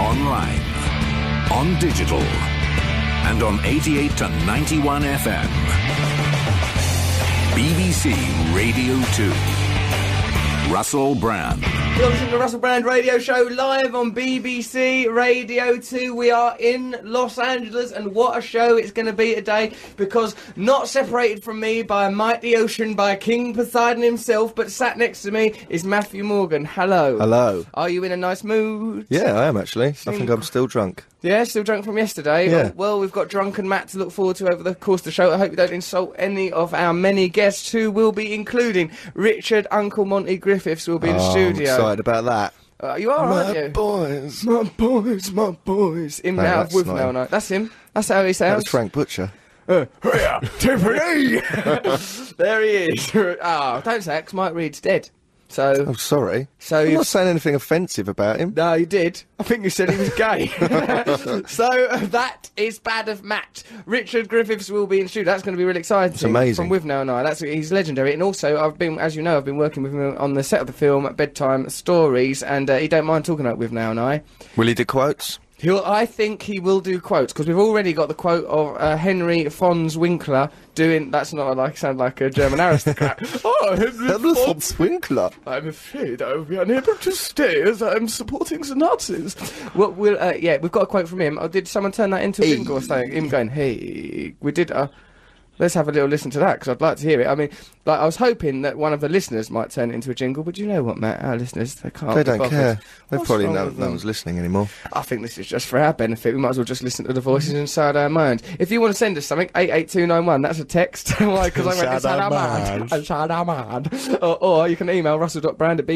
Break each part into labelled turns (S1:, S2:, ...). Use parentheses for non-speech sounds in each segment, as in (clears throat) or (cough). S1: online, on digital, and on 88 to 91 FM. BBC Radio 2. Russell Brand.
S2: You're listening to Russell Brand Radio Show live on BBC Radio 2. We are in Los Angeles, and what a show it's going to be today because not separated from me by a mighty ocean, by King Poseidon himself, but sat next to me is Matthew Morgan. Hello.
S3: Hello.
S2: Are you in a nice mood?
S3: Yeah, I am actually. I think I'm still drunk.
S2: Yeah, still drunk from yesterday.
S3: Yeah.
S2: Well, we've got drunk and Matt to look forward to over the course of the show. I hope you don't insult any of our many guests who will be including Richard Uncle Monty Griffiths will be in the
S3: Oh,
S2: studio.
S3: I'm excited about that.
S2: Uh, you are,
S3: my
S2: aren't you?
S3: boys.
S2: My boys, my boys. In
S3: No,
S2: and out of
S3: that's
S2: with
S3: not
S2: now,
S3: him.
S2: no. That's him. That's how he sounds.
S3: That's Frank Butcher.
S2: Hiya, Tiffany!
S3: (laughs)
S2: there he is. (laughs) Ah, don't say it, 'cause Mike Reed's dead. So,
S3: I'm sorry.
S2: So
S3: I'm
S2: you've-
S3: not saying anything offensive about him.
S2: no, he did. I think you said he was
S3: (laughs)
S2: gay. (laughs) so, uh, that is bad of Matt. Richard Griffiths will be in shoot. That's going to be really exciting. It's
S3: amazing.
S2: From With Now and I. That's, he's legendary. And also, I've been, as you know, I've been working with him on the set of the film Bedtime Stories, and uh, he don't mind talking about With Now and I.
S3: Will he do quotes?
S2: He'll, I think he will do quotes because we've already got the quote of uh, Henry Fons Winkler doing. That's not like sound like a German
S3: (laughs)
S2: aristocrat. oh,
S3: That
S2: Henry
S3: was from Swinkler.
S2: I'm afraid I will be unable to stay as I'm supporting the Nazis. Well, we'll uh, yeah, we've got a quote from him. Oh, did someone turn that into a jingle or something? Him going, "Hey, we did." Uh, let's have a little listen to that because I'd like to hear it. I mean, like I was hoping that one of the listeners might turn it into a jingle, but you know what, Matt? Our listeners, they can't.
S3: They
S2: be
S3: don't
S2: bothered.
S3: care. They
S2: What's
S3: probably
S2: wrong
S3: no,
S2: with
S3: no
S2: them?
S3: one's listening anymore.
S2: I think this is just for our benefit. We might as well just listen to the voices
S3: Mm-hmm.
S2: inside our minds. If you want to send us something, 88291, that's a text. (laughs) Why? Because I went inside our mind. Inside our mind. Or, or you can email russell.brand at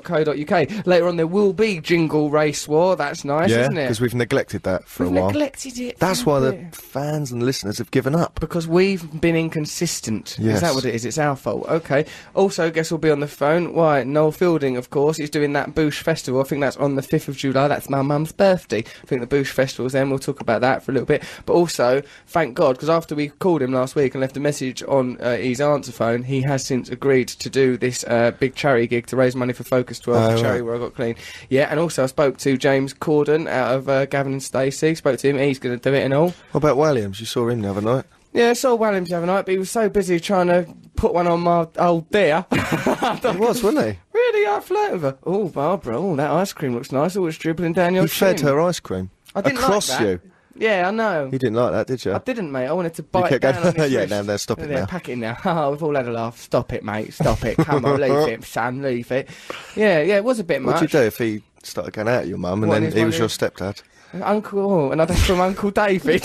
S2: bbc.co.uk. Later on, there will be Jingle Race War. That's nice,
S3: yeah,
S2: isn't it?
S3: because we've neglected that for
S2: We've
S3: a while.
S2: neglected it.
S3: That's
S2: for a
S3: why
S2: bit.
S3: the fans and listeners have given up.
S2: Because we've been inconsistent. Is
S3: Yes.
S2: that what it is? It's our fault. Okay. Also, guess we'll be on the phone. Why? Noel Fielding, of course, is doing that Boosh Festival. I think that's on the 5th of July. That's my mum's birthday. I think the Boosh Festival's then. We'll talk about that for a little bit. But also, thank God, because after we called him last week and left a message on uh, his answer phone, he has since agreed to do this uh, big charity gig to raise money for Focus 12,
S3: Oh,
S2: the charity
S3: right.
S2: where I got clean. Yeah, and also I spoke to James Corden out of uh, Gavin and Stacey. Spoke to him. He's going to do it and all.
S3: What about Williams? You saw him the other night.
S2: Yeah, I saw Wellings the other night, but he was so busy trying to put one on my old dear. I
S3: He
S2: thought,
S3: was, wasn't he?
S2: (laughs) really, I flirt with her. Oh, Barbara, oh, that ice cream looks nice. Oh, it's dribbling down your
S3: He fed
S2: chin.
S3: her ice cream
S2: I didn't like
S3: across
S2: that.
S3: you.
S2: Yeah, I know.
S3: You didn't like that, did you?
S2: I didn't, mate. I wanted to bite
S3: kept
S2: down
S3: going,
S2: on his
S3: (laughs) "Yeah,
S2: wrist."
S3: no, no, stop it
S2: Yeah,
S3: now.
S2: Pack it now. (laughs) Oh, we've all had a laugh. Stop it, mate. Stop it. Come on,
S3: (laughs)
S2: leave it, son. Leave it. Yeah, yeah, it was a bit
S3: What'd
S2: much.
S3: you do if he started going out at your mum and
S2: What,
S3: then
S2: his
S3: he was
S2: money?
S3: your stepdad?
S2: Uncle, oh, another (laughs) from Uncle David.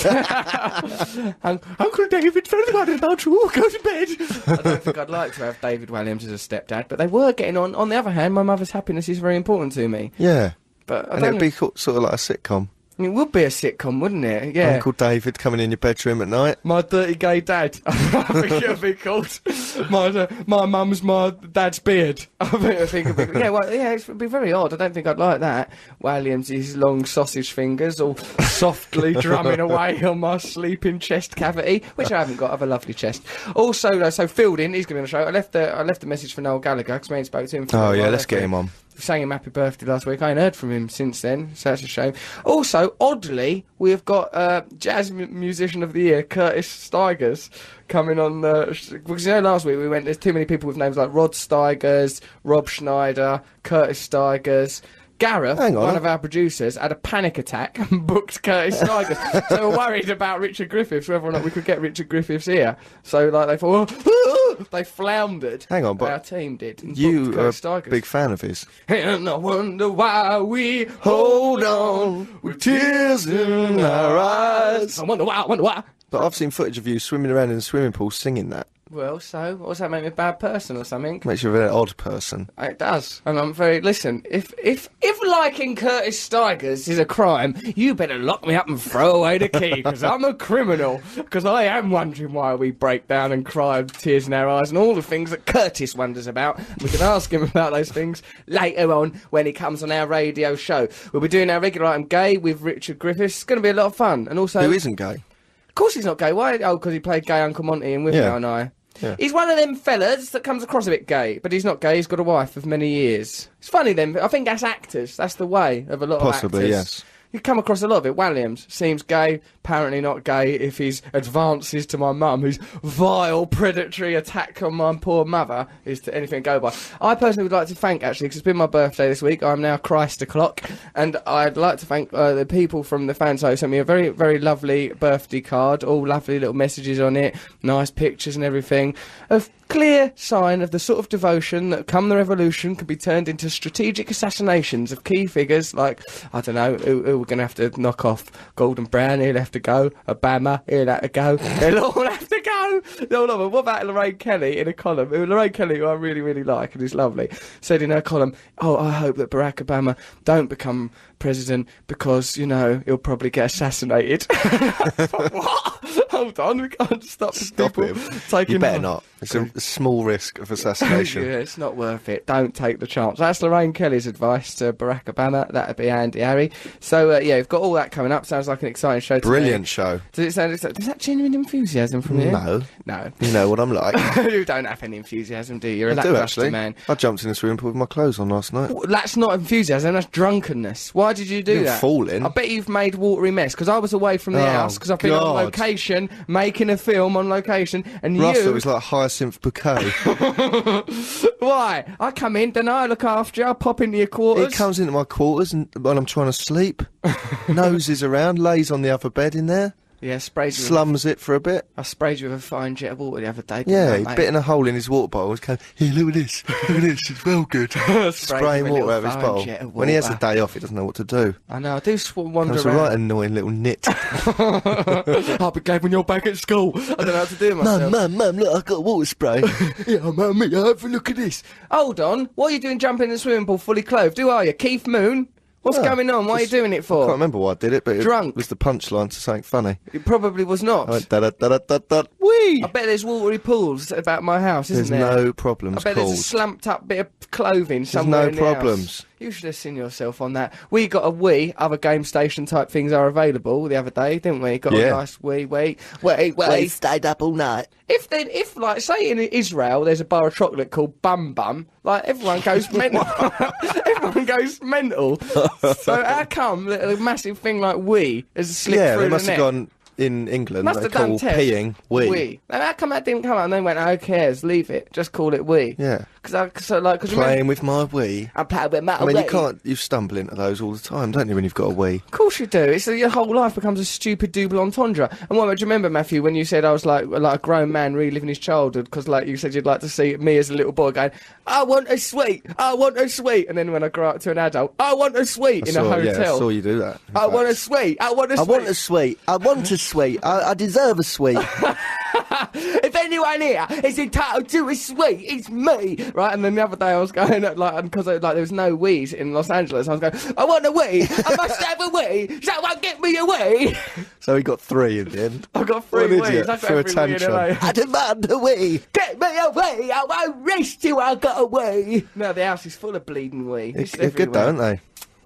S2: Un- Uncle David, very worried about you. Go to bed. I don't think I'd like to have David Williams as a stepdad, but they were getting on. On the other hand, my mother's happiness is very important to me.
S3: Yeah.
S2: But I
S3: And it
S2: don't
S3: would be co- sort of like a sitcom.
S2: know- it would be a sitcom, wouldn't it? Yeah.
S3: Uncle David coming in your bedroom at night.
S2: my dirty gay dad. (laughs) I think it'll be called. My uh, my mum's my dad's beard. (laughs) I think- I think it'll be, (laughs) yeah, well, yeah, it's- it'd be very odd. I don't think I'd like that. Williams, his long sausage fingers, all (laughs) softly drumming away on my sleeping chest cavity, which I haven't got. I have a lovely chest. Also, uh, so Fielding, he's going to show. I left the I left a message for Noel Gallagher because we ain't spoke to him. For a
S3: Oh,
S2: while,
S3: yeah, let's
S2: have
S3: get
S2: we?
S3: him on.
S2: sang him happy birthday last week. I ain't heard from him since then, so that's a shame. Also, oddly, we've got uh, jazz m- musician of the year, Curtis Stigers, coming on the. sh- Because you know, last week we went, there's too many people with names like Rod Stigers, Rob Schneider, Curtis Stigers. Gareth,
S3: Hang on.
S2: one of our producers, had a panic attack (laughs) and booked Curtis Stigers. so we're worried about Richard Griffiths, whether or not we could get Richard Griffiths here. So like they thought, (laughs) they floundered.
S3: Hang on, but
S2: our team did. and booked
S3: You are a
S2: Curtis Stigers.
S3: big fan of his.
S2: And I wonder why we
S3: Hold on, with tears in our eyes.
S2: I wonder why, I wonder why.
S3: But I've seen footage of you swimming around in the swimming pool singing that.
S2: Well, so, what does that make me a bad person or something?
S3: Makes you a very odd person.
S2: It does. And I'm very, listen, if, if, if liking Curtis Stigers is a crime, you better lock me up and throw away the key, because I'm a criminal. Because I am wondering why we break down and cry with tears in our eyes and all the things that Curtis wonders about. We can ask him about those things later on when he comes on our radio show. We'll be doing our regular item Gay with Richard Griffiths. It's going to be a lot of fun. And also,
S3: Who isn't gay?
S2: of course he's not gay. Why? Oh, because he played gay Uncle Monty in With
S3: Yeah.
S2: Now and I.
S3: Yeah.
S2: He's one of them fellas that comes across a bit gay, but he's not gay. He's got a wife of many years. It's funny then. but I think that's actors. That's the way of a lot
S3: Possibly,
S2: of actors.
S3: yes.
S2: You you come across a lot of it. Williams seems gay, apparently not gay. If his advances to my mum, whose vile predatory attack on my poor mother is to anything go by. I personally would like to thank actually because it's been my birthday this week. I'm now Christ o'clock, and I'd like to thank uh, the people from the fans who sent me a very very lovely birthday card. All lovely little messages on it, nice pictures and everything. Of clear sign of the sort of devotion that come the revolution could be turned into strategic assassinations of key figures like I don't know who, who we're going to have to knock off Gordon Brown he'll have to go Obama he'll have to go they'll all have to go they'll all have what about Lorraine Kelly in a column who, Lorraine Kelly who I really really like and is lovely said in her column oh I hope that Barack Obama don't become president because you know he'll probably get assassinated (laughs) what hold on we can't stop, these
S3: Stop
S2: people
S3: him.
S2: taking
S3: You better
S2: on.
S3: not. It's a, a small risk
S2: (laughs)
S3: of
S2: Yeah,
S3: assassination.
S2: it's not worth it. Don't take the chance. That's Lorraine Kelly's advice to Barack Obama. That'd be Andy Harry. So uh, yeah, we've got all that coming up. Sounds like an exciting show. today.
S3: Brilliant show.
S2: Does it sound? exci- Is that genuine enthusiasm from you?
S3: No.
S2: No. (laughs)
S3: You know what I'm like.
S2: you don't have any enthusiasm, do you? You're a
S3: I do
S2: lackluster
S3: actually.
S2: man.
S3: I jumped in the swimming pool with my clothes on last night.
S2: Well, That's not enthusiasm. That's drunkenness. Why did you do
S3: Didn't
S2: that?
S3: fall in.
S2: I bet you've made watery mess because I was away from the
S3: Oh,
S2: house because I've been on
S3: God.
S2: location making a film on location, and
S3: Russell
S2: you
S3: was like hyacinth bouquet.
S2: why? I come in, then I look after you. I pop into your
S3: it
S2: quarters.
S3: comes into my quarters and when I'm trying
S2: (laughs)
S3: to sleep, noses around, lays on the other bed in there,
S2: yeah, sprays you with
S3: slums it for a bit.
S2: I sprayed you with a fine jet of water the other day. didn't
S3: Yeah,
S2: I,
S3: he
S2: mate?
S3: bit in a hole in his water bottle and came, Here, look at this, look at this, it's well
S2: (laughs)
S3: good.
S2: him
S3: Spraying
S2: a
S3: water
S2: little
S3: out of his
S2: fine
S3: bottle.
S2: jet of
S3: When he has a
S2: water.
S3: day off, he doesn't know what to do.
S2: I know. I do sw- wander
S3: That's a right
S2: around.
S3: annoying little nit.
S2: (laughs) I'll be glad when you're back at school. I don't know how to
S3: (laughs)
S2: do myself.
S3: mum, mum, mum, look, I've got a
S2: (laughs)
S3: water spray. yeah, mum, me, have a look at this.
S2: Hold on. What are you doing jumping in the swimming pool fully clothed? Who are you? Keith Moon? What's
S3: Yeah,
S2: going on? Why are you
S3: Ah, just-
S2: doing it
S3: I can't
S2: for?
S3: remember why I did it, but
S2: Drunk.
S3: it was the punchline to something funny.
S2: It probably was not.
S3: I went da da da da da da. Wee!
S2: I bet there's watery pools about my house, isn't
S3: There's
S2: there?
S3: no
S2: I
S3: problems
S2: bet there's a
S3: caused.
S2: slumped up bit of clothing somewhere.
S3: no
S2: in the house.
S3: problems.
S2: You should have seen yourself on that. We got a Wii. Other game station type things are available the other day, didn't we? Got a
S3: Yeah.
S2: nice Wii, Wii, Wii, Wii.
S3: stayed up all night.
S2: If then, if like say in Israel, there's a bar of chocolate called Bum Bum, like everyone
S3: (laughs)
S2: goes mental. (laughs) everyone goes mental. so how come that a massive thing like we has slipped
S3: Yeah,
S2: through
S3: they must
S2: the
S3: have
S2: net?
S3: gone in England.
S2: Must
S3: they
S2: have done
S3: call
S2: tests.
S3: peeing wee.
S2: And how come that didn't come out? And they went, "Oh, "Who cares? Leave it. Just call it we."
S3: Yeah.
S2: Because I so like because
S3: Playing with my wee.
S2: I play with metal.
S3: I mean,
S2: wee.
S3: you can't. You stumble into those all the time, don't you? When you've got a wee.
S2: Of course you do. It's your whole life becomes a stupid double entendre. And what do you remember, Matthew, when you said I was like like a grown man reliving his childhood? Because like you said, you'd like to see me as a little boy going, "I want a sweet, I want a sweet," and then when I grow up to an adult, "I want a sweet"
S3: I
S2: in
S3: saw,
S2: a
S3: Yeah, I saw
S2: hotel.
S3: you do that. in
S2: I want a
S3: fact.
S2: sweet. I want a sweet.
S3: sweet. I want a sweet. I, I deserve
S2: (laughs)
S3: a sweet.
S2: if anyone here is entitled to a sweet, it's me, right? And then the other day I was going at, like, because like there was no weed in Los Angeles, I was going, I want a weed. I must have a weed. Someone get me a weed.
S3: so he got three in the end.
S2: I got three
S3: What an
S2: weeds.
S3: idiot.
S2: I got
S3: Threw a
S2: every weed in LA.
S3: tantrum. I demand a wee.
S2: (laughs) Get me away! I won't rest till I got away. No, the house is full of bleeding wee.
S3: They're
S2: It's
S3: they're good, though,
S2: everywhere.
S3: aren't they?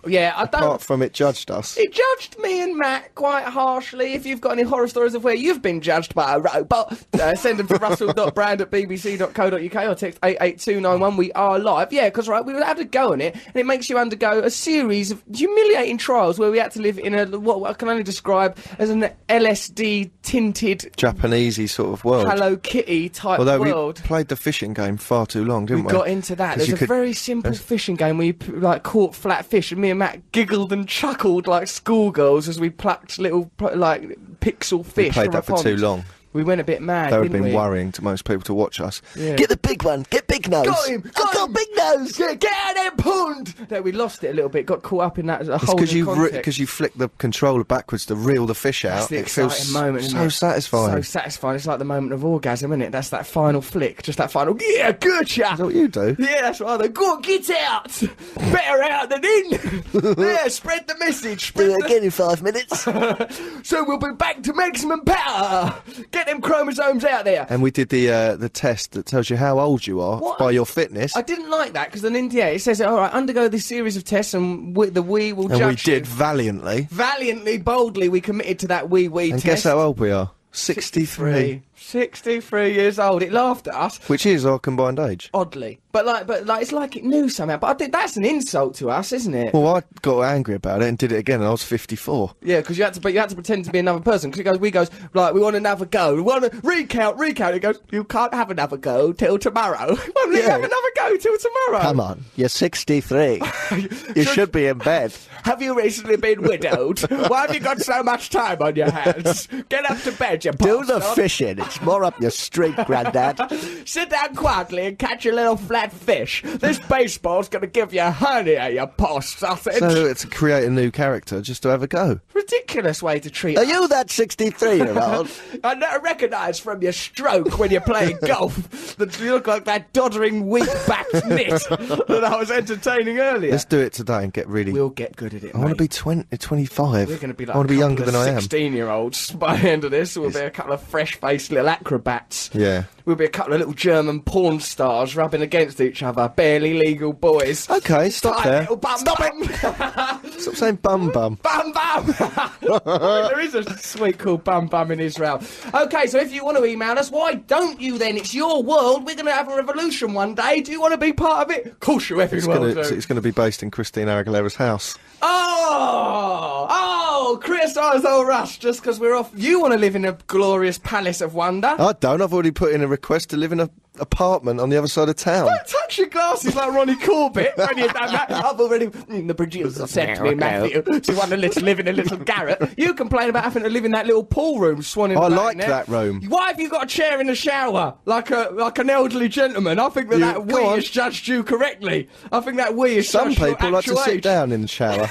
S2: Yeah, I don't.
S3: Apart from it judged us.
S2: It judged me and Matt quite harshly. If you've got any horror stories of where you've been judged by a robot, uh, send
S3: (laughs)
S2: them to russell.brand at bbc.co.uk or text 88291. We are live. Yeah, because, right, we had a go on it, and it makes you undergo a series of humiliating trials where we had to live in a what I can only describe as an LSD tinted
S3: Japanesey sort of world.
S2: Hello Kitty type
S3: Although
S2: world.
S3: we played the fishing game far too long, didn't
S2: We
S3: we?
S2: got into that.
S3: 'Cause
S2: There's
S3: you
S2: a
S3: could-
S2: very simple fishing game where you p- like caught flat fish, and me and Matt giggled and chuckled like schoolgirls as we plucked little pl- like pixel fish.
S3: played
S2: from a
S3: that for too
S2: pond.
S3: long.
S2: We went a bit mad.
S3: That would have
S2: didn't
S3: been
S2: we?
S3: worrying to most people to watch us.
S2: Yeah.
S3: Get the big one. Get big nose.
S2: Got him! Got
S3: I've got
S2: him!
S3: big nose.
S2: Yeah, get out of there, pond! That we lost it a little bit. Got caught up in that as a
S3: It's
S2: whole
S3: because
S2: new
S3: you
S2: context.
S3: because you flick the controller backwards to reel the fish out.
S2: That's the
S3: it
S2: exciting
S3: feels
S2: moment. isn't
S3: so
S2: it? So
S3: satisfying.
S2: satisfying. It's like the moment of orgasm, isn't it? That's that final flick. Just that final. Yeah, good chap.
S3: That's what
S2: (laughs)
S3: you do.
S2: Yeah, that's right. They go on, get out. Better out than in. yeah, spread the message. Spread the
S3: again in
S2: (laughs)
S3: five minutes.
S2: So we'll be back to maximum power. Get them chromosomes out there.
S3: and we did the uh, the test that tells you how old you are
S2: What?
S3: by your fitness.
S2: I didn't like that because an NDA it says, "All right, undergo this series of tests, and we, the we will
S3: and we
S2: judge." you."
S3: did valiantly.
S2: valiantly, boldly, we committed to that we we
S3: And
S2: test.
S3: guess how old we are? Sixty-three.
S2: 63 years old. It laughed at us.
S3: Which is our combined age.
S2: Oddly, but like, but like, it's like it knew somehow. But I think that's an insult to us, isn't it?
S3: Well, I got angry about it and did it again, and I was 54.
S2: Yeah, because you had to, but you had to pretend to be another person. Because goes, we goes, like, we want another go. We want to recount, recount. It goes, you can't have another go till tomorrow. (laughs) Why do you
S3: Yeah.
S2: have another go till tomorrow?
S3: Come on,
S2: (laughs)
S3: you're 63. you should be in bed.
S2: Have you recently been widowed? Why have you got so much time on your hands? Get up to bed, you
S4: Do the
S2: bastard.
S4: fishing. It's more up your street,
S3: (laughs)
S4: Grandad.
S2: Sit down quietly and catch a little flat fish. This baseball's going to give you a hernia, you posh sausage.
S3: So it's to create a new character just to have a go.
S2: Ridiculous way to treat
S4: Are
S2: us.
S4: you that 63 year old?
S2: I know, recognise from your stroke when you're playing golf that you look like that doddering, weak-backed nit that I was entertaining earlier.
S3: (laughs) Let's do it today and get really.
S2: We'll get good at it.
S3: I want
S2: mate.
S3: to be 20, 25.
S2: We're going to be like
S3: I want to be younger than I am.
S2: Sixteen-year-olds by the end of this. We'll be a couple of fresh-faced little acrobats.
S3: Yeah.
S2: We'll be a couple of little German porn stars rubbing against each other, barely legal boys.
S3: Okay, stop
S2: Tight
S3: there.
S2: little Bum, Stop bum. it!
S3: Stop saying bum bum.
S2: Bam
S3: (laughs)
S2: Bam! there is a sweet called Bam Bam in Israel. Okay, so if you want to email us, why don't you then? It's your world. We're going to have a revolution one day. Do you want to be part of it? Of course you effing
S3: It's
S2: well
S3: going
S2: do.
S3: to it's going to be based in Christina Aguilera's house.
S2: Oh! Oh! Criticise old Rush just because we're off. You want to live in a glorious palace of wonder.
S3: I don't. I've already put in a request to live in an apartment on the other side of town.
S2: Don't touch your glasses like (laughs) Ronnie Corbett when you've done that. I've already. Mm, the producer said to me, Matthew, do you want to lit- live in a little garret? You complain about having to live in that little pool room, swanning.
S3: Oh, I
S2: about
S3: like
S2: in there.
S3: that room.
S2: Why have you got a chair in the shower like a like an elderly gentleman? I think that
S3: You-
S2: that
S3: go
S2: we
S3: on.
S2: has judged you correctly. I think that we is
S3: Some
S2: judged your
S3: people like to
S2: actual
S3: sit
S2: age.
S3: down in the shower.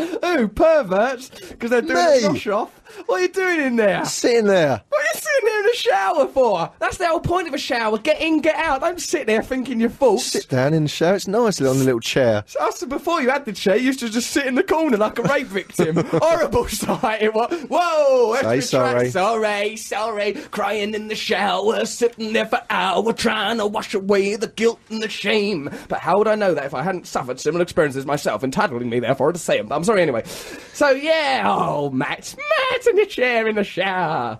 S2: (laughs) Ooh, perverts, because they're doing
S3: Me.
S2: the wash off. What are you doing in there?
S3: Sitting there.
S2: What are you sitting there in the shower for? That's the whole point of a shower. Get in, get out. Don't sit there thinking you're false.
S3: Sit down in the shower. It's nice on the little chair.
S2: So us before you had the chair, you used to just sit in the corner like a rape victim. Horrible sight. It was. Whoa! extra
S3: sorry.
S2: track. Sorry, sorry. Crying in the shower, sitting there for hours, trying to wash away the guilt and the shame. But how would I know that if I hadn't suffered similar experiences myself, entitling me therefore to say them? But I'm sorry anyway. So yeah, oh Matt, Matt in the chair in the shower.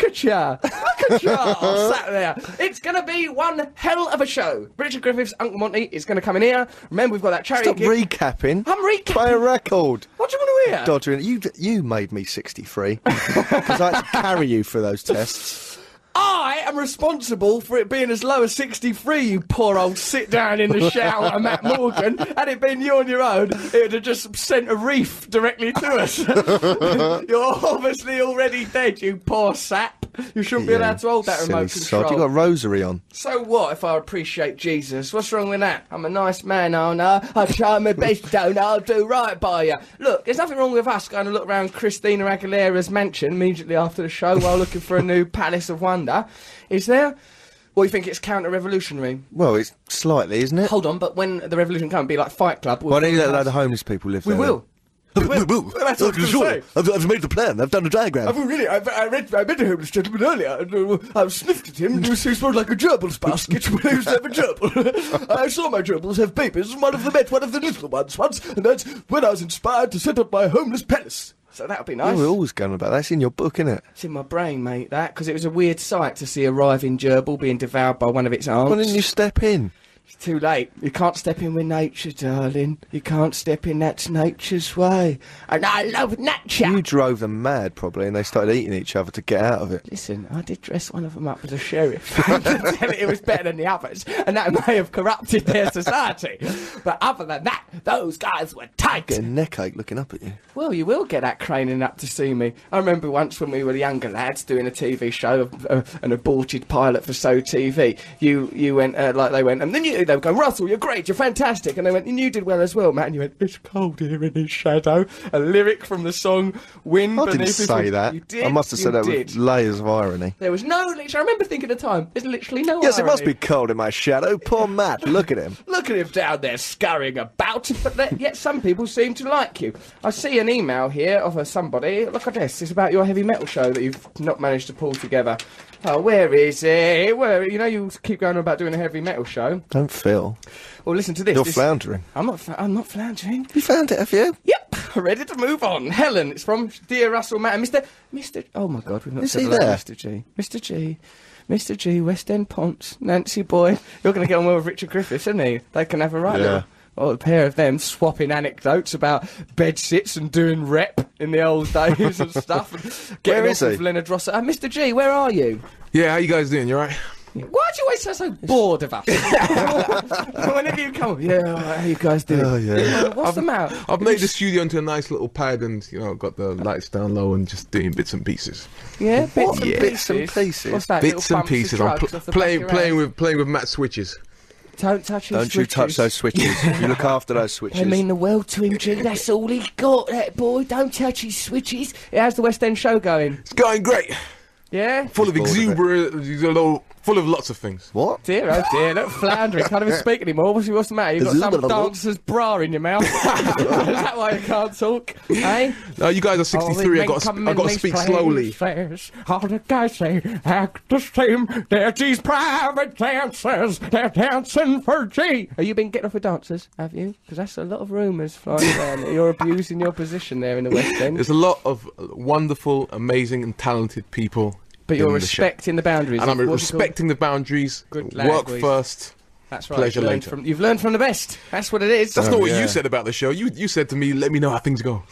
S2: Look at ya! Look at ya! sat there. It's gonna be one hell of a show. Richard Griffiths, Uncle Monty is gonna come in here. Remember, we've got that charity
S3: Stop
S2: gig.
S3: recapping.
S2: I'm
S3: (laughs)
S2: recapping.
S3: Play a record.
S2: what do you want to hear?
S3: Dodgering. You you made me 63 because I had to carry you for
S2: (laughs)
S3: those tests.
S2: I am responsible for it being as low as 63, you poor old sit down in the
S3: (laughs)
S2: shower, Matt Morgan. Had it been you on your own, it would have just sent a reef directly to
S3: (laughs)
S2: us. (laughs) You're obviously already dead, you poor sap. You shouldn't be
S3: Yeah,
S2: allowed to hold that
S3: silly
S2: remote
S3: sod.
S2: control.
S3: You got a rosary on.
S2: So what if I appreciate Jesus? What's wrong with that? I'm a nice man, I know. I try my best, don't I? I'll do right by you. Look, there's nothing wrong with us going to look around Christina Aguilera's mansion immediately after the show while looking for a new palace of wonder. Is there? Well, you think it's counter-revolutionary?
S3: Well, it's slightly, isn't it?
S2: Hold on, but when the revolution comes, it'll be like Fight Club. We'll
S3: Why don't you let a load of homeless people live
S2: we
S3: there? then? (laughs)
S2: will. Well, that's what I was gonna say.
S4: I've, I've made the plan. I've done the diagram.
S2: I've really, I, I read, I met a homeless gentleman earlier, and uh, I sniffed at him, and he, was, he smelled like a gerbil's (laughs) basket, but he was never gerbil. (laughs) I saw my gerbils have babies, and one of them met one of the little ones once, and that's when I was inspired to set up my homeless palace. So that would be nice.
S3: You were always going about that. It's in your book, isn't it?
S2: It's in my brain, mate, that, because it was a weird sight to see a writhing gerbil being devoured by one of its arms.
S3: Why didn't you step in?
S2: It's too late. You can't step in with nature, darling. You can't step in, that's nature's way. And I love nature.
S3: You drove them mad, probably, and they started eating each other to get out of it.
S2: Listen, I did dress one of them up as a sheriff. (laughs) I can tell it was better than the others, and that may have corrupted their society. But other than that, those guys were tight.
S3: Get a neck ache looking up at you.
S2: Well, you will get that craning up to see me. I remember once when we were younger lads doing a TV show, of, uh, an aborted pilot for So TV. You you went uh, like they went, and then you they were going, Russell, you're great, you're fantastic, and they went, and you did well as well, Matt. And you went, it's cold here in his shadow. A lyric from the song "Wind."
S3: I didn't
S2: Beneath His
S3: say
S2: Wings.
S3: that.
S2: You did,
S3: I must have
S2: you
S3: said that
S2: did.
S3: with layers of irony.
S2: There was no literally. I remember thinking at the time, there's literally no.
S3: Yes, it must be
S2: irony.
S3: cold in my shadow. Poor Matt, look at him.
S2: Look at him down there scurrying about, but that- yet some people seem to like you. I see an email here of a somebody. Look at this. It's about your heavy metal show that you've not managed to pull together. Oh, where is it? Where you know you keep going on about doing a heavy metal show.
S3: Don't feel.
S2: Well, listen to this.
S3: You're
S2: This-
S3: floundering.
S2: I'm not. fl- I'm not floundering.
S3: You found it, have you?
S2: Yep, (laughs) ready to move on. Helen, it's from dear Russell Matter. Mr. Mr. Oh my God, we've not
S3: Is
S2: said
S3: he
S2: hello,
S3: there?
S2: Mr. G. Mr. G. Mr. G. West End Ponce, Nancy Boy. You're going to get on well with Richard Griffiths, aren't you? They can have a right.
S3: Yeah.
S2: little- Oh, a pair of them swapping anecdotes about bed sits and doing rep in the old days and stuff.
S3: (laughs)
S2: And getting
S3: Where is
S2: off
S3: he?
S2: with Leonard Ross. Uh, Mr. G, where are you?
S5: Yeah, how you guys doing? You alright?
S2: Why do you always sound so bored of
S3: (laughs)
S2: us? (laughs) Whenever you come, yeah, all right, how you guys doing?
S3: Oh, yeah.
S2: Well, What's the matter?
S5: I've made the studio into a nice little pad and, you know, got the lights down low and just doing bits and pieces.
S2: Yeah, bits,
S3: What?
S2: and,
S3: Yeah.
S2: Pieces.
S3: Bits and pieces.
S2: What's that,
S5: Bits
S2: little
S5: and
S2: bumps of
S5: pieces. I'm
S2: drugs
S5: pl-
S2: off the back of
S5: playing
S2: your
S5: playing
S2: hand?
S5: with playing with Matt switches.
S2: Don't touch his
S3: Don't you touch
S2: switches.
S3: those switches. (laughs) you look after those switches.
S2: They mean the world to him, G. That's all he's got, that boy. Don't touch his switches. Yeah, How's the West End show going?
S5: It's going great.
S2: Yeah?
S5: Full of
S3: He's bored
S5: exuberance, full of lots of things.
S3: what?
S2: Dear, oh dear, look, floundering. Can't (laughs) even speak anymore. What's, what's the matter? You've got some dancer's bra in your mouth. (laughs) Is that why you can't (laughs) talk? Eh?
S5: No, you guys are
S2: Oh, they
S5: 63. I
S2: make
S5: got to,
S2: come
S5: I
S2: in
S5: got to
S2: these
S5: speak slowly.
S2: places. All the guys say act the same. They're these private dancers. They're dancing for G. Have you been getting off with dancers? Have you? Because that's a lot of rumours flying around. that You're abusing your position there in the West End.
S5: There's a lot of wonderful, amazing, and talented people.
S2: But you're
S5: in the show.
S2: respecting the boundaries.
S5: and
S2: of
S5: I'm
S2: what you call-
S5: respecting the boundaries.
S2: Good lad,
S5: work
S2: boys.
S5: first.
S2: That's right.
S5: pleasure
S2: you've learned
S5: later.
S2: From, you've learned from the best. That's what it is.
S5: That's not what
S3: yeah.
S5: you said about the show. You you said to me, "Let me know how things go."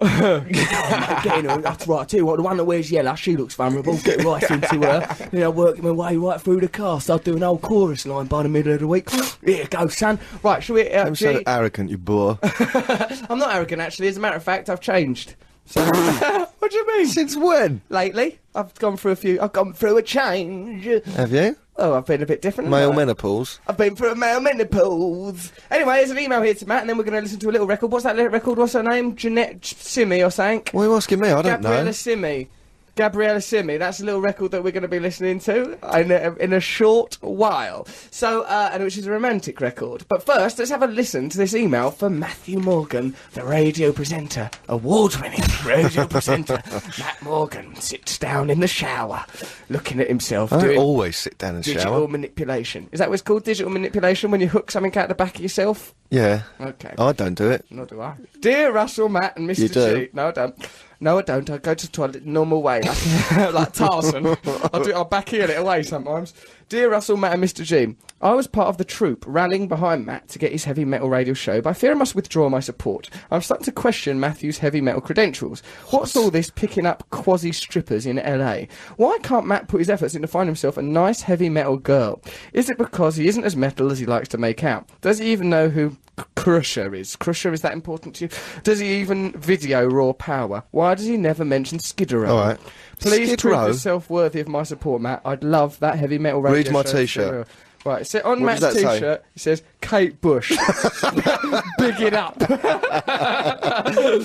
S2: getting her. That's right. I tell you what, the one that wears yellow, she looks vulnerable. Get right into her. You know, working my way right through the cast. I'll do an old chorus line by the middle of the
S3: (laughs)
S2: week. Here you go, son. Right, shall we? Uh,
S3: I'm so
S2: G-
S3: arrogant, you boor. uh,
S2: I'm not arrogant, actually. As a matter of fact, I've changed. So, (laughs) what do you mean?
S3: Since when?
S2: Lately, I've gone through a few. I've gone through a change.
S3: Have you?
S2: Oh, I've been a bit different.
S3: Uh, (laughs) Male
S2: haven't I?
S3: menopause.
S2: I've been through a male menopause. Anyway, there's an email here to Matt, and then we're going to listen to a little record. What's that little record? What's her name? Jeanette Simi or something?
S3: Why are you asking me? I don't
S2: Gabriella
S3: know.
S2: Simi. Gabriella Simi, that's a little record that we're going to be listening to in a, in a short while. So, uh, and which is a romantic record. But first, let's have a listen to this email from Matthew Morgan, the radio presenter, award-winning (laughs) radio presenter. Matt Morgan sits down in the shower, looking at himself
S3: I don't
S2: doing
S3: always sit down and
S2: digital
S3: shower.
S2: manipulation. Is that what it's called, digital manipulation, when you hook something out the back of yourself?
S3: Yeah.
S2: Okay.
S3: I don't do it.
S2: Nor do I. Dear Russell, Matt, and Mr.
S3: You do?
S2: G. No, I don't. No, I don't. I go to the toilet the normal way, like, (laughs) like Tarzan. I do. I backheel it away sometimes. Dear Russell, Matt, and Mr. G. I was part of the troop rallying behind Matt to get his heavy metal radio show, but I fear I must withdraw my support. I'm starting to question Matthew's heavy metal credentials. What's all this picking up quasi strippers in LA? Why can't Matt put his efforts into finding himself a nice heavy metal girl? Is it because he isn't as metal as he likes to make out? Does he even know who C- Crusher is? Crusher is that important to you? Does he even video Raw Power? Why does he never mention Skid Row?
S3: All right.
S2: Please
S3: Skid
S2: prove
S3: Row?
S2: yourself worthy of my support, Matt. I'd love that heavy metal radio
S3: Read my
S2: show, Skid
S3: t-shirt.
S2: Row. Right, so on Matt's
S3: What does that say?
S2: t-shirt, it says Kate
S3: (laughs)
S2: Bush. (laughs) Big it up.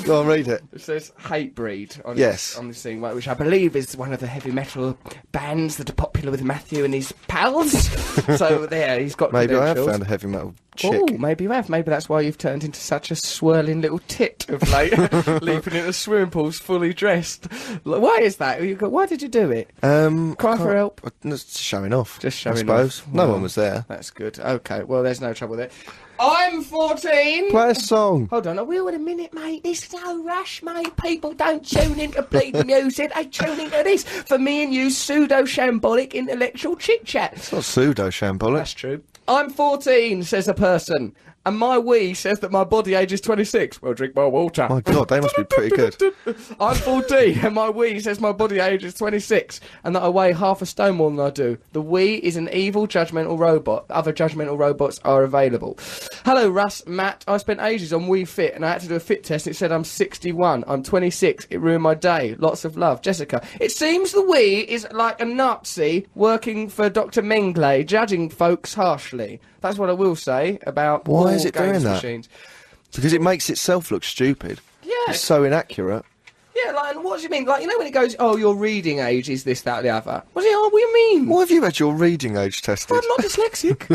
S3: Go on, read it.
S2: It says Hate Breed on
S3: Yes.
S2: this, on this thing, right, which I believe is one of the heavy metal bands that are popular with Matthew and his
S3: (laughs)
S2: pals. so there, he's got
S3: Maybe I have
S2: credentials.
S3: found a heavy metal chick.
S2: Ooh, maybe you have. Maybe that's why you've turned into such a swirling little tit of late,
S3: (laughs)
S2: (laughs) leaping into swimming pools fully dressed. Like, Why is that? You go, Why did you do it?
S3: Um,
S2: Cry
S3: I
S2: for
S3: can't-
S2: help.
S3: I- Just showing off.
S2: Just
S3: I
S2: showing off.
S3: suppose. No
S2: Well.
S3: one was there.
S2: That's good. Okay, well, there's no trouble there. I'm 14.
S3: Play a song.
S2: Hold on, I will in a minute, mate. There's no rush, mate. People don't tune into
S3: (laughs)
S2: bleeding music. They tune into this for me and you pseudo shambolic intellectual chit chat.
S3: It's not pseudo shambolic.
S2: true. I'm 14, says a person, and my wee says that my body age is 26. Well, drink more water.
S3: My God, they must be pretty good.
S2: (laughs) I'm 14 and my wee says my body age is 26 and that I weigh half a stone more than I do. The wee is an evil judgmental robot. Other judgmental robots are available. Hello, Russ, Matt. I spent ages on Wii Fit and I had to do a fit test. It said I'm 61. I'm 26. It ruined my day. Lots of love. Jessica. It seems the wee is like a Nazi working for Dr. Mengele, judging folks harshly. That's what I will say about
S3: Why
S2: all
S3: is it doing
S2: games
S3: that?
S2: machines.
S3: Because it makes itself look stupid.
S2: Yeah.
S3: It's so inaccurate.
S2: Yeah, like, and what do you mean? Like, you know when it goes, oh, your reading age is this, that, the other. What's it? Oh, what do you mean?
S3: Why have you had your reading age tested?
S2: I'm not
S3: (laughs)
S2: dyslexic.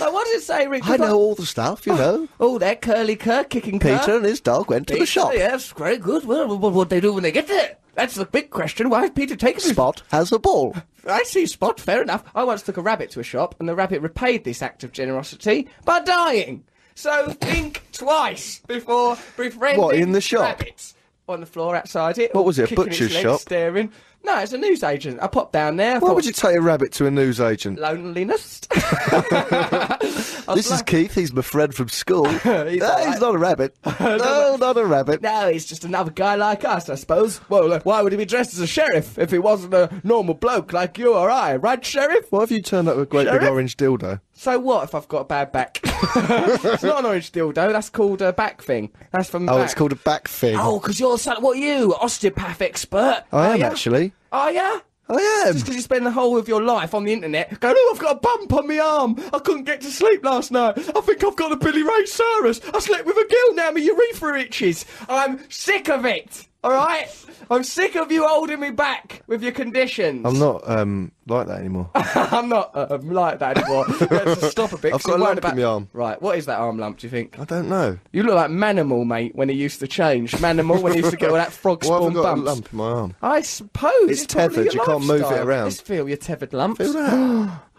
S2: like, what does it say, Rick?
S3: I know all the stuff,
S2: (laughs)
S3: you know.
S2: Oh, that curly cur kicking cur.
S3: Peter and his dog went to
S2: Peter,
S3: the shop.
S2: Yes, very good. Well, what what they do when they get there? That's the big question. Why is Peter taking his
S3: Spot has
S2: (laughs)
S3: a ball.
S2: I see Spot, fair enough. I once took a rabbit to a shop, and the rabbit repaid this act of generosity by dying. So think twice before befriending
S3: What, in the shop?
S2: rabbits. On the floor outside it.
S3: What was it, a
S2: kicking its
S3: butcher's
S2: legs,
S3: shop?
S2: Staring. No, it's a newsagent. I popped down there.
S3: Why
S2: thought,
S3: would you take a rabbit to a newsagent?
S2: Loneliness. (laughs)
S3: (laughs) This is Keith. He's my friend
S2: (laughs)
S3: from school. he's,
S2: alright.
S3: he's not
S2: (laughs)
S3: a rabbit. no, not a rabbit.
S2: No, he's just another guy like us, I suppose. Well, like, why would he be dressed as a sheriff if he wasn't a normal bloke like you or I, right, sheriff?
S3: Why have you turned up with a great big
S2: Sheriff?
S3: orange dildo?
S2: So what if I've got a bad back? (laughs) it's not an orange dildo. That's called a back thing. That's from.
S3: Oh,
S2: back.
S3: it's called a back thing.
S2: Oh, because you're so, what are you osteopath expert?
S3: I
S2: Are
S3: am
S2: ya?
S3: actually.
S2: Are ya?
S3: I am.
S2: Just because you spend the whole of your life on the internet going, oh, I've got a bump on my arm. I couldn't get to sleep last night. I think I've got a Billy Ray Cyrus. I slept with a girl now, my urethra itches. I'm sick of it. All right? I'm sick of you holding me back with your conditions.
S3: I'm not um, like that anymore.
S2: (laughs) I'm not uh, um, like that
S3: (laughs)
S2: anymore. we had to stop a bit. 'cause
S3: got a
S2: we
S3: lump
S2: worried
S3: in
S2: about...
S3: my arm.
S2: Right, what is that arm lump, do you think?
S3: I don't know.
S2: You look like Manimal, mate, when he used to change. Manimal, when he used to get all that frog
S3: (laughs) Why
S2: spawn
S3: have I got
S2: bumps.
S3: a lump in my arm?
S2: I suppose
S3: It's
S2: probably
S3: tethered,
S2: your
S3: you can't move it
S2: lifestyle.
S3: around.
S2: Just feel your tethered lumps.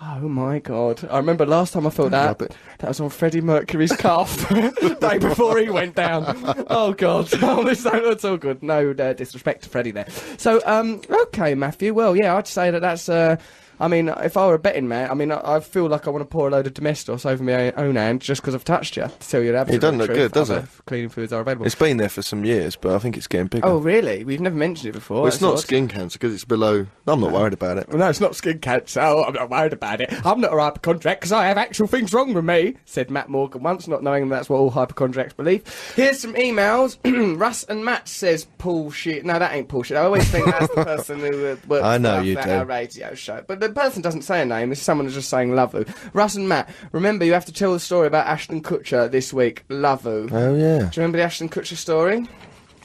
S2: oh my god! I remember last time I felt that.
S3: rub it.
S2: That was on Freddie Mercury's calf, (laughs) day before he went down. Oh god! (laughs) Oh, this that's all good. No uh, disrespect to Freddie there. So, um, okay, Matthew. Well, yeah, I'd say that that's. Uh, I mean, if I were a betting man, I mean, I, I feel like I want to pour a load of domestos over my own hand just because I've touched you. To tell you the absolute
S3: doesn't look
S2: truth,
S3: good, does
S2: other
S3: it?
S2: Cleaning fluids are available.
S3: (gasps) It's been there for some years, but I think it's getting bigger.
S2: oh, really? We've never mentioned it before.
S3: Well, it's
S2: That's
S3: not
S2: odd.
S3: skin cancer because it's below. I'm not worried about it.
S2: Well, no, it's not skin cancer. Oh, I'm not worried about it. I'm not a hypochondriac because I have actual things wrong with me, said Matt Morgan once, not knowing that's what all hypochondriacs believe. Here's some emails. (clears throat) Russ and Matt says Paul shit. No, that ain't Paul shit. I always think that's the person who uh, works
S3: (laughs) I know
S2: for us
S3: you
S2: at
S3: do.
S2: our radio show. But the person doesn't say a name. It's someone who's just saying Lovu. Russ and Matt, remember you have to tell the story about Ashton Kutcher this week. Lovu. Do you
S3: Oh yeah.
S2: remember the Ashton Kutcher story?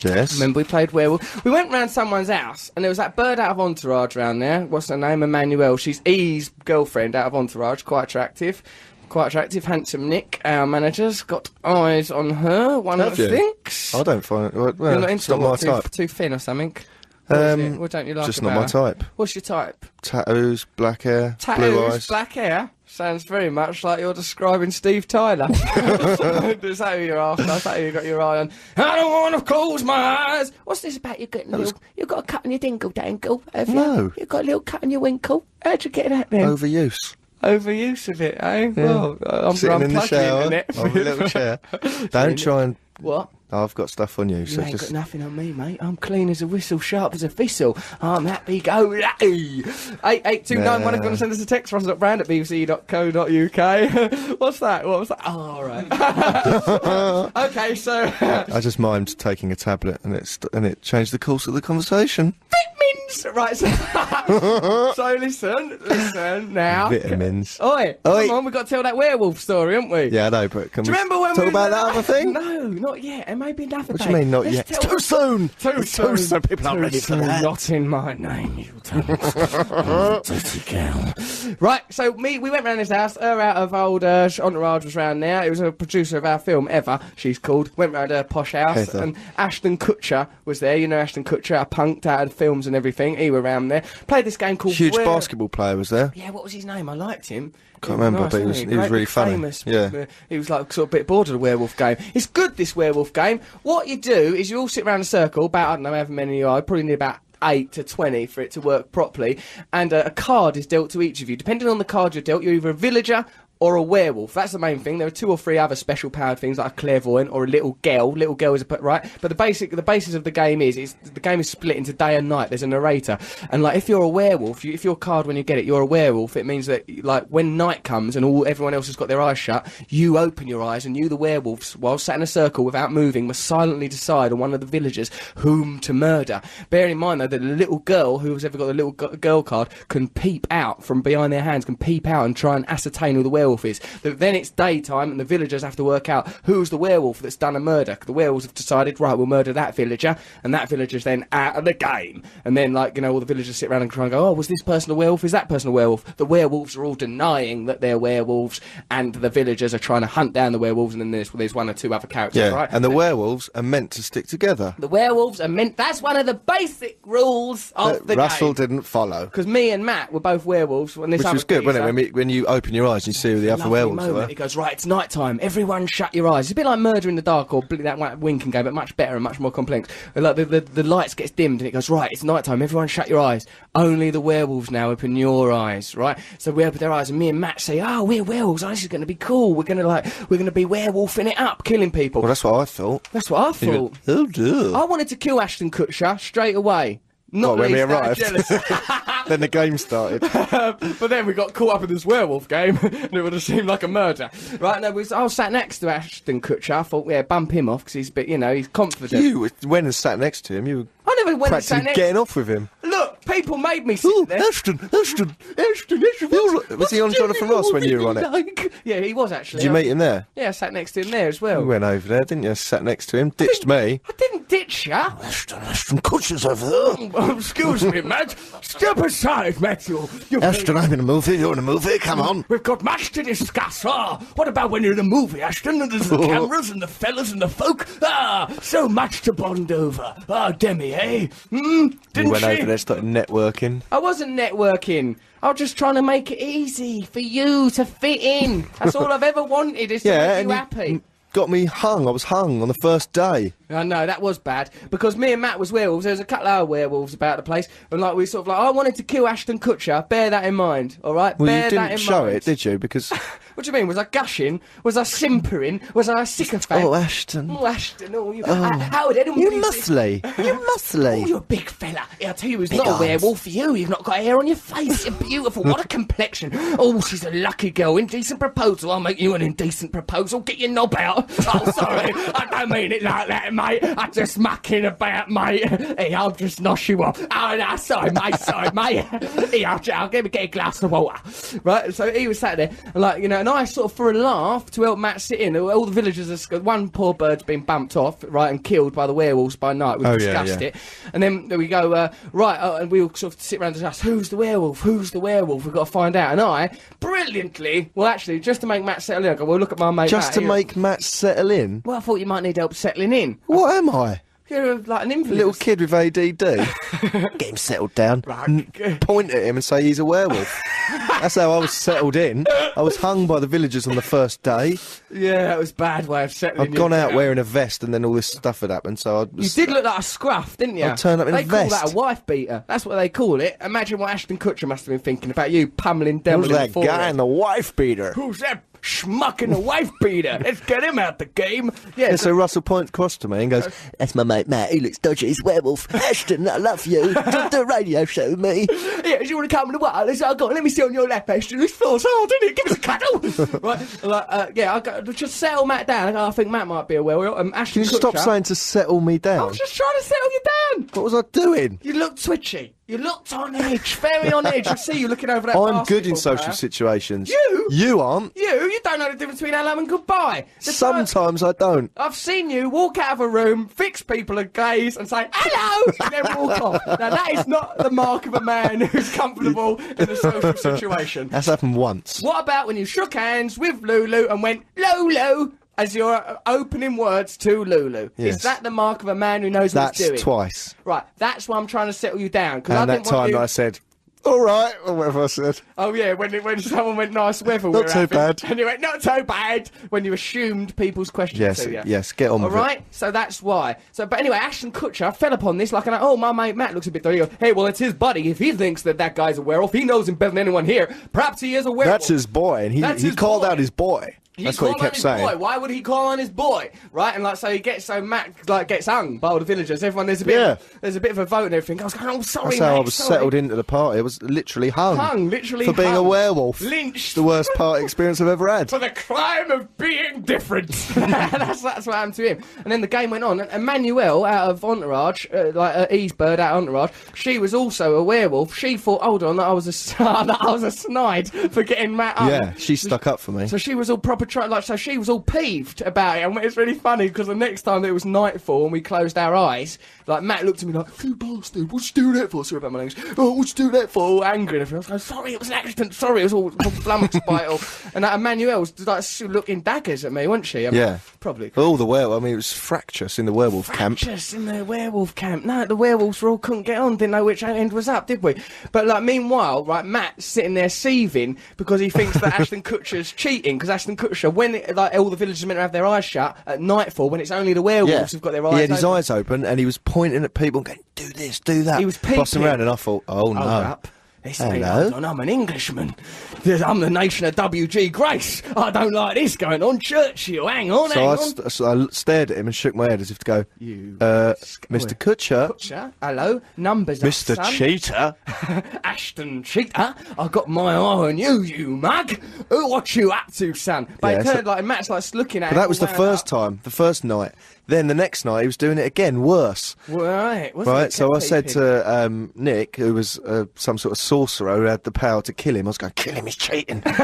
S3: Yes.
S2: Remember we played werewolf. We went round someone's house, and there was that bird out of Entourage round there. What's her name? Emmanuel. She's E's girlfriend out of Entourage. Quite attractive, quite attractive. Handsome Nick, our manager's got eyes on her. One
S3: Have you?
S2: thinks.
S3: I don't find. Well,
S2: You're not
S3: well,
S2: into
S3: it's not
S2: it,
S3: my
S2: what, too,
S3: type.
S2: Too thin or something. What is
S3: Um,
S2: it? what don't you like?
S3: Just not
S2: about
S3: my
S2: her?
S3: type.
S2: What's your type?
S3: Tattoos, black hair, blue
S2: Tattoos,
S3: eyes.
S2: black hair. Sounds very much like you're describing Steve
S3: (laughs)
S2: Tyler. (laughs) Is that who you're after? Is that who you got your eye on? I don't want to close my eyes.
S6: What's this about you getting a little, you got a cut on your dingle dangle? Have
S3: No.
S6: You? you got a little cut on your winkle?
S2: How'd you get that then?
S3: Overuse.
S2: Overuse of it, eh? Well, I'm,
S3: Sitting
S2: I'm
S3: in the shower
S2: it.
S3: on a little chair. Don't try and.
S2: (laughs) What?
S3: I've got stuff on you,
S2: You
S3: so
S2: ain't got
S3: just.
S2: nothing on me, mate. I'm clean as a whistle, sharp as a thistle. I'm happy go lucky. Eight eight two nine one. I'm going to send us a text. Russell Brand at bbc.co.uk. (laughs) What's that? What was that? Oh, all right. (laughs) okay, so (laughs)
S3: I just mimed taking a tablet, and it's and it changed the course of the conversation.
S2: vitamins. Right. So, (laughs) so listen, listen now.
S3: Vitamins.
S2: Oi,
S3: Oi.
S2: come on, we've got to tell that werewolf story, haven't we?
S3: Yeah, I know, but can
S2: Do
S3: we
S2: you remember when
S3: talk
S2: we were-
S3: about that other thing?
S2: (laughs) No, not yet. It may be another
S3: What do
S2: day.
S3: you mean, not
S2: Let's
S3: yet?
S2: tell-
S3: (laughs) It's too soon.
S2: Too
S3: It's
S2: soon.
S3: too soon. People aren't
S2: Too
S3: ready for
S2: soon.
S3: that.
S2: Not in my name, you
S3: (laughs)
S2: dirty girl. Right, so me, we went round his house. Her out of old uh, entourage was round there. It was a producer of our film ever. She's called. Went round her posh house,
S3: Heather.
S2: and Ashton Kutcher was there. You know Ashton Kutcher, a punked out of films and everything. He were round there. Played this game called
S3: Huge
S2: Were-
S3: basketball player was there.
S2: yeah, what was his name? I liked him.
S3: Can't remember, but he
S2: wasn't
S3: was- he was
S2: Great
S3: really
S2: big
S3: funny.
S2: Famous.
S3: Yeah.
S2: Uh, He was like sort of a bit bored of the werewolf game. It's good this werewolf game. What you do is you all sit around a circle, about I don't know however many you are, probably need about eight to twenty for it to work properly, and uh, a card is dealt to each of you. Depending on the card you're dealt, you're either a villager. Or a werewolf. That's the main thing. There are two or three other special powered things like a clairvoyant or a little girl. Little girl is a put right. But the basic, the basis of the game is, it's, the game is split into day and night. There's a narrator, and like if you're a werewolf, you, if your card when you get it, you're a werewolf. It means that like when night comes and all everyone else has got their eyes shut, you open your eyes and you, the werewolves, while sat in a circle without moving, must silently decide on one of the villagers whom to murder. Bear in mind though that the little girl who has ever got the little g- girl card can peep out from behind their hands, can peep out and try and ascertain who the werewolf is. Th- Then it's daytime and the villagers have to work out who's the werewolf that's done a murder. The werewolves have decided right, we'll murder that villager, and that villager's then out of the game. And then like you know all the villagers sit around and try and go, oh, was this person a werewolf? Is that person a werewolf? The werewolves are all denying that they're werewolves, and the villagers are trying to hunt down the werewolves. And then there's there's one or two other characters,
S3: Yeah,
S2: right?
S3: and the werewolves are meant to stick together.
S2: the werewolves are meant. That's one of the basic rules of the
S3: But Russell
S2: game.
S3: didn't follow,
S2: Because me and Matt were both werewolves. When this
S3: which
S2: other
S3: was good, wasn't it?
S2: geezer-
S3: When, we, when you open your eyes and you see who knew the other
S2: Lovely
S3: werewolves
S2: moment.
S3: were.
S2: He goes, right, it's night time. Everyone shut your eyes. It's a bit like Murder in the Dark or Bl- that one- Winking Game, but much better and much more complex. Like the, the, the lights gets dimmed and it goes, right, it's night time. Everyone shut your eyes. Only the werewolves now open your eyes, right? So we open their eyes and me and Matt say, oh, we're werewolves. Oh, this is going to be cool. We're going to like, we're going to be werewolfing it up, killing people.
S3: Well, that's what I thought.
S2: That's what I
S3: You
S2: thought.
S3: went, Oh dear.
S2: I wanted to kill Ashton Kutcher straight away. Not
S3: What, when we
S2: least out of
S3: arrived?
S2: jealousy.
S3: (laughs)
S2: (laughs)
S3: Then the game started.
S2: Um, but then we got caught up in this werewolf game, (laughs) and it would have seemed like a murder. Right, no, we was, I was sat next to Ashton Kutcher. I thought, yeah, bump him off, because he's, a bit, you know, he's confident.
S3: you were- went and sat next to him. You were
S2: I never Oh, went and
S3: practically
S2: sat next...
S3: getting off with him.
S2: Look, people made me sit
S3: Ooh,
S2: there.
S3: Ashton, Ashton, Ashton, Ashton. You're- Was he on Jonathan Ross when you were on it?
S2: (laughs) Like? Yeah, he was, actually.
S3: Did you
S2: I-
S3: meet him there?
S2: Yeah, I sat next to him there as well.
S3: You went over there, didn't you? Sat next to him, ditched me.
S2: I didn't ditch ya. (laughs)
S4: Ashton, Ashton, Kutcher's over there.
S2: Excuse me, Matt. Step aside, Matthew. You've
S4: Ashton, I'm in a movie. You're in a movie. Come on.
S2: We've got much to discuss. Ah, what about when you're in a movie, Ashton? And
S3: (laughs)
S2: there's the cameras and the fellas and the folk. Ah, so much to bond over. Ah, Demi, eh? Hmm?
S3: We
S2: Didn't
S3: went
S2: she?
S3: over there, started networking.
S2: I wasn't networking. I was just trying to make it easy for you to fit in. That's all I've ever wanted is to make you
S3: and
S2: happy.
S3: m- Got me hung. I was hung on the first day.
S2: I know that was bad because me and Matt was werewolves. There was a couple of other werewolves about the place, and like we sort of like I wanted to kill Ashton Kutcher. Bear that in mind, all right?
S3: Well,
S2: Bear
S3: you
S2: that in
S3: didn't show
S2: mind.
S3: it, did you?
S4: (laughs)
S3: Because
S2: What do you mean? Was I gushing? Was I simpering? Was I a sycophant?
S3: oh, Ashton,
S2: Oh, Ashton, oh, you, uh, Howard, anyone
S3: you
S2: thinks it's-
S3: muscly,
S4: (laughs)
S3: you
S2: Oh,
S3: muscly.
S2: you're a big fella. Yeah, I tell you, he's not
S4: eyes.
S2: a werewolf. You, you've not got hair on your face. You're beautiful. What
S3: (laughs)
S2: a complexion. Oh, she's a lucky girl. Indecent proposal. I'll make you an indecent proposal. Get your knob out. (laughs) Oh, sorry. I don't mean it like that, mate. I'm just mucking about, mate. Hey, I'll just nosh you off. Oh, no, sorry, mate. Sorry, mate. (laughs) Hey, I'll, ju- I'll give me get a glass of water. Right, so he was sat there, like, you know, and I sort of, for a laugh, to help Matt sit in, all the villagers, are sc- one poor bird's been bumped off, right, and killed by the werewolves by night. We've
S3: Oh, yeah,
S2: discussed
S3: yeah.
S2: it. And then we go, uh, right, oh, and we all sort of sit around and discuss who's the werewolf, who's the werewolf, we've got to find out. And I, brilliantly, well, actually, just to make Matt settle in, I go, well, look at my mate.
S3: Just
S2: Matt
S3: to
S2: here."
S3: make Matt settle in.
S2: Well, I thought you might need help settling in.
S3: What am I?
S2: You're uh, like an
S3: A
S2: infant.
S3: little kid with
S4: (laughs)
S3: ADD.
S4: Get him settled down.
S2: Right, g-
S3: Point at him and say he's a werewolf. That's how I was settled in. I was hung by the villagers on the
S2: (laughs)
S3: first day.
S2: (laughs) yeah, that was a bad way of settling.
S3: I'd
S2: you
S3: gone out
S2: down.
S3: wearing a vest, and then all this stuff had happened. So I
S2: You
S3: was
S2: did look like a scruff, didn't you?
S3: I turned up in a
S2: they call that
S3: vest.
S2: a wife beater. That's what they call it. Imagine what Ashton Kutcher must have been thinking about you pummeling down
S4: Who's that guy and the wife beater?
S2: Who's that schmuck in the wife
S3: (laughs)
S2: beater? Let's get him out the game. Yeah,
S3: Yeah, so Russell points across to me and goes,
S4: That's my mate Matt. He looks dodgy. He's a werewolf. Ashton, I love you. Do the radio show with me.
S2: Yeah, you want to come in the water? Let's go. Let me sit on your lap, Ashton. This floor's hard, isn't it? Give us a cuddle. right, like, uh, yeah, I go, just settle Matt down. I, go, I think Matt might be a werewolf. Um, Ashton
S3: "Can you stop
S2: Kutcher-
S3: saying to settle me
S2: I
S3: down?
S2: was just trying to settle you down.
S3: What was I doing?
S2: You looked twitchy. You looked on edge, very on edge. I see you looking over that.
S3: I'm good in
S2: basketball
S3: social
S2: player.
S3: situations.
S2: You?
S3: You aren't.
S2: You, you don't know the difference between hello and goodbye. The time-
S3: Sometimes I don't.
S2: I've seen you walk out of a room, fix people and gaze and say, hello, and then walk off. Now, that is not the mark of a man who's comfortable in a social situation.
S3: That's happened once.
S2: What about when you shook hands with Lulu and went, Lulu, as your uh, opening words to Lulu? Is
S3: Yes.
S2: that the mark of a man who knows what
S3: That's
S2: he's doing?
S3: twice.
S2: Right, that's why I'm trying to settle you down. 'cause I
S3: And that
S2: didn't want
S3: time
S2: you...
S3: I said, all right, or whatever I said.
S2: Oh yeah, when when someone went nice weather,
S3: Not
S2: we're
S3: so
S2: having,"
S3: bad.
S2: and you went not so bad when you assumed people's questions.
S3: Yes,
S2: to you.
S3: yes, get on
S2: All
S3: with it.
S2: right, so that's why. So, but anyway, Ashton Kutcher fell upon this like, an, oh my mate Matt looks a bit dirty. He goes, Hey, well it's his buddy. If he thinks that that guy's a werewolf, he knows him better than anyone here. Perhaps he is a werewolf.
S3: That's his boy. And he,
S2: That's
S3: he
S2: his
S3: called
S2: boy.
S3: out his boy.
S2: He
S3: That's what he
S2: called on
S3: kept
S2: his
S3: saying.
S2: Boy. Why would he call on his boy, right? And like, so he gets so Matt like gets hung by all the villagers. Everyone, there's a bit,
S3: Yeah.
S2: there's a bit of a vote and everything. I was going, oh sorry,
S3: That's how I
S2: mate,
S3: was
S2: sorry."
S3: settled into the party. I was literally hung.
S2: Hung, literally
S3: For being a
S2: hung.
S3: werewolf.
S2: Lynched.
S3: The worst party experience I've ever
S2: (laughs)
S3: had.
S2: for the crime of being different. (laughs) that's, that's what happened to him. And then the game went on. And Emmanuel out of Entourage, uh, like uh, Ease Bird out of Entourage, she was also a werewolf. She thought, (laughs) hold on, that I was a s- that I was a snide for getting Matt up.
S3: Yeah, she stuck up for me.
S2: So she was all proper trying, like, so she was all peeved about it. And it's really funny because the next time it was nightfall and we closed our eyes, like, Matt looked at me like, you bastard, what you doing that for? Sorry about my language. Oh, what you doing that for? All angry and everything. I was like, sorry, it was an accident. Sorry, it was all (laughs) flummoxed by it all. And that Emmanuel was, like, she was looking daggers at me, wasn't she? I mean,
S3: Yeah.
S2: Probably.
S3: All the werewolf. I mean, it was fractious in the werewolf camp.
S2: Just in the werewolf camp. No, the werewolves were all couldn't get on, didn't know which end was up, did we? But like, meanwhile, right, Matt's sitting there seething because he thinks
S3: (laughs)
S2: that Ashton Kutcher's cheating because Ashton Kutcher, when it, like all the villagers are meant to have their eyes shut at nightfall, when it's only the werewolves who've got their eyes.
S3: he had his
S2: open,
S3: eyes open and he was pointing at people and going, "Do this, do that."
S2: He was
S3: bossing
S2: peeping.
S3: around, and I thought, "Oh no."
S2: Hold up. This ain't
S3: Hello?
S2: hold on, I'm an Englishman. This- I'm the nation of W.G. Grace. I don't like this going on. Churchill, hang on,
S3: So
S2: hang
S3: I,
S2: on.
S3: st- so I l- stared at him and shook my head as if to go,
S2: You
S3: uh,
S2: sc-
S3: Mr. Kutcher,
S2: Kutcher, hello, numbers up,
S3: Mr.
S2: son.
S3: Cheater,
S2: Ashton Cheetah, I got my eye on you, you mug. Ooh, what you up to, son? But
S3: Yeah,
S2: it
S3: so-
S2: turned like Matt's like looking at.
S3: But
S2: him
S3: that was
S2: all
S3: the
S2: wound
S3: first
S2: up.
S3: time, the first night. Then the next night, he was doing it again, worse.
S2: "Oh, Right, wasn't
S3: Right,
S2: it
S3: so I said
S2: kept
S3: to um, Nick, who was uh, some sort of sorcerer who had the power to kill him, I was going, kill him, he's
S2: (laughs)
S3: cheating.
S2: peeping?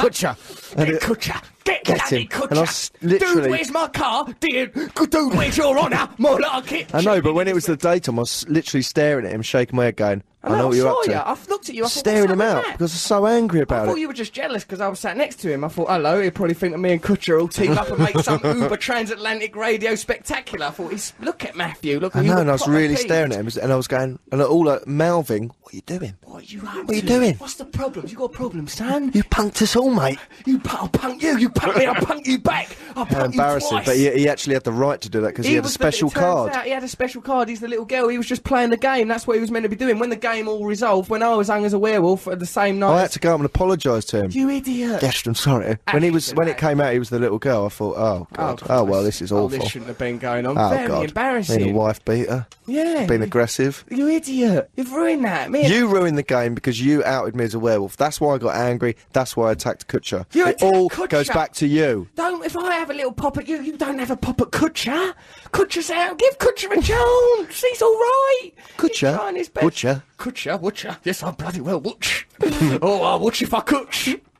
S2: Kutcher,
S3: and
S2: get
S3: it-
S2: Kutcher, get,
S3: uh, Get
S2: bloody
S3: him.
S2: Kutcher.
S3: And I s- literally-
S2: Dude, where's my car? Dude, dude, where's your honour? More like it.
S3: I know, but when it was the daytime, I was literally staring at him, shaking my head, going, I know, what you're
S2: saw
S3: up to.
S2: You. I've looked at you. I thought,
S3: staring
S2: what's
S3: him
S2: up with
S3: out
S2: Matt?
S3: because I was so angry
S2: I
S3: about
S2: thought
S3: it.
S2: you were just jealous because I was sat next to him. I thought, hello, he'll probably think that me and Kutcher will team up and make
S3: (laughs)
S2: some Uber transatlantic radio spectacular. I thought, he's, look at Matthew, look
S3: I
S2: at you.
S3: know,
S2: look
S3: and I was
S2: proper
S3: really
S2: peeved.
S3: staring at him, and I was going, and all like, mouthing, what are you doing?
S2: What are you up
S3: What are you
S2: to?
S3: doing?
S2: What's the problem? You got a problem, son?
S4: You punked us all, mate.
S2: You pu- I'll punk you. You punk me. I'll punk you back. I'll punk
S3: How embarrassing.
S2: you twice.
S3: But he, he actually had the right to do that because he, had a
S2: was the- it
S3: special
S2: turns
S3: card.
S2: out he had a special card. He's the little girl. He was just playing the game. That's what he was meant to be doing. When the game all resolved, when I was hung as a werewolf at the same night.
S3: I had
S2: as-
S3: to go up and apologise to him.
S2: You idiot.
S3: Ashton, sorry. When he was
S2: Ashton,
S3: when it
S2: Ashton.
S3: came out, he was the little girl. I thought, oh god, oh, well, this is
S2: Oh,
S3: awful.
S2: this shouldn't have been going on.
S3: Oh,
S2: Very
S3: god,
S2: embarrassing.
S3: Being a wife beater,
S2: yeah.
S3: being aggressive.
S2: you idiot. You've ruined that. Me and-
S3: You ruined the game because you outed me as a werewolf. That's why I got angry. That's why I attacked Kutcher.
S2: You
S3: it
S2: attacked
S3: all
S2: Kutcher!
S3: goes back to you.
S2: Don't. If I have a little pop at you, you don't have a pop at Kutcher. Kutcher's out. Give Kutcher a chance. He's all right.
S3: Kutcher?
S2: He's trying his best.
S3: Kutcher?
S2: Kutcher. Kutcher. Yes, I bloody well watch. (laughs) oh, I watch if I kutch. (laughs)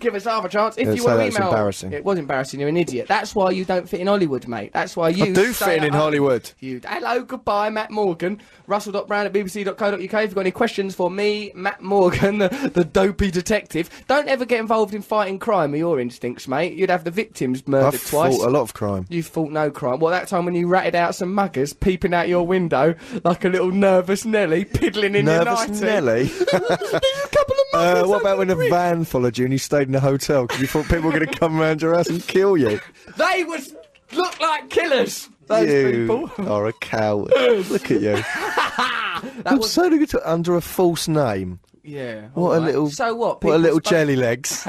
S2: Give us half a chance. If
S3: Yeah,
S2: you
S3: so
S2: want to
S3: that's
S2: email,
S3: embarrassing.
S2: It was embarrassing. You're an idiot. That's why you don't fit in Hollywood, mate. That's why you
S3: I do
S2: stay
S3: fit in
S2: at
S3: in
S2: home.
S3: Hollywood.
S2: You. Hello, goodbye, Matt Morgan. Russell.brown at bbc.co.uk. If you've got any questions for me, Matt Morgan, (laughs) the, the dopey detective, don't ever get involved in fighting crime or your instincts, mate. You'd have the victims murdered
S3: I've
S2: twice.
S3: fought a lot of crime.
S2: You fought no crime. Well, that time when you ratted out some muggers peeping out your window like a little nervous Nelly piddling in
S3: Nervous
S2: your nightie. (laughs)
S3: Nelly.
S2: There's a couple of muggers.
S3: (laughs) Uh, what
S2: over
S3: about when
S2: the
S3: a
S2: bridge.
S3: van followed you and you stayed in a hotel because you thought people were going to come round your house and
S2: (laughs)
S3: kill you?
S2: They was look like killers. Those
S3: you
S2: people.
S3: are
S2: (laughs)
S3: a coward. Look at you. I'm
S2: was-
S3: so good to under a false name.
S2: Yeah.
S3: What a
S2: alright.
S3: little.
S2: So what?
S3: What a
S2: People's
S3: little
S2: bu- (laughs)
S3: jelly legs.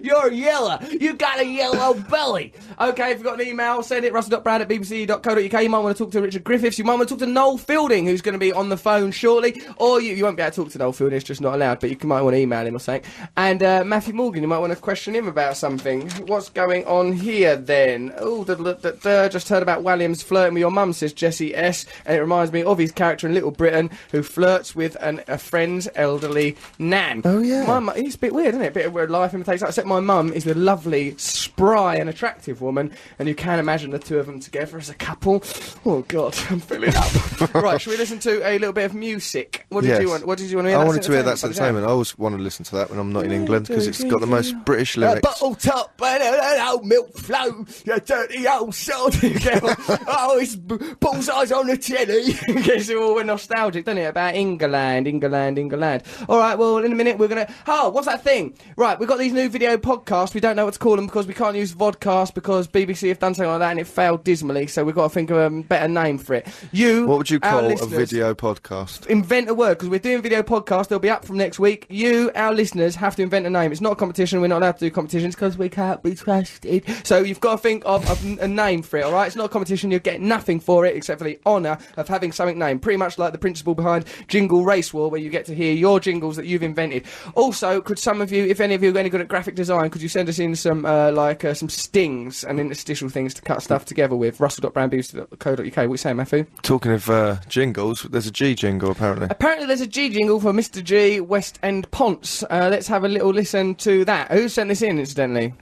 S2: You're yellow. You got a yellow belly. Okay, if you've got an email, send it russell.brad at bbc.co.uk. You might want to talk to Richard Griffiths. You might want to talk to Noel Fielding, who's going to be on the phone shortly. Or you, you won't be able to talk to Noel Fielding, it's just not allowed, but you might want to email him or something. And uh, Matthew Morgan, you might want to question him about something. What's going on here then? Oh, da- da- da- da. just heard about Williams flirting with your mum, says Jesse S. And it reminds me of his character in Little Britain who flirts with an, a friend's elderly nan.
S3: Oh, yeah.
S2: My mum- it's a bit weird, isn't it? A bit of weird life imitates art. Except my mum is a lovely, spry, and attractive woman, and you can imagine the two of them together as a couple. Oh God, (laughs) I'm filling
S3: (laughs)
S2: up. right, should we listen to a little bit of music? What did
S3: Yes.
S2: you want? What did you want to hear?
S3: I
S2: That's
S3: wanted to hear that's
S2: Entertainment,
S3: entertainment. I always want to listen to that when I'm not in England because it's got the most British
S2: Uh,
S3: lyrics.
S2: bottle top and an an old milk flow, you dirty old sod. (laughs) oh, it's b- bullseyes on the telly. (laughs) Gets you all nostalgic, doesn't it? About England, England, England. All right, well, in a minute we're gonna. Oh, what's that thing? Right, we've got these new video podcasts. We don't know what to call them because we can't use vodcast because BBC have done something like that and it failed dismally. So we've got to think of a better name for it. You,
S3: What would you
S2: our
S3: call a
S2: listeners-
S3: video podcast?
S2: invent a word because we're doing video podcast. They'll be up from next week. You, our listeners, have to invent a name. It's not a competition. We're not allowed to do competitions because we can't be trusted. So you've got to think of a, a name for it. All right, it's not a competition. You get nothing for it except for the honour of having something named. Pretty much like the principle behind Jingle Race War, where you get to hear your jingles that you've invented. Also, could some of you, if any of you are any good at graphic design, could you send us in some uh, like uh, some stings and interstitial things to cut stuff together with? Russell.brandbooster.co.uk. What you saying, Matthew?
S3: Talking of uh, jingles, there's a G jingle apparently.
S2: Apparently, there's a G jingle for Mr. G West End Ponce. Uh, let's have a little listen to that. Who sent this in, incidentally?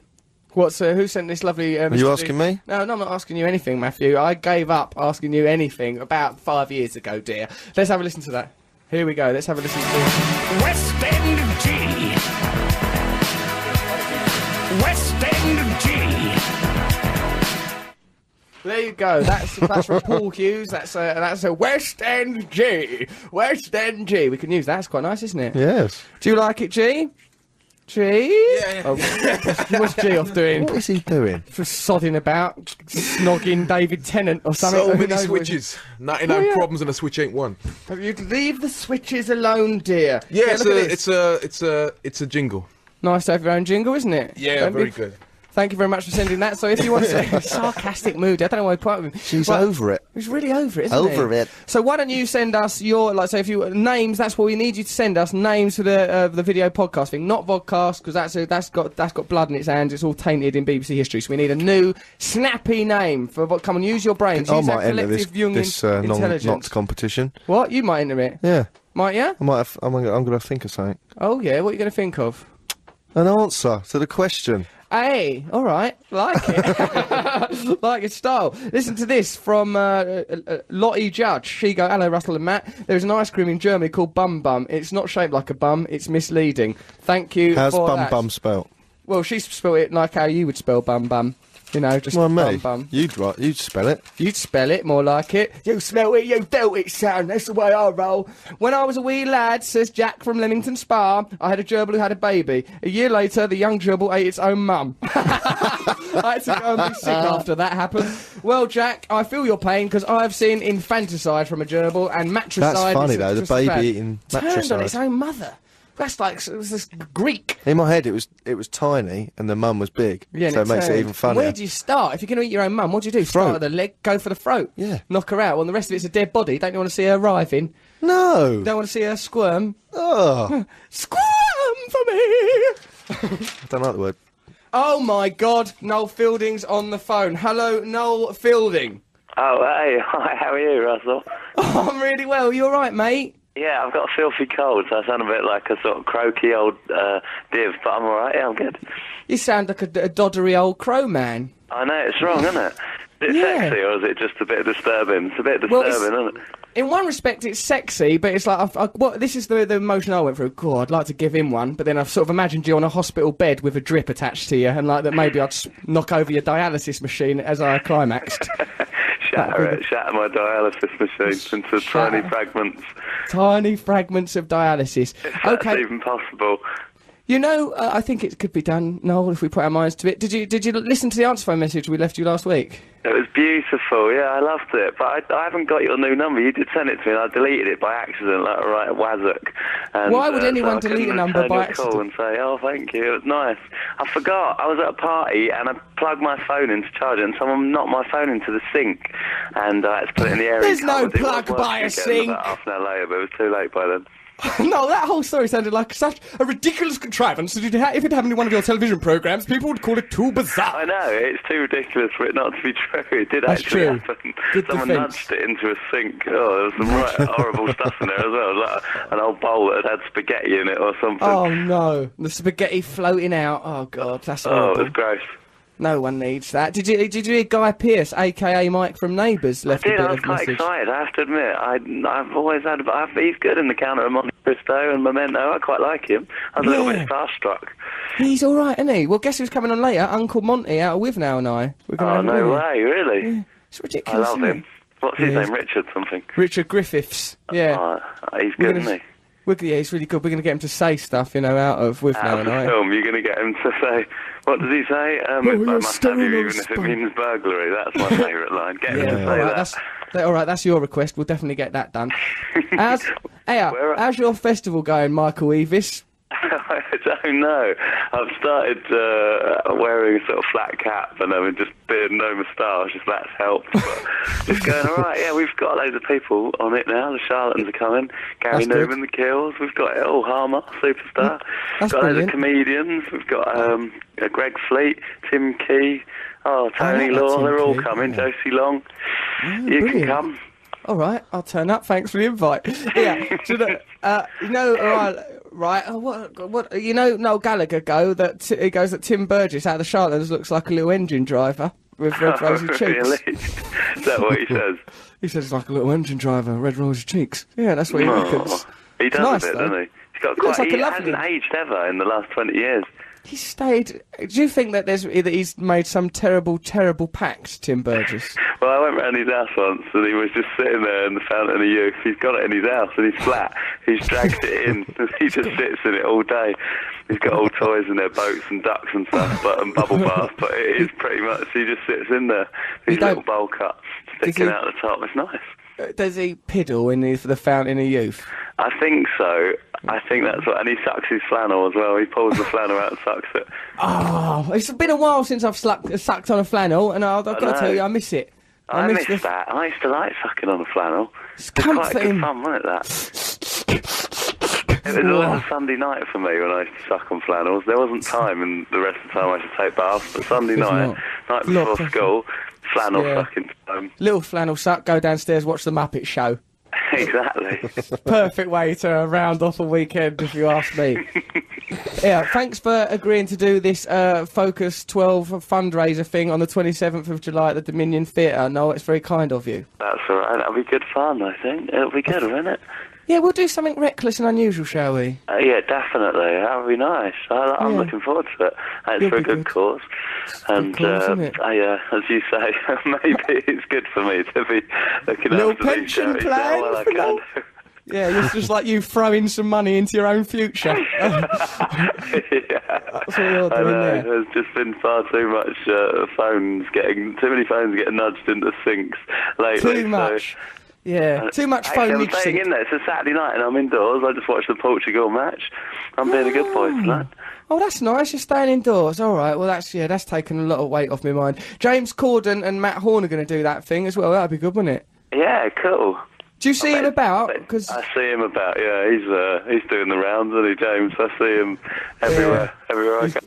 S2: What's uh, who sent this lovely? Uh,
S3: Are you
S2: Mr.
S3: asking
S2: Duke?
S3: me?
S2: No, no, I'm not asking you anything, Matthew. I gave up asking you anything about five years ago, dear. Let's have a listen to that. Here we go. Let's have a listen to.
S7: West End G. West End G.
S2: There you go. That's that's from Paul Hughes. That's a that's a West End G. West End G. We can use that. That's quite nice, isn't it?
S3: Yes.
S2: Do you like it, G? G. Yeah. what's G off doing?
S3: What is he doing?
S2: For sodding about, snogging David Tennant or something.
S5: So
S2: Who
S5: many
S2: knows what-
S5: switches. 99
S2: Oh, yeah.
S5: problems and a switch ain't one.
S2: You leave the switches alone, dear.
S5: Yeah,
S2: Here,
S5: it's,
S2: look at
S5: a,
S2: this.
S5: it's a it's a it's a jingle.
S2: Nice to have your own jingle, isn't it?
S5: Yeah,
S2: Don't be-
S5: very good.
S2: Thank you very much for sending that. So if you
S5: (laughs)
S2: want to sarcastic mood, I don't know why I put him.
S3: She's
S2: Well,
S3: over it.
S2: He's really over it, isn't he?
S4: Over it.
S2: So why don't you send us your like? So if you names, that's what we need you to send us names for the uh, the video podcast thing, not vodcast, because that's a, that's got that's got blood in its hands. It's all tainted in BBC history. So we need a new snappy name for what. Come on, use your brains.
S3: I
S2: use that
S3: might enter this,
S2: collective Jungian
S3: this uh, non-
S2: intelligence.
S3: knots competition.
S2: what you might enter it?
S3: Yeah.
S2: Might yeah?
S3: I might have, I'm, gonna- I'm going to think of something.
S2: Oh yeah. What are you going to think of?
S3: An answer to the question.
S2: Hey, all right, like it, (laughs) like your style. Listen to this from uh, uh, uh, Lottie Judge. She go, hello, Russell and Matt. There's an ice cream in Germany called Bum Bum. It's not shaped like a bum. It's misleading. Thank you.
S3: How's
S2: for
S3: bum
S2: that.
S3: bum spelt?
S2: Well, she spelled it like how you would spell bum bum. You know, just
S3: Well,
S2: bum
S3: me.
S2: bum.
S3: You'd write. You'd spell it.
S2: You'd spell it more like it. You smell it, you dealt it, son. That's the way I roll. When I was a wee lad, says Jack from Leamington Spa, I had a gerbil who had a baby. A year later, the young gerbil ate its own mum. (laughs) I had to go and be sick
S3: Ah.
S2: after that happened. Well, Jack, I feel your pain because I've seen infanticide from a gerbil and matricide.
S3: That's funny
S2: is
S3: though. The
S2: just as bad.
S3: baby eating
S2: Turned on its
S3: matricide.
S2: own mother. That's like it was this Greek.
S3: In my head, it was it was tiny, and the mum was big,
S2: and
S3: so it makes
S2: turned.
S3: it even funnier.
S2: Where do you start? If you're going to eat your own mum, what do you do? Start
S3: Throat.
S2: at the leg, go for the throat.
S3: Yeah.
S2: Knock her out. Well, the rest of it's a dead body. Don't you want to see her writhing?
S3: No.
S2: Don't want to see her squirm.
S3: Oh,
S2: Squirm for me!
S3: I don't like the word.
S2: Oh my god, Noel Fielding's on the phone. Hello, Noel Fielding. (laughs)
S8: Oh, hey, (laughs) hi, how are you, Russell?
S2: Oh, I'm really well. You alright, mate?
S8: Yeah, I've got a filthy cold, so I sound a bit like a sort of croaky old uh, div, but I'm alright, yeah, I'm good.
S2: You sound like a, a doddery old crow man.
S8: I know, it's wrong, isn't it? Is it
S2: Yeah.
S8: sexy, or is it just a bit disturbing? It's a bit disturbing,
S2: Well, it's- (laughs)
S8: isn't it?
S2: In one respect, it's sexy, but it's like I've, I, what, this is the the emotion I went through. God, I'd like to give him one, but then I've sort of imagined you on a hospital bed with a drip attached to you, and like that maybe I'd s- knock over your dialysis machine as I
S8: (laughs)
S2: climaxed.
S8: Shatter it, shatter my dialysis machine into
S2: Shatter.
S8: tiny fragments.
S2: Tiny fragments of dialysis.
S8: That's
S2: Okay,
S8: even possible.
S2: you know uh, I think it could be done, Noel, if we put our minds to it. Did you did you listen to the answer phone message we left you last week? (laughs)
S8: It was beautiful, yeah, I loved it, but I, I haven't got your new number. You did send it to me, and I deleted it by accident, like a right wazzock. And,
S2: Why would
S8: uh, so
S2: anyone
S8: I couldn't
S2: delete a number
S8: return
S2: by
S8: your
S2: accident?
S8: call and say, oh, thank you, it was nice. I forgot, I was at a party, and I plugged my phone into charger, and someone knocked my phone into the sink, and I had to put it in the area.
S2: There's no plug by a sink.
S8: Half an hour later, but it was too late by then.
S2: no, that whole story sounded like such a ridiculous contrivance. That it ha- if it happened in one of your television programs, people would call it too bizarre.
S8: I know, it's too ridiculous for it not to be (laughs) true. It did
S2: That's
S8: actually
S2: true.
S8: happen.
S2: Good
S8: Someone
S2: defence.
S8: nudged it into a sink. Oh, there was some right
S2: (laughs)
S8: horrible stuff in there as well. Like an old bowl that had spaghetti in it or something.
S2: Oh no, the spaghetti floating out. Oh god, that's
S8: Oh, it
S2: horrible.
S8: was gross.
S2: no one needs that. Did you did you hear Guy Pearce, aka Mike from Neighbours, left a
S8: Dude,
S2: bit
S8: I was
S2: of
S8: quite
S2: message?
S8: excited, I have to admit. I, I've always had. I've, he's good in the counter of Monte Cristo and Memento. I quite like him. I was a little
S2: Yeah.
S8: bit starstruck.
S2: He's all right, isn't he? Well, guess who's coming on later? Uncle Monty out of with now and I. We're gonna
S8: Oh,
S2: have a
S8: no
S2: with him.
S8: way, really?
S2: It's
S8: I
S2: ridiculous.
S8: love
S2: isn't
S8: him.
S2: it?
S8: What's his
S2: Yeah.
S8: name? Richard something.
S2: Richard Griffiths. Yeah.
S8: Oh, he's
S2: We're
S8: good,
S2: gonna-
S8: isn't he?
S2: We're, yeah, he's really good. We're going to get him to say stuff, you know, out of with now
S8: out of
S2: and
S8: the
S2: I.
S8: film, you're going to get him to say, what does he say?
S2: Oh,
S8: Um, if I
S2: you're
S8: must have you,
S2: staring on
S8: even if it
S2: spunk.
S8: means burglary. That's my favourite line. Get him to say
S2: all right,
S8: that.
S2: that's that, all right. That's your request. We'll definitely get that
S8: (laughs)
S2: done. How's, hey, uh,
S8: Where-
S2: how's your festival going, Michael Evis?
S8: (laughs) I don't know. I've started uh, wearing a sort of flat cap and I mean, just beard, no moustache, if that's helped.
S2: (laughs)
S8: But just going, all right, yeah, we've got loads of people on it now. The charlatans are coming. Gary
S2: That's good. Mm,
S8: Newman, The Kills. We've got it all. Harmer, superstar.
S2: That's
S8: got loads
S2: brilliant.
S8: of comedians. We've got um, uh, Greg Fleet, Tim Key. Oh, Tony
S2: like
S8: Law.
S2: Tim
S8: They're all
S2: Key,
S8: coming.
S2: yeah. Oh,
S8: Josie Long. you
S2: brilliant.
S8: can come.
S2: (laughs) All right, I'll turn up. Thanks for the invite. Yeah, so the, uh, you know, all right, right? Oh, what, what? You know, Noel Gallagher go that t- he goes that Tim Burgess out of the Charlatans looks like a little engine driver with
S8: (laughs)
S2: red rosy cheeks.
S8: really? Is
S2: (laughs)
S8: that what he says?
S2: He says like a little engine driver, red rosy cheeks. Yeah, that's what he
S8: Oh,
S2: reckons.
S8: he
S2: It's
S8: does
S2: nice,
S8: a bit,
S2: though.
S8: doesn't he? He's got
S2: He
S8: quite.
S2: looks like
S8: he
S2: a lovely-
S8: hasn't aged ever in the last twenty years.
S2: He stayed. Do you think that there's that he's made some terrible, terrible pact, Tim
S8: (laughs)
S2: Burgess?
S8: Well, I went round his house once, and he was just sitting there in the fountain of youth. He's got it in his house, and he's flat. He's dragged
S2: (laughs)
S8: it in. and he just sits in it all day. He's got all toys in there, boats and ducks and stuff, but and bubble bath. But it is pretty much he just sits in there. His
S2: don't-
S8: little bowl cut sticking
S2: he-
S8: out the top. It's nice.
S2: Uh, Does he piddle in the, the fountain of youth?
S8: I think so. I think that's what. And he sucks his flannel as well. He pulls the flannel out and sucks it.
S2: Oh, (laughs) it's been a while since I've sluck, sucked on a flannel, and I, I've got to
S8: know.
S2: tell you, I miss it.
S8: I,
S2: miss
S8: missed
S2: the-
S8: that. I used to like sucking on a flannel.
S2: It's
S8: It was quite
S2: comforting.
S8: good fun, wasn't it? That. It was always a Sunday night for me when I used to suck on flannels. There wasn't time, and the rest of the time I used to take baths. But Sunday
S2: There's
S8: night,
S2: not.
S8: night
S2: Lot
S8: before
S2: of-
S8: school, flannel
S2: Yeah.
S8: sucking (laughs) time.
S2: Little flannel suck, go downstairs, watch the Muppet Show.
S8: exactly.
S2: Perfect way to round off a weekend, if you ask
S8: (laughs)
S2: me. yeah, thanks for agreeing to do this uh, Focus 12 fundraiser thing on the 27th of July at the Dominion Theatre. No, it's very kind of you.
S8: That's all right. That'll be good fun. I think it'll be good, won't it?
S2: Yeah, we'll do something reckless and unusual, shall we?
S8: Uh, yeah, definitely. That'll be nice. I, I'm
S2: Yeah.
S8: looking forward to it. Uh, It's
S2: It'll
S8: for a
S2: be
S8: good,
S2: good.
S8: cause, and
S2: cause,
S8: uh,
S2: isn't it?
S8: I, uh, as you say, (laughs)
S2: (laughs)
S8: maybe it's good for me to be looking
S2: Little
S8: after these
S2: pension Oh,
S8: charities now
S2: plan
S8: while I
S2: for
S8: (laughs) can.
S2: Yeah, it's just like you throwing some money into your own
S8: (laughs)
S2: future.
S8: yeah.
S2: That's what you're
S8: I
S2: doing
S8: know.
S2: there.
S8: There's just been far too much uh, phones getting too many phones getting nudged into sinks lately.
S2: Too
S8: so-
S2: much. Yeah, too much
S8: Actually,
S2: phone
S8: I'm staying in there. It's a Saturday night and I'm indoors. I just watched the Portugal match. I'm being a good boy tonight.
S2: Oh, that's nice. You're staying indoors. All right. Well, that's yeah. That's taken a lot of weight off my mind. James Corden and Matt Horn are going to do that thing as well. That'd be good, wouldn't it?
S8: Yeah, cool.
S2: Do you see him about?
S8: But uh,
S2: Because
S8: I see him about. Yeah, he's uh, he's doing the rounds, isn't he, James? I see him everywhere, everywhere. I go.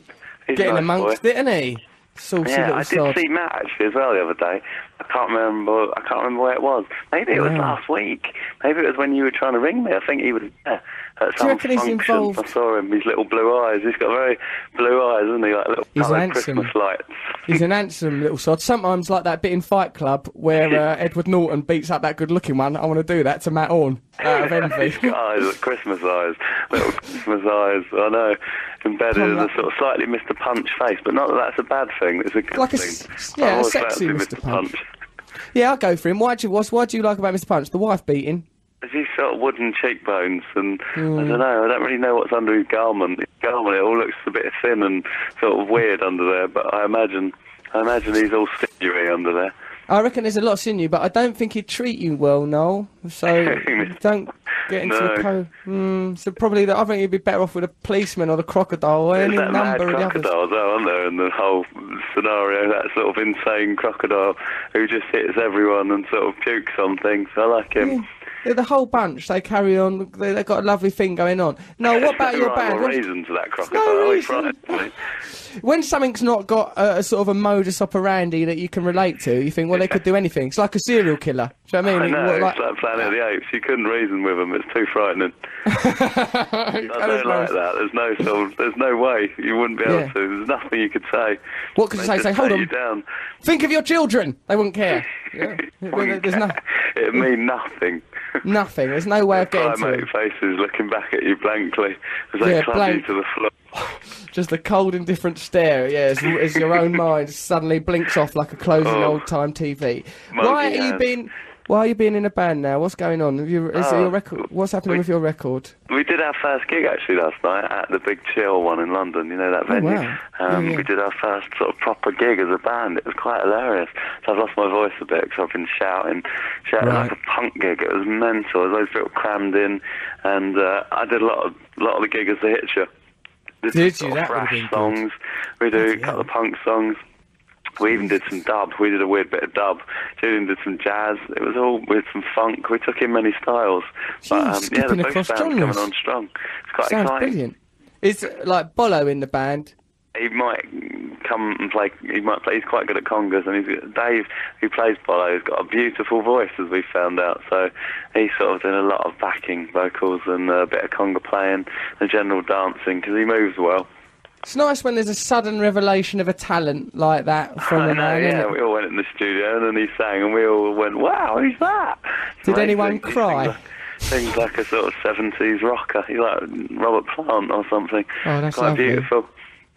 S8: He's
S2: getting
S8: a nice
S2: amongst
S8: boy.
S2: it, isn't he? Saucy
S8: Yeah,
S2: little
S8: I did
S2: sod.
S8: see Matt actually as well the other day. I can't remember. I can't remember where it was. Maybe it was last week. Maybe it was when you were trying to ring me. I think he was there at some
S2: reckon he's
S8: function.
S2: involved?
S8: I saw him. His little blue eyes. He's got very blue eyes, isn't he? Like little
S2: He's
S8: coloured
S2: handsome.
S8: Christmas lights.
S2: He's an handsome little sod. Sometimes like that bit in Fight Club where
S8: (laughs)
S2: uh, Edward Norton beats up that good-looking one. I want to do that to Matt Horn out of
S8: (laughs) He's
S2: envy.
S8: got eyes, like Christmas eyes, little Christmas eyes. I know, embedded in a sort of slightly Mr. Punch face, but not that that's a bad thing. It's a good
S2: Like a
S8: thing.
S2: s-
S8: I
S2: yeah, a
S8: always
S2: sexy
S8: fancy
S2: Mr. Punch. yeah, I'll go for him. Why do you, what's, what do you like about Mr. Punch? The wife beating.
S8: He's sort of wooden cheekbones, and
S2: Hmm.
S8: I don't know. I don't really know what's under his garment. His garment, it all looks a bit thin and sort of weird under there. But I imagine, I imagine he's all stingy under there.
S2: I reckon there's a lot of sin in you, but I don't think he'd treat you well, Noel.
S8: (laughs)
S2: So don't get into
S8: No.
S2: a co. Mm, so probably the, I think you'd be better off with a policeman or the crocodile or any
S8: There's that mad
S2: number of the others.
S8: crocodile, though, aren't there? And the whole scenario, that sort of insane crocodile who just hits everyone and sort of pukes on things. I like him.
S2: Yeah, the whole bunch, they carry on. They, they've got a lovely thing going on. Now, Oh, what
S8: (laughs)
S2: about
S8: no
S2: your
S8: rhyme
S2: band?
S8: or
S2: What-
S8: reason to that crocodile. Oh,
S2: no
S8: he
S2: reason.
S8: frightens me.
S2: when something's not got a, a sort of a modus operandi that you can relate to, you think, well, they could do anything. It's like a serial killer. Do you know what I
S8: I
S2: mean?
S8: know,
S2: What,
S8: it's like Planet of the Apes. You couldn't reason with them. It's too
S2: (laughs)
S8: frightening. I
S2: That is
S8: don't like
S2: nice.
S8: that. There's no sort of, there's no way you wouldn't be able
S2: Yeah.
S8: to. There's nothing you could say.
S2: What could you
S8: They'd
S2: say?
S8: just
S2: Say, "Hold
S8: take
S2: on."
S8: You down.
S2: Think of your children. They wouldn't
S8: (laughs)
S2: care. Yeah.
S8: Wouldn't (laughs)
S2: There's no,
S8: care. It'd mean nothing.
S2: nothing. There's no way of getting to
S8: Primate
S2: them.
S8: faces looking back at you blankly as they
S2: Yeah,
S8: club
S2: blank.
S8: you to the floor.
S2: Just a cold, indifferent stare. Yeah, as, as your own mind suddenly blinks off like a closing
S8: Oh.
S2: old-time TV.
S8: Monkey
S2: why are you
S8: hands.
S2: being? Why are you being in a band now? What's going on? Have you, is
S8: Oh,
S2: your record? What's happening
S8: we-
S2: with your record?
S8: We did our first gig actually last night at the Big Chill one in London. You know that venue.
S2: Oh, wow.
S8: Um,
S2: Yeah, yeah.
S8: We did our first sort of proper gig as a band. It was quite hilarious. So I've lost my voice a bit because I've been shouting, shouting
S2: Right.
S8: like a punk gig. It was mental. It was all sort of crammed in, and uh, I did a lot of lot of the gig as the hitcher. This
S2: Did
S8: is
S2: you?
S8: sort Of
S2: That would've
S8: thrash
S2: been good.
S8: songs. We do a couple of punk songs. We even did some dub. We did a weird bit of dub. Julian did some jazz. It was all with some funk. We took in many styles. um,
S2: Jeez,
S8: yeah, the
S2: skipping
S8: both
S2: across
S8: bands
S2: genres.
S8: coming on strong. It's quite
S2: Sounds
S8: exciting.
S2: brilliant. Is like Bolo in the band?
S8: he might come and play. He might play. He's quite good at congas, and he's got- Dave, who plays polo, has got a beautiful voice, as we found out. So he's sort of doing a lot of backing vocals and uh, a bit of conga playing and general dancing because he moves well.
S2: It's nice when there's a sudden revelation of a talent like that from
S8: I
S2: a
S8: know,
S2: man.
S8: yeah.
S2: innit?
S8: We all went in the studio and then he sang, and we all went, "Wow, who's that?" It's
S2: Did
S8: amazing.
S2: anyone
S8: He sings
S2: cry?
S8: like- Sings like a sort of seventies rocker. He's like Robert Plant or something.
S2: Oh, that's
S8: quite
S2: lovely.
S8: beautiful.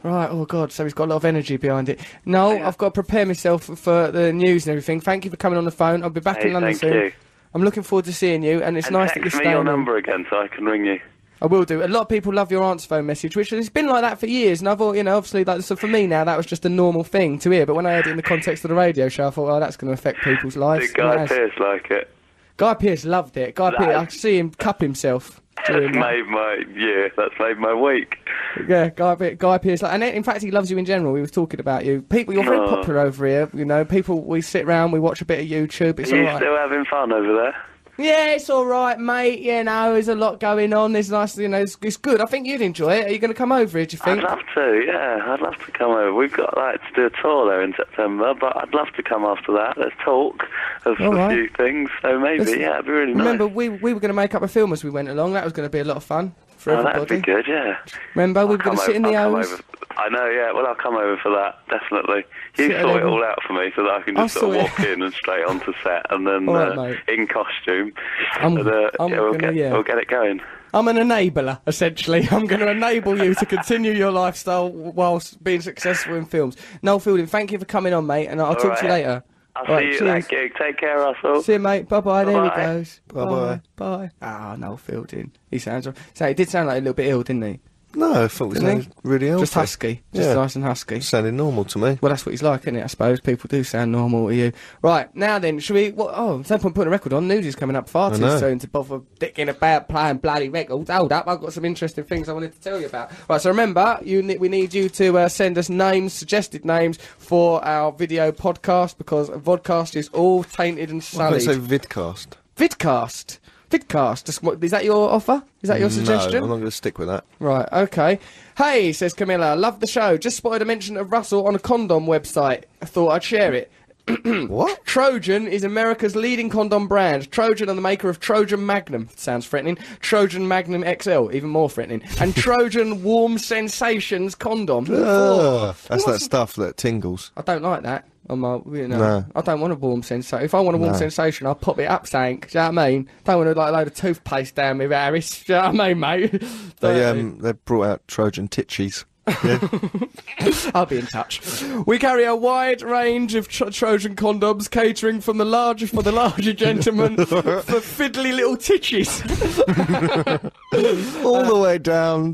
S2: Right, oh God, so he's got a lot of energy behind it. No, I've got to prepare myself for the news and everything. Thank you for coming on the phone. I'll be back
S8: Hey,
S2: in London
S8: thank
S2: soon.
S8: you.
S2: I'm looking forward to seeing you, and it's
S8: And
S2: nice that you're
S8: text me your
S2: staying.
S8: number again so I can ring you.
S2: I will do. A lot of people love your answer phone message, which has been like that for years. And I thought, you know, obviously, like so for me now, that was just a normal thing to hear. But when I heard it in the context of the radio show, I thought, oh, that's going to affect people's lives.
S8: Did
S2: And it
S8: Guy
S2: has.
S8: Pearce like it?
S2: Guy Pearce loved it. Guy
S8: That-
S2: Pearce, I see him cup himself. During
S8: That's
S2: that.
S8: made my year. That's made my week.
S2: Yeah, Guy, Pe- Guy Pearce. Like, and in fact, he loves you in general. We were talking about you. People, you're very
S8: Aw.
S2: popular over here. You know, people. We sit round, we watch a bit of YouTube. It's
S8: Are
S2: all
S8: you
S2: right.
S8: still having fun over there?
S2: Yeah, it's all right, mate. You know, there's a lot going on. There's nice, you know, it's, it's good. I think you'd enjoy it. Are you going to come over here? Do you
S8: I'd
S2: think?
S8: love to. Yeah, I'd love to come over. We've got like to do a tour there in September, but I'd love to come after that. Let's talk of
S2: All
S8: a
S2: right.
S8: few things. So maybe,
S2: Listen,
S8: yeah, it'd be really
S2: Remember,
S8: nice.
S2: we we were going to make up a film as we went along. That was going to be a lot of fun for
S8: Oh, that'd
S2: everybody.
S8: be good. Yeah.
S2: Remember, we were
S8: I'll
S2: going to
S8: come
S2: sit in
S8: over-
S2: the
S8: I'll come
S2: O's.
S8: over. I know, yeah. Well, I'll come over for that, definitely. You
S2: Sit at
S8: sort it
S2: O's.
S8: all out for me so that I can
S2: I'll
S8: just sort of
S2: sort
S8: walk in and straight onto set and then
S2: All right,
S8: uh,
S2: mate.
S8: in costume.
S2: I'm-
S8: and, uh,
S2: I'm
S8: yeah, we'll,
S2: gonna-
S8: get,
S2: yeah.
S8: we'll get it going.
S2: I'm an enabler, essentially. I'm going to (laughs) enable you to continue your lifestyle whilst being successful in films. Noel Fielding, thank you for coming on, mate, and I'll talk to you
S8: right.
S2: later.
S8: I'll
S2: All
S8: see
S2: right,
S8: you at that
S2: cheers.
S8: gig. Take care, Russell.
S2: See you, mate. Bye bye. There he
S8: Bye-bye.
S2: goes.
S3: Bye-bye.
S2: Bye. Ah, Noel Fielding. He sounds. So he did sound like a little bit ill, didn't he?
S3: No, I thought it
S2: Didn't he?
S3: sounded really healthy.
S2: Just husky. Just
S3: Yeah.
S2: nice and husky.
S3: Sounded normal to me.
S2: Well, that's what he's like, isn't it? I suppose people do sound normal to you. Right, now then, should we. What, oh, there's no point putting a record on. News is coming up far
S3: I
S2: too
S3: know.
S2: soon to bother dicking about playing bloody records. Hold up, I've got some interesting things I wanted to tell you about. Right, so remember, you ne- we need you to uh, send us names, suggested names, for our video podcast because vodcast is all tainted and
S3: I
S2: sullied.
S3: say vidcast.
S2: Vidcast. Vidcast. Just what- Is that your offer? Is that your
S3: No,
S2: suggestion?
S3: I'm not going to stick with that.
S2: Right, okay. Hey, says Camilla, love the show. Just spotted a mention of Russell on a condom website. I thought I'd share it. Hmm.
S3: What?
S2: Trojan is America's leading condom brand. Trojan are the maker of Trojan Magnum. Sounds threatening. Trojan Magnum XL, even more threatening.
S3: (laughs)
S2: And Trojan Warm Sensations condom.
S3: Ugh, that's that stuff that tingles.
S2: I don't like that. On my, you know,
S3: No.
S2: I don't want a warm sensation. If I want a warm
S3: No.
S2: sensation, I'll pop it up, Sank. Do you know what I mean? Don't want to like a load of toothpaste down me, Harris. Do you know what I mean, mate? (laughs)
S3: They
S2: Dirty.
S3: um they brought out Trojan titchies.
S2: I'll be in touch. We carry a wide range of tro- Trojan condoms, catering from the larger for the larger gentleman
S3: (laughs)
S2: for fiddly little titches.
S3: All the way down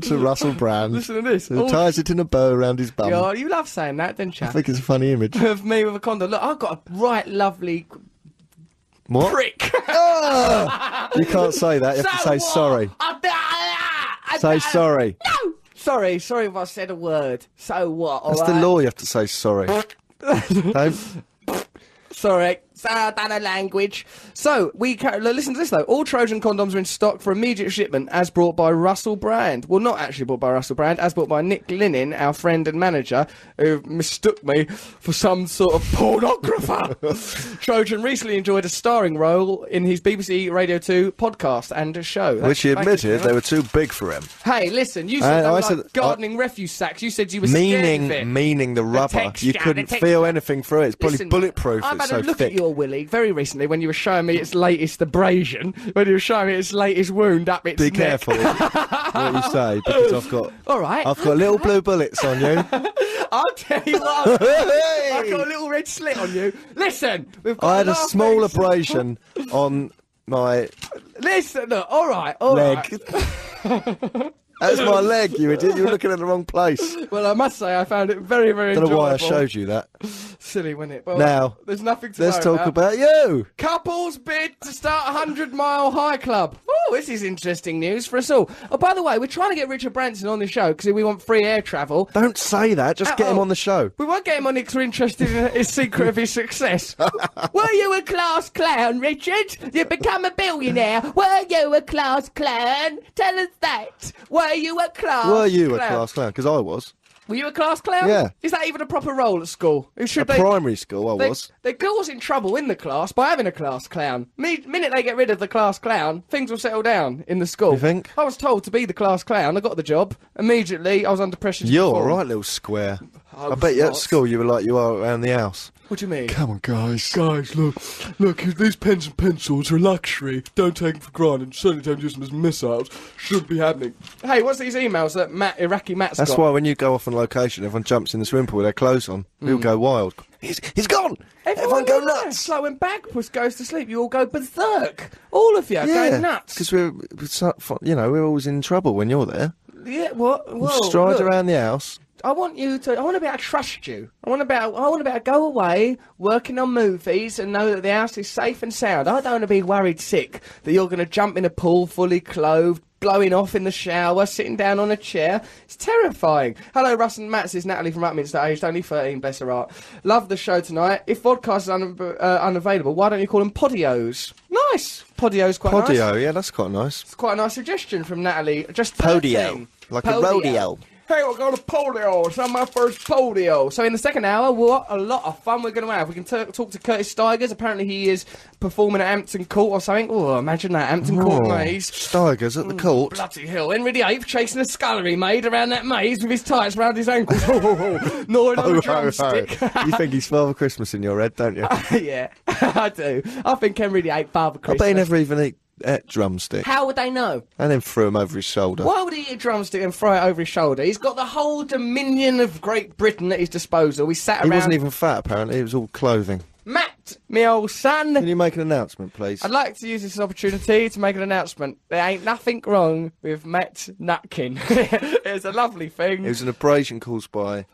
S2: (laughs)
S3: to Russell
S2: (laughs)
S3: Brand.
S2: Uh, Listen to this.
S3: Who
S2: All-
S3: ties it in a bow around his bum.
S2: Yeah, you love saying that, don't you?
S3: I think it's a funny image.
S2: Of me with a condom. Look, I've got a right lovely
S3: What? (laughs)
S2: prick.
S3: You can't say that. You have to
S2: So
S3: say
S2: what?
S3: sorry.
S2: I d- I- I-
S3: Say
S2: I-
S3: sorry.
S2: Sorry, sorry if I said a word. So what? all
S3: That's the
S2: right?
S3: law. You have to say sorry. (laughs) Don't-
S2: Sorry, Sardana language. So we ca- l- listen to this though. All Trojan condoms are in stock for immediate shipment, as brought by Russell Brand. Well, not actually bought by Russell Brand, as bought by Nick Linen, our friend and manager, who mistook me for some sort of
S3: (laughs)
S2: pornographer. Trojan recently enjoyed a starring role in his BBC Radio Two podcast and a show,
S3: Which he
S2: Thank you,
S3: admitted
S2: Sarah.
S3: they were too big for him.
S2: Hey, listen, you said
S3: I-
S2: they were
S3: I
S2: like
S3: said-
S2: gardening refuse sacks. You said you were scared of it.
S3: Meaning, meaning the rubber.
S2: texture,
S3: you
S2: the
S3: couldn't
S2: texture.
S3: feel anything through it. It's probably
S2: Listen,
S3: bulletproof.
S2: I've
S3: it's
S2: had a
S3: so
S2: look at
S3: thick.
S2: your willy very recently when you were showing me its latest abrasion, when you were showing me its latest wound up its
S3: Be
S2: neck. (laughs)
S3: careful what you say because I've got.
S2: All right.
S3: I've got little blue bullets on you.
S2: (laughs) I'll tell you what.
S3: Hey!
S2: I've
S3: (laughs)
S2: got a little red slit on you. Listen, we've got
S3: I had
S2: the
S3: a
S2: last
S3: small
S2: thing-
S3: abrasion on my
S2: Listen, look, all right, all right.
S3: leg. That's my leg, you idiot. You were looking at the wrong place.
S2: Well, I must say, I found it very, very
S3: Don't know why I
S2: enjoyable.
S3: showed you that.
S2: Silly, wasn't it? Well,
S3: Now,
S2: there's nothing to
S3: Let's
S2: worry
S3: talk about you.
S2: Couples bid to start a 100 mile high club. Oh, this is interesting news for us all. Oh, by the way, we're trying to get Richard Branson on the show because we want free air travel.
S3: Don't say that. Just get him
S2: Uh-oh.
S3: on the show.
S2: We won't get him on because we're interested in his secret of his
S3: (laughs)
S2: success.
S6: Were you a class clown, Richard? You become a billionaire. Were you a class clown? Tell us that. Were you a class
S3: Were you a
S2: clown.
S3: class clown? Because I was.
S2: Were you a class clown?
S3: Yeah.
S2: Is that even a proper role at school? Who should
S3: At
S2: they?
S3: primary school, I
S2: they,
S3: was.
S2: they causing trouble in the class by having a class clown. Me, minute they get rid of the class clown, things will settle down in the school.
S3: You think?
S2: I was told to be the class clown. I got the job immediately. I was under pressure. To
S3: You're all
S2: perform.
S3: right, little square. I,
S2: was
S3: bet you at
S2: not.
S3: school you were like you are around the house.
S2: What do you mean?
S3: Come on, guys.
S9: Guys, look, look, these pens and pencils are a luxury. Don't take them for granted. Certainly don't use them as missiles. Shouldn't be happening.
S2: Hey, what's these emails that Matt Iraqi Matt's
S3: That's
S2: got?
S3: why when you go off on location, everyone jumps in the swimming pool with their clothes on. He'll go wild.
S4: He's, he's gone.
S2: Hmm. Everyone,
S4: Everyone, go
S2: in there.
S4: nuts.
S2: Like when Bagpuss goes to sleep, you all go berserk. All of you are going nuts.
S3: Because we're, we're so, fu- you know, we're always in trouble when you're there.
S2: Yeah, what? Whoa,
S3: Stride
S2: look,
S3: around the house.
S2: I want you to. I want to be able to trust you. I want to be. Able, I want to be able to go away working on movies and know that the house is safe and sound. I don't want to be worried sick that you're going to jump in a pool fully clothed, blowing off in the shower, sitting down on a chair. It's terrifying. Hello, Russ and Matt. This is Natalie from Upminster, aged only 13, best of art. Love the show tonight. If vodcast is un- uh, unavailable, why don't you call them podios? Nice. Podio's quite nice.
S3: Podio, yeah, that's quite nice.
S2: It's quite a nice suggestion from Natalie. Just
S4: Podio.
S2: 13.
S3: Like a
S4: rodeo.
S2: Hey, we're going to polio. It's not my first polio. So in the second hour, what a lot of fun we're going to have. We can t- talk to Curtis Stigers. Apparently he is performing at Hampton Court or something. Oh, imagine that. Hampton Court
S3: Oh.
S2: maze.
S3: Stigers
S2: Hmm.
S3: at the court.
S2: Bloody hell. Henry VIII chasing a scullery maid around that maze with his tights round his ankles. (laughs) Ho, ho, ho. Gnawing on
S3: Oh,
S2: a
S3: oh, oh.
S2: drumstick.
S3: you think he's Father Christmas in your head, don't you? I
S2: (laughs) yeah, (laughs) I do. I think Henry VIII Father Christmas.
S3: bet he never even eat, ate drumstick.
S2: How would they know?
S3: And then threw him over his shoulder.
S2: Why would he eat a drumstick and throw it over his shoulder? He's got the whole dominion of Great Britain at his disposal. He sat
S3: He
S2: around.
S3: wasn't even fat, apparently. It was all clothing.
S2: Matt, me old
S3: Can
S2: son.
S3: you make an announcement, please?
S2: I'd like to use this opportunity to make an announcement. There ain't nothing wrong with Matt Nutkin. (laughs) it's a lovely thing
S3: It was an abrasion caused by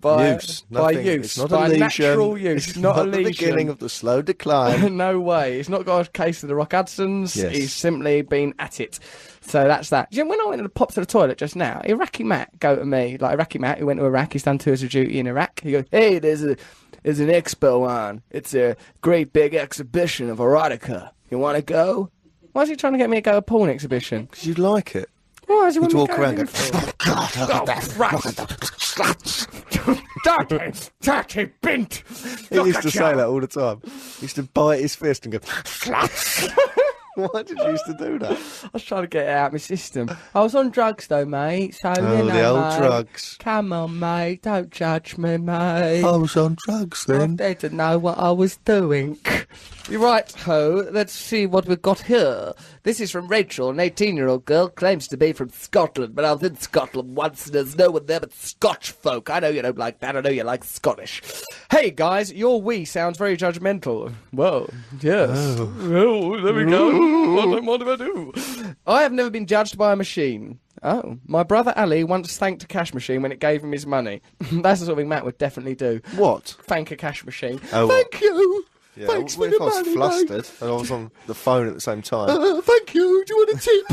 S2: by
S3: use.
S2: by
S3: nothing.
S2: use,
S3: It's not
S2: by
S3: a lesion.
S2: natural use,
S3: It's
S2: not, a
S3: the beginning
S2: lesion.
S3: of the slow
S2: (laughs)
S3: decline.
S2: no way. He's not got a case of the Rock Hudson's.
S3: Yes.
S2: He's simply been at it. So that's that. You know, when I went to the pop to the toilet just now, Iraqi Matt go to me like Iraqi Matt who went to Iraq. He's done tours of duty in Iraq. He goes, "Hey, there's a there's an expo on. It's a great big exhibition of erotica. You want to go?" Why is he trying to get me to go to a porn exhibition?
S3: Because you like it.
S2: Why is he want
S3: You'd
S2: me to Oh,
S3: walk
S2: go
S3: around
S2: there
S3: and
S2: for?
S3: go, "Oh, (laughs)
S2: Dirty, dirty bint.
S3: he used to say that all the time. He used to bite his fist and go, (laughs) Why did you used to do that?
S2: I was trying to get it out of my system. I was on drugs though, mate. So
S3: Oh,
S2: you know,
S3: the old
S2: mate.
S3: drugs.
S2: Come on, mate. Don't judge me, mate.
S3: I was on drugs
S2: I
S3: then.
S2: didn't know what I was doing. You're right, ho. Let's see what we've got here. This is from Rachel, an 18-year-old girl, claims to be from Scotland, but I was in Scotland once and there's no one there but Scotch folk. I know you don't like that. I know you like Scottish. Hey, guys, your we sounds very judgmental. Well, yes. Oh, there we go. What, what do I do? I have never been judged by a machine. Oh, my brother Ali once thanked a cash machine when it gave him his money. (laughs) That's the sort of thing Matt would definitely do
S3: What?
S2: thank a cash machine.
S3: Oh, well.
S2: thank you.
S3: Yeah,
S2: Thanks
S3: what
S2: for
S3: if
S2: the
S3: I was
S2: money,
S3: flustered
S2: mate.
S3: and I was on the phone at the
S2: (laughs)
S3: same time?
S2: Uh, thank you. Do you want a
S3: (laughs)
S2: tip?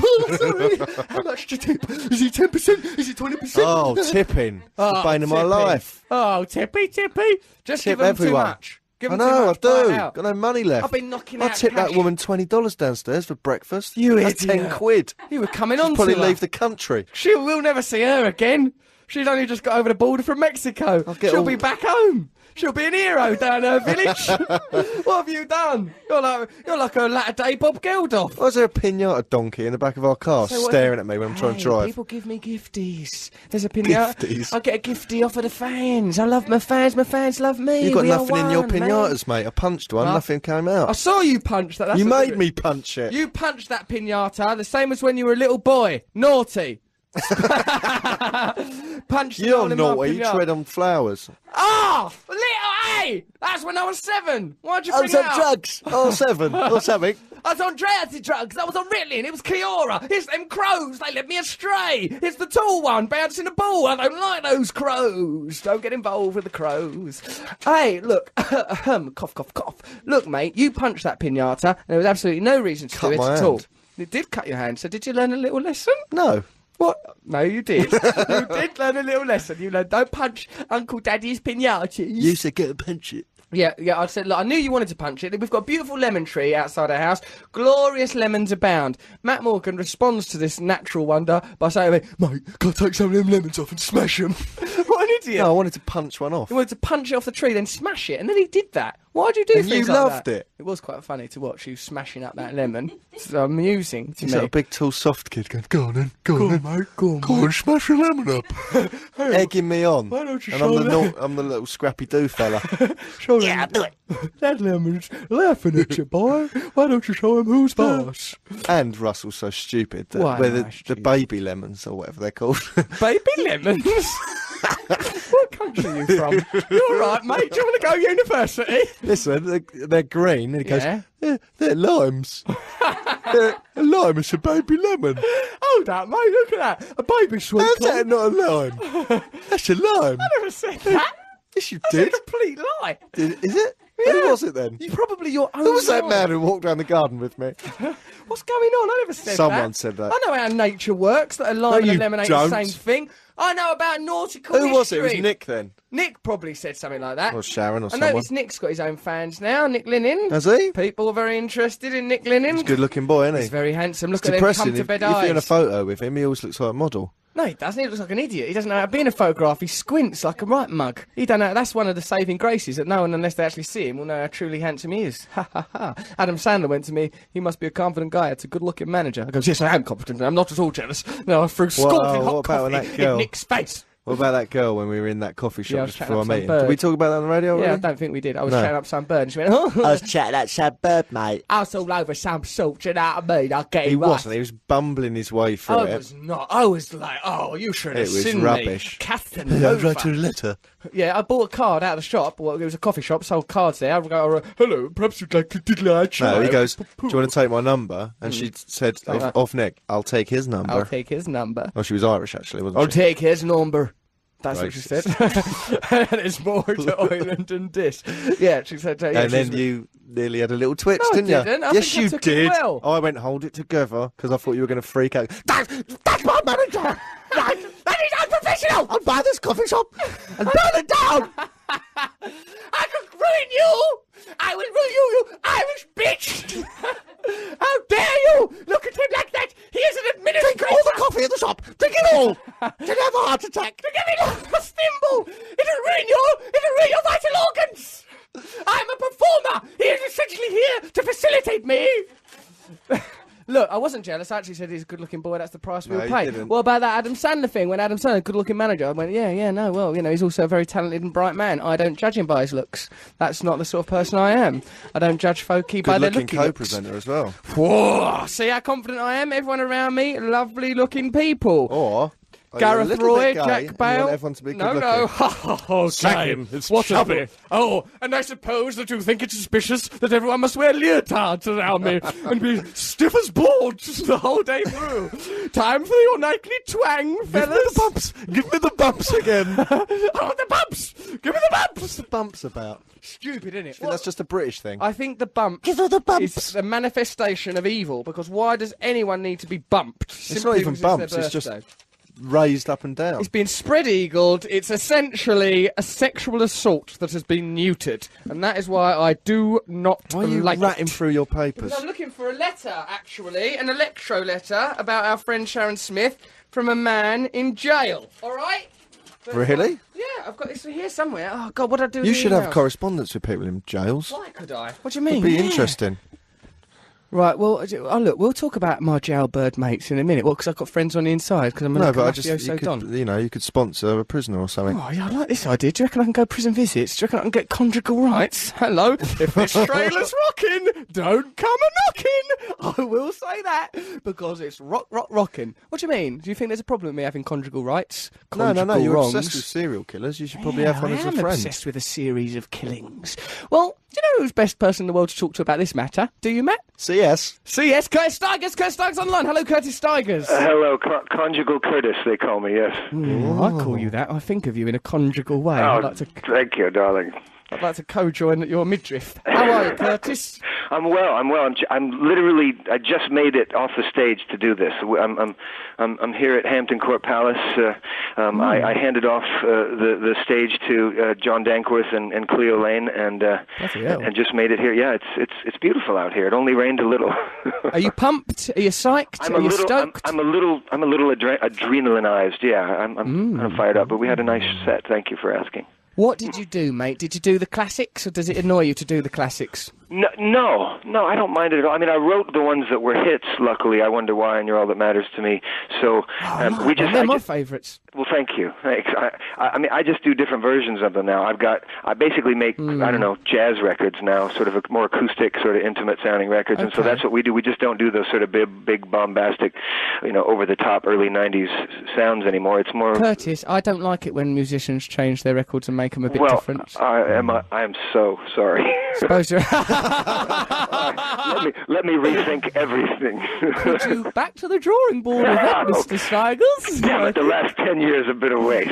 S2: Oh, sorry. How much do you tip? Is it ten percent? Is it twenty percent? Uh, (laughs)
S3: oh, tipping. It's
S2: Ah,
S3: the bane of my life.
S2: Oh, tippy, tippy. Just
S3: Tip
S2: give them
S3: everyone.
S2: too much. Give
S3: I
S2: them too
S3: know, I
S2: much.
S3: do.
S2: buy it out.
S3: Got no money left.
S2: I've been knocking
S3: I
S2: out
S3: tipped that
S2: cash.
S3: woman twenty dollars downstairs for breakfast. You had ten
S2: idiot.
S3: quid.
S2: You were coming on
S3: Probably
S2: to her.
S3: leave the country.
S2: She will never see her again. She's only just got over the border from Mexico.
S3: get
S2: She'll
S3: all-
S2: be back home. She'll be an hero down her village.
S3: (laughs)
S2: (laughs) what have you done? You're like you're like a latter day Bob Geldof.
S3: Why is there a pinata donkey in the back of our car
S2: So what-
S3: staring at me when I'm trying to
S2: Hey,
S3: drive?
S2: People give me gifties. There's a pinata.
S3: (laughs) Gifties?
S2: I get a giftie off of the fans. I love my fans. My fans love me.
S3: You've got
S2: We are
S3: nothing in your
S2: one, man.
S3: pinatas, mate. I punched one,
S2: Huh?
S3: nothing came
S2: I
S3: out.
S2: saw you punch that. That's
S3: You
S2: a
S3: made
S2: bit-
S3: me punch
S2: (laughs)
S3: it.
S2: You punched that pinata the same as when you were a little boy. Naughty. (laughs) Punch the hole
S3: You're
S2: in my
S3: naughty. You
S2: pinata.
S3: tread on flowers.
S2: Ah, little A. That's when I was seven. Why'd you
S4: I
S2: bring
S4: was
S2: that
S4: on
S2: up?
S4: drugs.
S2: (laughs)
S3: Oh, seven or something.
S2: I was on drowsy drugs. I was on Ritalin. It was Cleora. It's them crows. They led me astray. It's the tall one bouncing the ball. I don't like those crows. Don't get involved with the crows. Hey, look. (laughs) Ahem, cough, cough, cough. Look, mate, you punched that pinata, and there was absolutely no reason to
S3: Cut
S2: do it
S3: my
S2: at all.
S3: hand.
S2: It did cut your hand. So did you learn a little lesson?
S3: No.
S2: What? No, you
S3: (laughs)
S2: did. you did learn a little lesson. You learned don't punch Uncle Daddy's pinatas.
S4: You said go and punch it.
S2: Yeah, yeah. I said, look, I knew you wanted to punch it. We've got a beautiful lemon tree outside our house. Glorious lemons abound. Matt Morgan responds to this natural wonder by saying, to me,
S9: (laughs) Mate, can I take some of them lemons off and smash them?
S2: "What idiot.
S3: No, I wanted to punch one off.
S2: He wanted to punch it off the tree, then smash it, and then he did that. Why do you do
S3: And
S2: things
S3: you
S2: like
S3: loved
S2: that?
S3: it.
S2: It was quite funny to watch you smashing up that lemon. It's amusing to
S3: He's
S2: me.
S3: like a big, tall, soft kid going, go on then, go, on, then, mate,
S9: go on,
S3: go on, smash your lemon
S2: (laughs)
S3: up. Egging me on.
S9: don't you
S3: and I'm
S9: show
S3: the,
S9: that?
S3: nor- I'm the little
S2: (laughs)
S3: scrappy-doo fella.
S4: Yeah, I'll do it.
S9: (laughs) That lemon's laughing at you, boy. Why don't you show him who's boss?
S3: and Russell's so stupid that
S2: Why
S3: where the,
S2: am I
S3: the
S2: stupid?
S3: baby lemons or whatever they're called. (laughs)
S2: Baby lemons. (laughs) what country are you from? You're all right, mate. Do you want to go university?
S3: Listen, they're, they're green. And he goes,
S2: Yeah.
S3: they're,
S2: (laughs)
S3: they're limes. they're, a lime is a baby lemon.
S2: Hold up, mate. Look at that. A baby sweet.
S3: How's
S2: corn.
S3: that not a lime?
S2: (laughs)
S3: That's a lime.
S2: I never said that.
S3: Yes, you
S2: It's a
S3: did.
S2: complete lie.
S3: Did- Is it? Who was it then?
S2: You probably your own.
S3: Who was
S2: (laughs)
S3: that
S2: lie.
S3: man who walked around the garden with me?
S2: What's going on? I never said that.
S3: Someone said that.
S2: I know how nature works. That a lime and
S3: you
S2: a lemonade
S3: don't.
S2: is the same thing. I know about nautical
S3: Who was it? It was
S2: history.
S3: Nick then.
S2: Nick probably said something like that.
S3: Or Sharon or
S2: I
S3: someone.
S2: noticed Nick's got his own fans now. Nick Linen.
S3: Has he?
S2: People are very interested in Nick Linen.
S3: He's a good looking boy, isn't he?
S2: He's very handsome. Look
S3: It's
S2: at him come
S3: depressing.
S2: to
S3: If,
S2: bed
S3: if you're in a
S2: eyes.
S3: photo with him, he always looks like a model.
S2: no, he doesn't. He looks like an idiot. He doesn't know how to be in a photograph. He squints like a right mug. He don't know. That's one of the saving graces that no one, unless they actually see him, will know how truly handsome he is. Ha ha ha. Adam Sandler went to me. He must be a confident guy. It's a good-looking manager. I goes, yes, I am confident. I'm not at all jealous. (laughs) No, I threw scalding hot
S3: what about when
S2: coffee
S3: that girl-
S2: in Nick's face.
S3: What about that girl when we were in that coffee shop
S2: Yeah, I was
S3: just
S2: chatting
S3: before I
S2: up some
S3: met him?
S2: bird.
S3: Did we talk about that on the radio?
S2: Yeah, I
S3: already?
S2: don't think we did. I was
S3: Oh, No.
S2: shouting up Sam Bird, and she went, (laughs) oh,
S4: I was chatting that sad bird, mate.
S2: I was all over Sam Salt, you know what I mean? I'll get
S3: he
S2: him right.
S3: wasn't. He was bumbling his way through
S2: I
S3: it.
S2: Oh,
S3: (laughs)
S2: was not. I was like, oh, you should have
S3: It was
S2: seen
S3: rubbish.
S2: me.
S3: (laughs)
S2: Casanova.
S3: letter.
S2: Yeah, I bought a card out of the shop. Well, it was a coffee shop, sold cards there. I go,
S9: Hello, perhaps you'd like to diddle our
S3: No,
S9: child.
S3: he goes, "Do you want to take my number?" And she said, off,
S2: right.
S3: "Off Nick, I'll take his number."
S2: Hmm. I'll take his number.
S3: Oh, she was Irish actually, wasn't
S2: I'll
S3: she?
S2: take his number. That's what she said. (laughs) and it's more
S3: (laughs)
S2: to Ireland and this. Yeah, she said. Uh, yeah,
S3: and then
S2: she's-
S3: you nearly had a little twitch,
S2: No, I
S3: didn't you?
S2: didn't. I
S3: yes,
S2: think I
S3: you
S2: took it
S3: did.
S2: well.
S3: I went hold it together because I thought you were going to freak out.
S4: That, that's my
S3: (laughs)
S4: manager! That, that is unprofessional! I'll buy this coffee shop and burn
S2: (laughs)
S4: it down!
S2: I could ruin you! I will ruin you, you Irish bitch! How dare you look at him like that? He is an administrator.
S4: Drink all the coffee in the shop! Drink it
S2: (laughs)
S4: all! Did have a heart attack?
S2: Give me the thimble! It'll ruin you! It'll ruin your vital organs! I'm a performer! He is essentially here to facilitate me! (laughs) Look, I wasn't jealous. I actually said he's a good-looking boy. That's the price we
S3: No,
S2: were
S3: you
S2: paid.
S3: didn't.
S2: What about that Adam Sandler thing? When Adam Sandler, good-looking manager, I went, yeah, yeah, no, well, you know, he's also a very talented and bright man. I don't judge him by his looks. That's not the sort of person I am. I don't judge folky by their
S3: Good-looking
S2: looking looks.
S3: co-presenter as well.
S2: Whoa! See how confident I am. Everyone around me, lovely-looking people.
S3: Or are you a
S2: Gareth
S3: little
S2: Roy,
S3: bit gay and you
S2: Jack Bale.
S3: want everyone to be
S2: no,
S3: good-looking?
S2: no. (laughs) oh,
S9: Sack him.
S2: Dave,
S9: It's
S2: what a
S9: shove
S2: bit. Oh, and I suppose that you think it's suspicious that everyone must wear leotards around (laughs) me and be stiff as boards (laughs) the whole day through. Time for your nightly twang, fellas. Give me the bumps.
S3: Give me the bumps again.
S2: (laughs) oh, the bumps. Give me the bumps.
S3: What's the bumps about?
S2: Stupid, isn't it?
S3: I think that's just a British thing.
S2: I think the bump.
S4: Give her the
S2: Is
S4: bumps!
S2: the manifestation of evil because why does anyone need to be bumped?
S3: It's not even bumps. It's just raised up and down.
S2: It's been spread eagled. It's essentially a sexual assault that has been neutered, and that is why I do not
S3: Why are you
S2: like
S3: ratting
S2: it.
S3: through your papers?
S2: I'm looking for a letter, actually, an electro letter about our friend Sharon Smith from a man in jail. All right?
S3: Really?
S2: Yeah, I've got this here somewhere. Oh God, what would I do? with
S3: You
S2: the
S3: should have
S2: emails?
S3: correspondence with people in jails.
S2: Why could I? What do you mean?
S3: It'd be
S2: Yeah.
S3: interesting.
S2: Right. Well, I- oh, look, we'll talk about my jailbird mates in a minute. Well, because I've got friends on the inside. Because I'm a
S3: No, but I
S2: Calafio
S3: just you
S2: Sodon.
S3: could, you know you could sponsor a prisoner or something.
S2: Oh, yeah, I like this idea. Do you reckon I can go prison visits? Do you reckon I can get conjugal rights? Hello, if
S3: (laughs)
S2: this trailer's rocking, don't come a knocking. I will say that because it's rock, rock, rocking. What do you mean? Do you think there's a problem with me having conjugal rights?
S3: no, no, no!
S2: Conjugal
S3: You're
S2: wrongs?
S3: obsessed with serial killers. You should probably
S2: yeah,
S3: have one
S2: I
S3: as
S2: am
S3: a friend.
S2: obsessed with a series of killings. Well, do you know who's best person in the world to talk to about this matter? Do you, Matt?
S3: CS.
S2: CS Curtis Stigers. Curtis Stigers online. Hello, Curtis Stigers.
S10: Hello, co- conjugal Curtis, they call me, yes.
S3: Oh.
S2: Mm, I call you that. I think of you in a conjugal way. I
S10: Oh,
S2: Hmm, like to
S10: thank you, darling.
S2: I'd like to co-join at your midriff. How are you, Curtis?
S10: I'm well. I'm well. I'm, ju- I'm literally. I just made it off the stage to do this. W- I'm I'm I'm, I'm here at Hampton Court Palace. Uh, um,
S2: Hmm.
S10: I, I handed off uh, the the stage to uh, John Dankworth and, and Cleo Lane, and uh,
S2: Bloody hell.
S10: and just made it here. Yeah, it's it's it's beautiful out here. It only rained a little.
S2: Are you pumped? Are you psyched?
S10: (laughs) I'm
S2: are
S10: a
S2: you
S10: little. I'm,
S2: stoked?
S10: I'm a little. I'm a little adre- adrenalinized. Yeah, I'm I'm
S2: Hmm,
S10: kind of fired up. But we had a nice set. Thank you for asking.
S2: What did you do, mate? Did you do the classics, or does it annoy you to do the classics?
S10: No, no, no, I don't mind it at all. I mean, I wrote the ones that were hits. Luckily, I wonder why, and you're all that matters to me. So
S2: Oh,
S10: um, we just,
S2: they're
S10: I
S2: my
S10: just-
S2: favourites.
S10: well, thank you. Thanks. I, I, I mean, I just do different versions of them now. I've got, I basically make,
S2: Hmm.
S10: I don't know, jazz records now, sort of a more acoustic, sort of intimate sounding records, and so
S2: Okay.
S10: that's what we do. We just don't do those sort of big, big bombastic, you know, over the top early '90s sounds anymore. It's more.
S2: Curtis, I don't like it when musicians change their records and make them a bit
S10: well,
S2: different.
S10: I am. I am so sorry.
S2: (laughs)
S10: (laughs)
S2: Suppose you're
S10: let me let me rethink everything. (laughs)
S2: you back to the drawing board with that, Mr. Steigels.
S10: Damn it, the last 10 years have been a waste.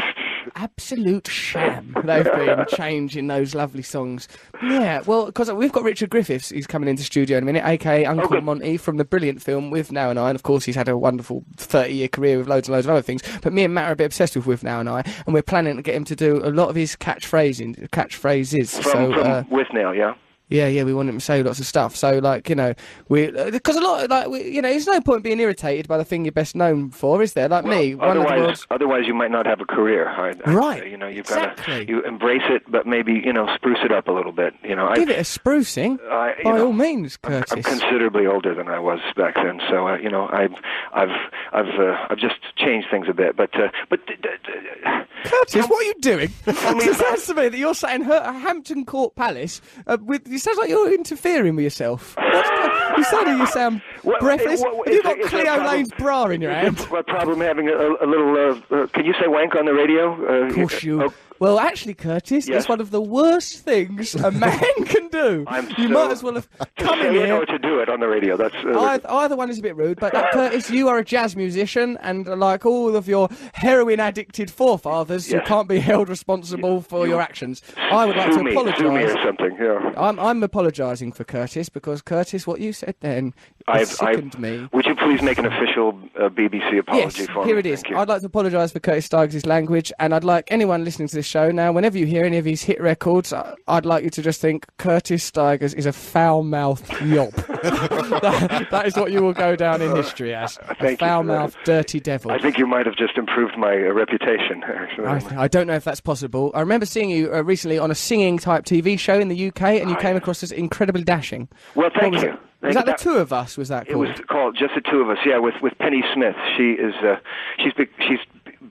S2: absolute
S10: (laughs)
S2: sham they've been changing those lovely songs. Yeah, well, because we've got Richard Griffiths, he's coming into studio in a minute, aka Uncle
S10: good.
S2: Monty from the brilliant film With Now and I. And of course, he's had a wonderful 30 year career with loads and loads of other things. But me and Matt are a bit obsessed with With Now and I, and we're planning to get him to do a lot of his catchphrasing, catchphrases.
S10: From,
S2: so,
S10: from
S2: uh,
S10: with Nail, yeah?
S2: yeah, yeah, we want him to say lots of stuff. So, like, you know, we because a lot, like, we, you know, there's no point being irritated by the thing you're best known for, is there? Like me, one of the
S10: otherwise,
S2: world's
S10: otherwise you might not have a career. I, I-
S2: Right,
S10: You know, you've
S2: exactly.
S10: got to you embrace it, but maybe you know spruce it up a little bit. You know,
S2: Give
S10: I,
S2: it a sprucing,
S10: I- you
S2: by
S10: know,
S2: all means,
S10: I'm,
S2: Curtis.
S10: I'm considerably older than I was back then, so uh, you know, I've I've I've uh, I've just changed things a bit. But uh, but d- d- d-
S2: (laughs) Curtis, what are you
S10: (laughs)
S2: doing?
S10: me
S2: (laughs) it sounds to me that you're sitting her at Hampton Court Palace. Uh, with, it sounds like you're interfering with yourself.
S10: (laughs)
S2: What's go- you sound you sound
S10: What-
S2: breathless.
S10: what- what-
S2: Have you
S10: is
S2: got
S10: there- is there a
S2: Cleo
S10: problem?
S2: Lane's bra (laughs) in your
S10: (laughs)
S2: hand?
S10: my problem having a, a little. Uh, uh, can you say wank on the radio? Uh,
S2: Of course you.
S10: oh,
S2: Well, actually, Curtis,
S10: Yes.
S2: it's one of the worst things a man (laughs) can do.
S10: I'm
S2: you
S10: so-
S2: might as well have
S10: to (laughs)
S2: come in
S10: say it
S2: here.
S10: or to do it on the radio. That's uh,
S2: Either, either one is a bit rude, but uh, Curtis, you are a jazz musician, and uh, like all of your heroin addicted forefathers, you
S10: Yes.
S2: can't be held responsible for your actions. I would like
S10: sue
S2: to
S10: me, sue me
S2: apologise.
S10: or something. Yeah.
S2: I'm, I'm apologising for Curtis because Curtis, what you said then has sickened me.
S10: Would you please make an official uh, BBC
S2: Yes,
S10: apology for me?
S2: here it is.
S10: Thank you.
S2: I'd like to apologise for Curtis Stigers' language, and I'd like anyone listening to this show now, whenever you hear any of his hit records, I- I'd like you to just think Curtis Stigers is a foul mouthed
S10: (laughs)
S2: yob. (laughs) that, that is what you will go down in history as a
S10: Thank you
S2: foul
S10: for that.
S2: mouthed, dirty devil.
S10: I think you might have just improved my uh, reputation. (laughs) Actually.
S2: I, I don't know if that's possible. I remember seeing you uh, recently on a singing type TV show in the UK, and you
S10: I-
S2: came across as incredibly dashing.
S10: Well,
S2: What
S10: thank
S2: was
S10: you.
S2: It?
S10: Thank
S2: Was that the
S10: you.
S2: two of us? Was that
S10: It was
S2: called?
S10: called just the two of us. Yeah, with with Penny Smith. She is uh, she's be- she's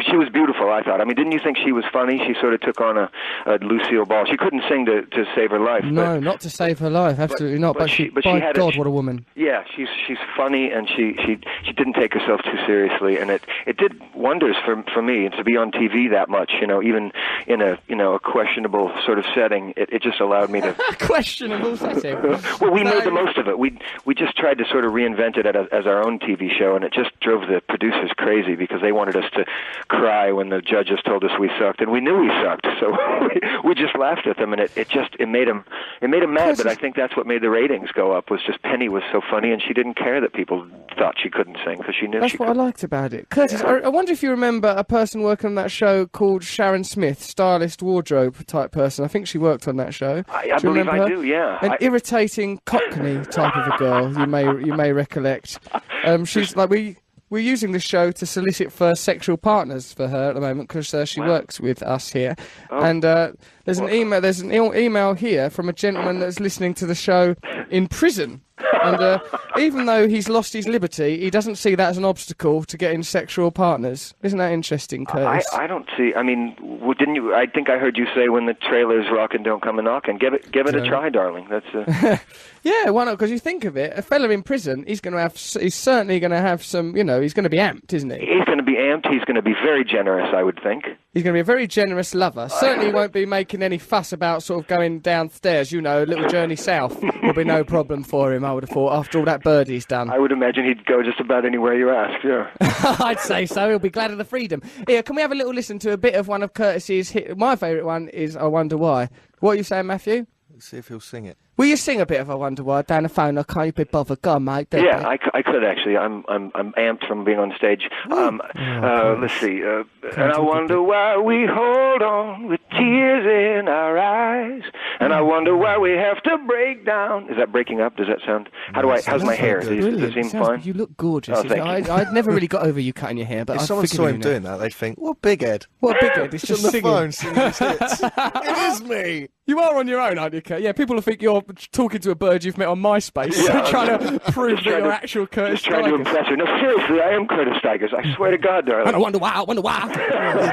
S10: she was beautiful. I thought. I mean, didn't you think she was funny? She sort of took on a, a Lucille Ball. She couldn't sing to to save her life.
S2: No,
S10: but-
S2: not to save her life. Absolutely not.
S10: but
S2: But,
S10: she-
S2: she,
S10: but she
S2: by
S10: had a-
S2: God,
S10: she-
S2: what a woman.
S10: Yeah, she's she's funny and she she she didn't take herself too seriously, and it it did wonders for for me to be on TV that much. You know, even in a you know a questionable sort of setting, it it just allowed me to.
S2: Questionable setting.
S10: (laughs) Well, we
S2: No.
S10: made the most of it. We we just tried to sort of reinvent it at a, as our own TV show, and it just drove the producers crazy because they wanted us to cry when the judges told us we sucked, and we knew we sucked, (laughs) so we, we just laughed at them, and it, it just it made them it made them mad. But I think that's what made the ratings go up was just Penny was so funny, and she didn't care that people thought she couldn't sing because she knew
S2: That's
S10: she
S2: what I
S10: could.
S2: liked about it. Curtis, I, I wonder if you remember a person working on that show called Sharon Smith, stylist, wardrobe type person. I think she worked on that show.
S10: I- I
S2: do you
S10: believe
S2: remember
S10: I
S2: her?
S10: do, yeah.
S2: An
S10: I-
S2: irritating Cockney type of a girl, you may you may recollect. Um, she's like we. We're using this show to solicit for sexual partners for her at the moment because uh, she works with us here. And uh, there's an email. There's an e- email here from a gentleman that's listening to the show in prison. And uh, even though he's lost his liberty, he doesn't see that as an obstacle to getting sexual partners. Isn't that interesting,
S10: I,
S2: Curtis?
S10: I don't see. I mean, well, didn't you? I think I heard you say when the trailers rock and don't come a knockin'. Give it, give it a try, darling. That's a,
S2: Yeah, why not? Because you think of it, a fella in prison, he's going to have, s- he's certainly going to have some, you know, he's going to be amped, isn't he?
S10: he's going to be amped. He's going to be very generous, I would think.
S2: He's going to be a very generous lover. Certainly won't be making any fuss about sort of going downstairs. You know, a little journey south will be no problem for him. I would have thought after all that birdie's done.
S10: I would imagine he'd go just about anywhere you asked. Yeah.
S2: (laughs) I'd say so. He'll be glad of the freedom. Here, can we have a little listen to a bit of one of Curtis's? Hit? My favourite one is "I Wonder Why." What are you saying, Matthew?
S3: Let's see if he'll sing it.
S2: Will you sing a bit of "I Wonder Why" down the phone? I can't be bothered. Go on, mate. do
S10: yeah,
S2: it.
S10: I, c- I could actually. I'm I'm I'm amped from being on stage. Um, uh, let's see. Uh, and I wonder why we hold on with tears in our eyes, and I wonder why we have to break down. Is that breaking up? Does that sound? How do I? How's my hair? Does, does it seem
S2: Sounds-
S10: fine?
S2: You look gorgeous.
S10: Oh,
S2: It's-
S10: thank you.
S2: I, I'd never really got over you cutting your hair, but
S3: If
S2: I've
S3: someone
S2: forgiven
S3: saw
S2: you
S3: him
S2: now.
S3: doing that, they'd think, "What big head?
S2: What a big head! It's
S3: He's on
S2: just
S3: the
S2: singing.
S3: phone singing his
S2: (laughs)
S3: hits." it is me.
S2: You are on your own, aren't you, Kurt? Yeah, people will think you're talking to a bird you've met on MySpace,
S10: Yeah,
S2: (laughs) trying to prove that
S10: trying
S2: you're
S10: to-
S2: actual Curtis
S10: Just trying to
S2: Tigers.
S10: impress her. No, seriously, I am Curtis Stigers. I swear to God,
S2: And I
S10: darling.
S2: wonder why, I wonder
S10: (laughs)
S2: why.
S3: You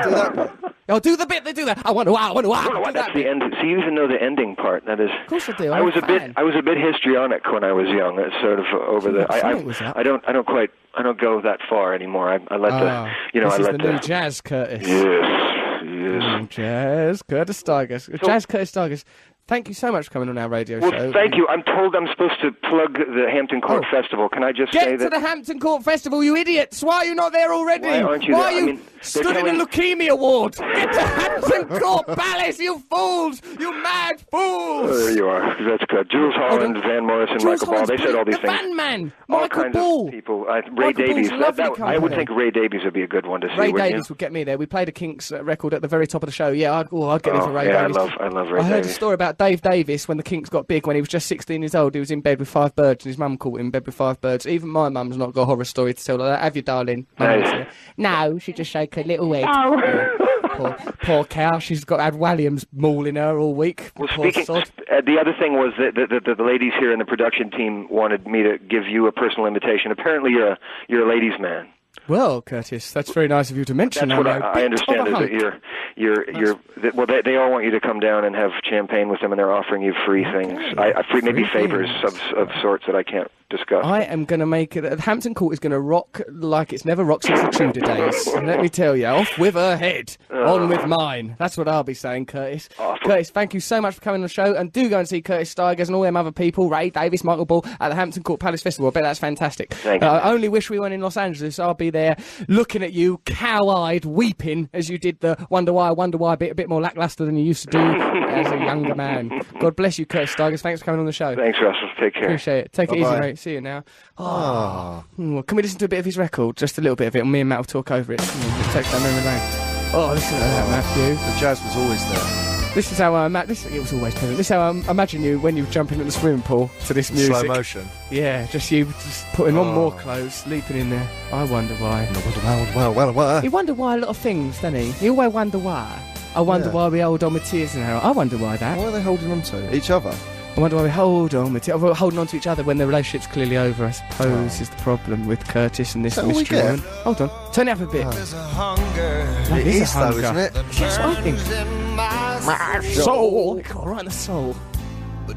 S3: do that bit.
S2: I'll do the bit, they do that. I wonder why, I wonder why.
S10: I don't know
S2: do
S10: why
S2: that
S10: that's
S2: bit.
S10: the end. So you even know the ending part. That is. Of
S2: course I do,
S10: I
S2: I'm
S10: was
S2: a
S10: a bit.
S2: fan.
S10: I was a bit histrionic when I was young. It's sort of uh, over the. I,
S2: something was
S10: I,
S2: up.
S10: I don't. I don't quite. I don't go that far anymore. I, I let the.
S2: Ah,
S10: You know.
S2: this
S10: I
S2: is
S10: let
S2: the new Mm, jazz, Curtis.
S10: Yes. Yes.
S2: Jazz Curtis Tigers. jazz Curtis Tigers. Thank you so much for coming on our radio show.
S10: Well, thank you. I'm told I'm supposed to plug the Hampton Court
S2: Oh.
S10: Festival. Can I just say
S2: Get to
S10: that?
S2: the Hampton Court Festival, you idiots! Why are you not there already?
S10: Why aren't you
S2: Why are
S10: there? I
S2: you
S10: mean, they're
S2: stood in
S10: coming-
S2: the Leukemia Award? Get to Hampton Court Palace, you fools! You mad fools!
S10: Oh, there you are. That's good. Jules Holland, Van Morrison,
S2: Jules
S10: Michael Ball. They
S2: Holland's
S10: said all
S2: brilliant.
S10: these
S2: the
S10: things.
S2: Van Man,
S10: all
S2: Michael
S10: kinds
S2: Ball.
S10: of people. Uh, Ray
S2: Michael
S10: Davies.
S2: Ball's
S10: That,
S2: lovely
S10: that, I would
S2: company.
S10: think Ray Davies would be a good one to see.
S2: Ray
S10: wouldn't
S2: Davies
S10: You?
S2: would get me there. We played a Kinks uh, record at the very top of the show. Yeah, I'd, oh, I'd get me
S10: Oh,
S2: for Ray
S10: yeah, I
S2: Davies.
S10: love- I love Ray
S2: I heard a
S10: Davies.
S2: story about Dave Davis when the Kinks got big when he was just 16 years old. He was in bed with five birds and his mum caught him in bed with five birds. Even my mum's not got a horror story to tell like that. Have you,
S10: (laughs)
S2: darling? My mum
S10: No.
S2: said, No, she just shook her little head. (laughs) Poor, poor cow. She's got had Walliams mauling her all week.
S10: Well,
S2: poor
S10: speaking,
S2: sod.
S10: uh, the other thing was that the, the, the ladies here in the production team wanted me to give you a personal invitation. Apparently, you're a, you're a ladies' man.
S2: Well, Curtis, that's very nice of you to mention.
S10: That's what I,
S2: I'm a bit
S10: I understand
S2: of
S10: is
S2: a
S10: that
S2: hunk.
S10: you're, you're, you're. That, well, they, they all want you to come down and have champagne with them, and they're offering you free things. I, I free, maybe
S2: Free
S10: favors
S2: things.
S10: of, of sorts that I can't discuss.
S2: I am going to make it. Hampton Court is going to rock like it's never rocked since the Tudor days. And let me tell you, off with her head, on with mine. That's what I'll be saying, Curtis. Curtis, thank you so much for coming on the show. And do go and see Curtis Stigers and all them other people, Ray Davis, Michael Ball, at the Hampton Court Palace Festival. I bet that's fantastic. Uh,
S10: Thank
S2: I only wish we weren't in Los Angeles. I'll be there looking at you, cow eyed, weeping, as you did the Wonder Why, Wonder Why bit, a bit more lackluster than you used to do as a younger man. God bless you, Curtis Stigers. Thanks for coming on the show.
S10: Thanks, Russell. Take care.
S2: Appreciate it. Take it easy,
S3: Bye-bye. Ah.
S2: mate. See you now. Oh. Mm, Can we listen to a bit of his record? Just a little bit of it, and me and Matt will talk over it. Mm, Take that memory lane. Oh, listen to that, Matthew.
S3: The jazz was always there.
S2: This is how I Matt. This it was always present. This is how I imagine you when you jump into the swimming pool to this music.
S3: Slow Ah. motion.
S2: Yeah, just you just putting on more clothes, leaping in there. I wonder why.
S3: Well, well, well, well.
S2: He wonder why a lot of things, doesn't he? He always wonder why. I wonder
S3: Yeah.
S2: why we hold on with tears in our eyes. I wonder why that.
S3: Why are they holding on to each other?
S2: I wonder why we hold on with we're holding on to each other when the relationship's clearly over. I suppose is the problem with Curtis and this
S3: Is that all we
S2: mystery
S3: get?
S2: woman. Hold on, turn it up a bit. That
S3: It
S2: is
S3: is
S2: a
S3: though,
S2: hunger.
S3: isn't it?
S2: That's what I think. Soul, It got right in the soul.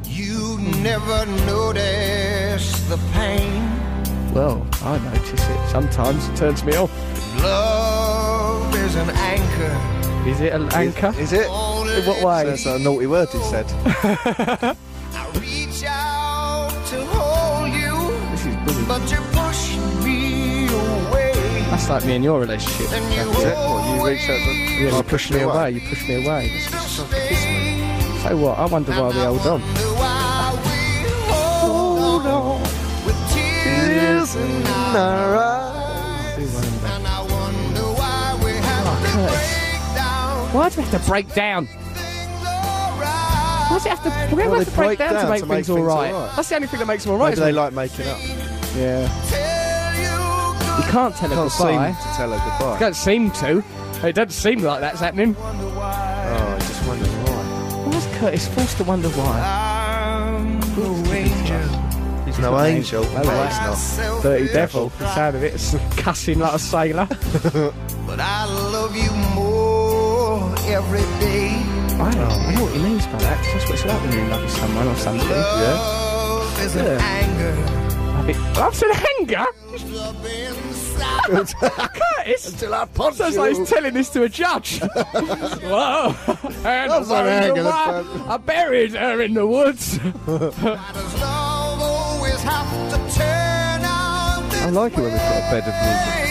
S4: You never notice the pain.
S2: Well, I notice it sometimes. It turns me off.
S4: Love is an anchor.
S2: Is it an anchor?
S3: Is it?
S2: In what way?
S3: That's a naughty word he
S2: (laughs)
S3: said.
S4: I reach out to hold you,
S2: This is brilliant.
S4: but you push me away.
S2: That's like me and your relationship.
S4: And you
S3: Is it? What, you reach out to...
S4: always
S2: Yeah,
S3: Oh,
S2: you push me away. You push me away.
S4: stay.
S2: So what? I wonder why we hold on.
S4: Wonder why we hold on with tears in our eyes. And I wonder why we have
S2: Oh,
S4: to break down
S2: Why do we have to break down?
S4: things alright.
S2: Why does it have to? Why do we have
S3: they
S2: to break
S3: break
S2: down to
S3: down
S2: make
S3: to make
S2: things
S3: things
S2: all right?
S3: alright?
S2: That's the only thing that makes them all right.
S3: Maybe they
S2: isn't
S3: like making up.
S2: it? Yeah.
S4: Tell you
S2: You can't tell her
S3: Can't seem
S2: goodbye.
S3: to tell her goodbye.
S2: Don't seem to. It doesn't seem like that's happening.
S3: Oh, I just wondered why.
S2: Why was Curtis forced to wonder why?
S3: He's no angel. No, he's not.
S2: Dirty devil. The sound of it is (laughs) cussing like a sailor.
S4: (laughs) But I love you more every day.
S2: I know, I know what he means by that. 'cause That's what it's like when you're in love with someone or something.
S4: Love is an
S2: Yeah.
S4: anger.
S2: I Gloves and hanger? Curtis?
S3: Until I punch
S2: Sounds like he's telling this to a
S3: (laughs)
S2: judge. Whoa. And
S3: Gloves and
S2: I, wonder
S3: hanger, that's
S2: why I buried her in the woods.
S4: Always have to turn out
S3: I like it when we've got a bed of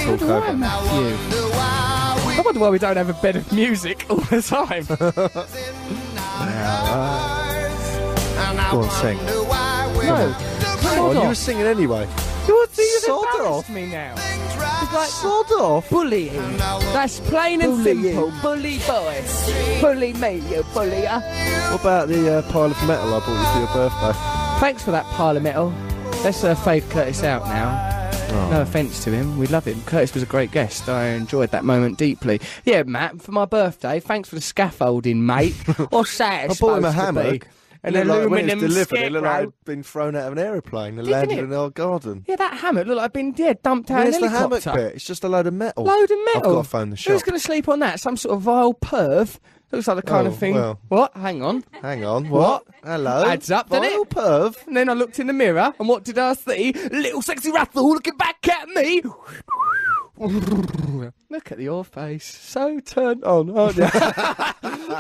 S3: music to talk over.
S2: I wonder why we don't have a bed of music all the
S3: (laughs)
S2: time.
S4: and I
S3: Go on, sing.
S4: wonder why we
S3: No. Come
S2: Sod
S3: on, Oh. you were
S2: off.
S3: singing anyway.
S2: You're you've
S3: Sod
S2: embarrassed
S3: off.
S2: me now.
S3: Sod off.
S6: Bullying. That's plain and simple. Bully boy. Bully me, you bullyer.
S3: What about the uh, pile of metal I bought you for your birthday?
S2: Thanks for that pile of metal. Let's uh, fade Curtis out now.
S3: Oh.
S2: No offence to him, we love him. Curtis was a great guest. I enjoyed that moment deeply. Yeah, Matt, for my birthday, thanks for the scaffolding,
S3: (laughs)
S2: mate. or sad.
S3: I bought him a hammock.
S2: An
S3: it looked like, when it
S2: aluminum
S3: was delivered, it looked like
S2: scarecrow.
S3: it'd been thrown out of an aeroplane and landed
S2: it?
S3: in our garden.
S2: Yeah, that hammock looked like I'd been yeah, dumped out
S3: Where's
S2: of
S3: the
S2: a
S3: hammock
S2: helicopter.
S3: bit? It's just a load of metal.
S2: Load of metal.
S3: I've got to phone the shop.
S2: Who's going to sleep on that? Some sort of vile perv? Looks like the kind
S3: Oh,
S2: of thing.
S3: well.
S2: What? Hang on.
S3: Hang on. What? Hello.
S2: Adds up, doesn't
S3: Vile
S2: it?
S3: perv.
S2: And then I looked in the mirror, and what did I see? Little sexy rattle looking back at me. Look at your face. So turned on, aren't
S3: (laughs)
S2: you?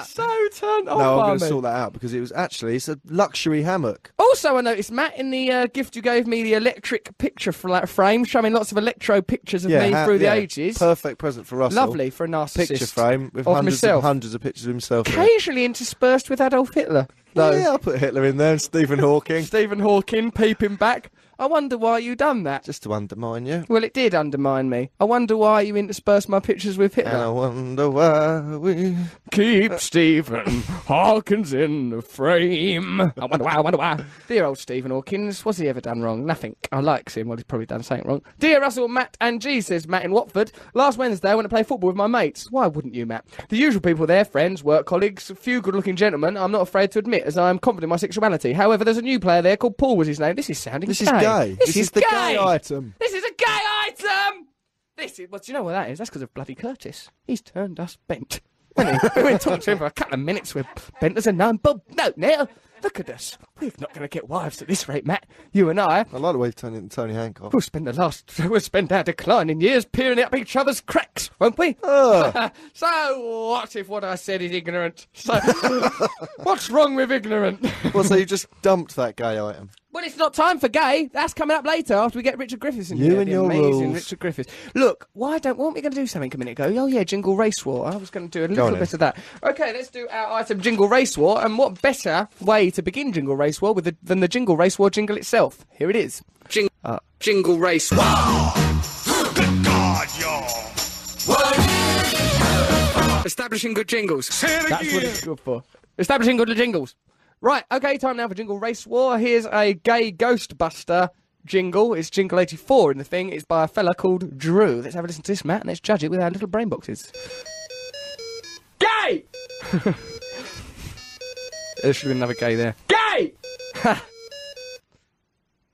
S2: so turned on
S3: No,
S2: by
S3: I'm going to
S2: me.
S3: sort that out because it was actually it's a luxury hammock.
S2: Also, I noticed, Matt, in the uh, gift you gave me, the electric picture fla- frame showing lots of electro pictures of me
S3: ha-
S2: through the
S3: yeah.
S2: ages.
S3: Perfect present for Russell.
S2: Lovely for a narcissist.
S3: picture frame with
S2: of
S3: hundreds
S2: myself.
S3: and hundreds of pictures of himself. in it.
S2: Occasionally interspersed with Adolf Hitler. No.
S3: Yeah, I'll put Hitler in there and Stephen Hawking
S2: Stephen Hawking peeping back. I wonder why you done that.
S3: just to undermine you.
S2: Well, it did undermine me. I wonder why you interspersed my pictures with Hitler.
S3: And I wonder why we.
S2: Keep Stephen Hawkins in the frame. I wonder why, I wonder why. Dear old Stephen Hawkins, what's he ever done wrong? Nothing. I likes him. Well, he's probably done something wrong. Dear Russell, Matt, and G, says Matt in Watford. Last Wednesday, I went to play football with my mates. Why wouldn't you, Matt? The usual people there, friends, work colleagues, a few good looking gentlemen, I'm not afraid to admit, as I am confident in my sexuality. However, there's a new player there called Paul, was his name. This is sounding
S3: This
S2: gay.
S3: is gay.
S2: This,
S3: is the gay item.
S2: This is a gay item! This is, well, do you know what that is? That's because of bloody Curtis. He's turned us bent. Hasn't he? we went talking to him for a couple of minutes. We're bent as a nun. But no, now, look at us. We're not going to get wives at this rate, Matt. You and I,
S3: I like the way you turned into Tony Hancock.
S2: (laughs) we'll spend the last, we'll spend our declining years peering up each other's cracks, won't we? (laughs) so, what if what I said is ignorant? So, (laughs) what's wrong with ignorant?
S3: well, so you just dumped that gay item.
S2: Well, it's not time for gay. That's coming up later after we get Richard Griffiths in
S3: You
S2: here.
S3: and
S2: the
S3: your
S2: amazing
S3: rules.
S2: Richard Griffiths. Look, why don't? Weren't we going to do something a minute ago? Oh yeah, Jingle Race War. I was going to do a little
S3: on
S2: bit
S3: then.
S2: of that. Okay, let's do our item Jingle Race War. And what better way to begin Jingle Race War with the, than the Jingle Race War jingle itself? Here it is. Uh, Jing- jingle Race War.
S7: Good God, y'all.
S2: Establishing good jingles.
S7: it
S2: That's what it's good for. Establishing good jingles. Right, okay, time now for Jingle Race War. Here's a gay Ghostbuster jingle. It's Jingle 84 in the thing. It's by a fella called Drew. Let's have a listen to this, Matt, and let's judge it with our little brain boxes. Gay! (laughs) there should have been another gay there. Gay! (laughs)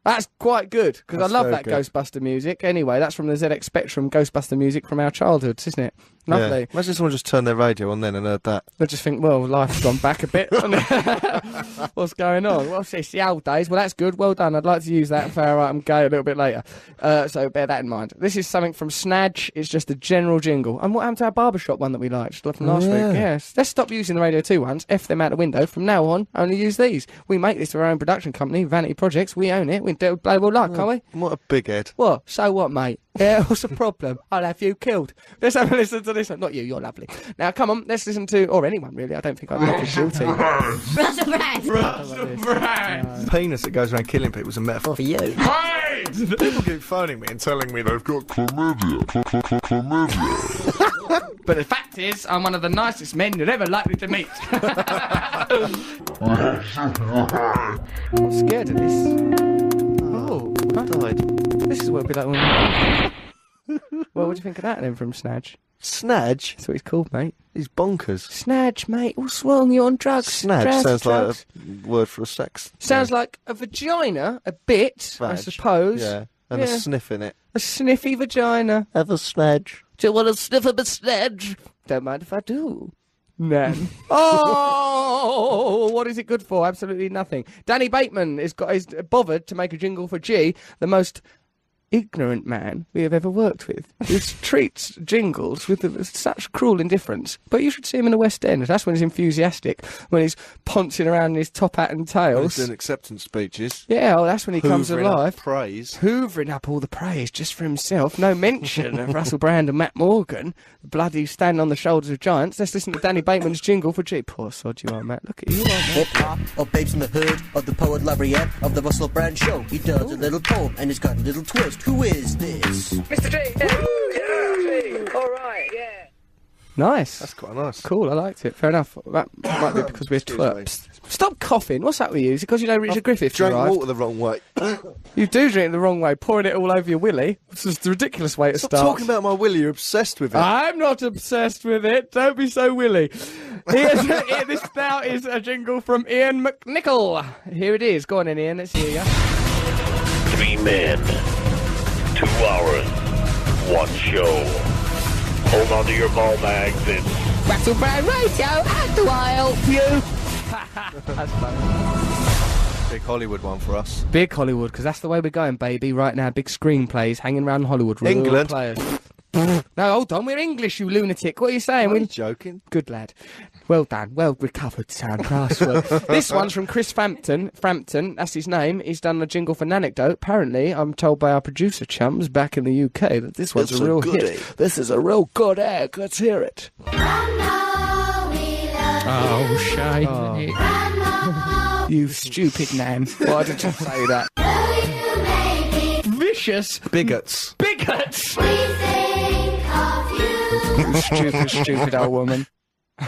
S2: That's quite good because I
S3: That's
S2: love
S3: very
S2: that
S3: good.
S2: Ghostbuster music. Anyway, that's from the ZX Spectrum Ghostbuster music from our childhoods, isn't it? Lovely.
S3: Yeah. Imagine someone just turned their radio on then and heard that.
S2: They just think, well, life's gone back a bit. (laughs) What's going on? Well, it's the old days. Well, that's good. Well done. I'd like to use that for our item gay a little bit later. Uh, so bear that in mind. This is something from Snatch. It's just a general jingle. And what happened to our barbershop one that we liked from last
S3: Yeah.
S2: week? Yes. Let's stop using the Radio 2 ones. F them out the window. From now on, only use these. We make this for our own production company, Vanity Projects. We own it. We do it bloody well like, can't we?
S3: What a big head.
S2: What? So what, mate? Yeah, (laughs) what's the problem? I'll have you killed. Let's have a listen to this one. Not you, you're lovely. Now, come on, let's listen to, or anyone really. I don't think I'm making guilty.
S3: Penis that goes around killing people is a metaphor for you. People keep phoning me and telling me they've got chlamydia.
S2: (laughs) But the fact is, I'm one of the nicest men you're ever likely to
S3: (laughs)
S2: meet. (laughs) I'm scared of this. Oh,
S3: Died.
S2: this is what it'd be like when. well, what do you think of that then from Snatch?
S3: Snadge?
S2: That's what he's called, mate.
S3: He's bonkers.
S2: Snatch, mate. What's wrong? You're on drugs.
S3: Snadge
S2: Drugs,
S3: sounds like
S2: drugs.
S3: a word for a sex.
S2: Sounds like a vagina, a bit, I
S3: Snadge.
S2: suppose.
S3: Yeah. And
S2: Yeah.
S3: a sniff in it.
S2: A sniffy vagina.
S3: Have a snadge.
S2: Do you want to sniff of a snedge? Don't mind if I do. Nan. (laughs) Oh, what is it good for? Absolutely nothing. Danny Bateman is got is bothered to make a jingle for G, the most ignorant man we have ever worked with. He treats jingles with the- such cruel indifference. But you should see him in the West End. That's when he's enthusiastic, when he's pouncing around in his top hat and tails.
S3: Doing acceptance speeches.
S2: Yeah, well, that's when he comes
S3: Hoovering up
S2: alive.
S3: Praise.
S2: Hoovering up all the praise just for himself. No mention of Russell Brand and Matt Morgan. Bloody standing on the shoulders of giants. Let's listen to Danny Bateman's jingle for G. Poor sod you are, Matt. Look at you.
S11: Of babes in the hood, of the poet laureate, of the Russell Brand show. He does a little poem and it's got a little twist. Who is this?
S12: Mr. J. Yeah. Mr. J. All right, yeah.
S2: Nice.
S3: That's quite nice.
S2: Cool, I liked it. Fair enough. That might be because we're twerps. Stop coughing. What's that with you? Is it because you know Richard Griffith
S3: Drank
S2: arrived?
S3: water the wrong way.
S2: You do drink it the wrong way, pouring it all over your willy. This is the ridiculous way to
S3: Stop
S2: start.
S3: talking about my willy. You're obsessed with it.
S2: I'm not obsessed with it. Don't be so willy. Here's (laughs) here- this now is a jingle from Ian McNichol. Here it is. Go on in, Ian. Let's hear you.
S7: Three men, two hours, one show. Hold on to your ball bags and
S12: Russell Brand Radio, how do I help you?
S2: That's funny.
S3: Big Hollywood one for us.
S2: Big Hollywood, because that's the way we're going, baby. Right now, big screenplays hanging around Hollywood. Real
S3: England.
S2: Players. no, hold on. We're English, you lunatic. What are you saying? We're
S3: joking.
S2: Good lad. Well done. Well recovered, Sam. Nice work. this one's from Chris Frampton. Frampton, that's his name. He's done a jingle for Nanecdote. Apparently, I'm told by our producer chums back in the UK that this one's
S13: It's
S2: a
S13: a
S2: real
S13: goodie.
S2: hit. This is a real good egg. Let's hear it. Oh, shame. You stupid man. Why did you say that? Vicious.
S3: Bigots.
S2: Bigots. stupid, stupid old (laughs) woman.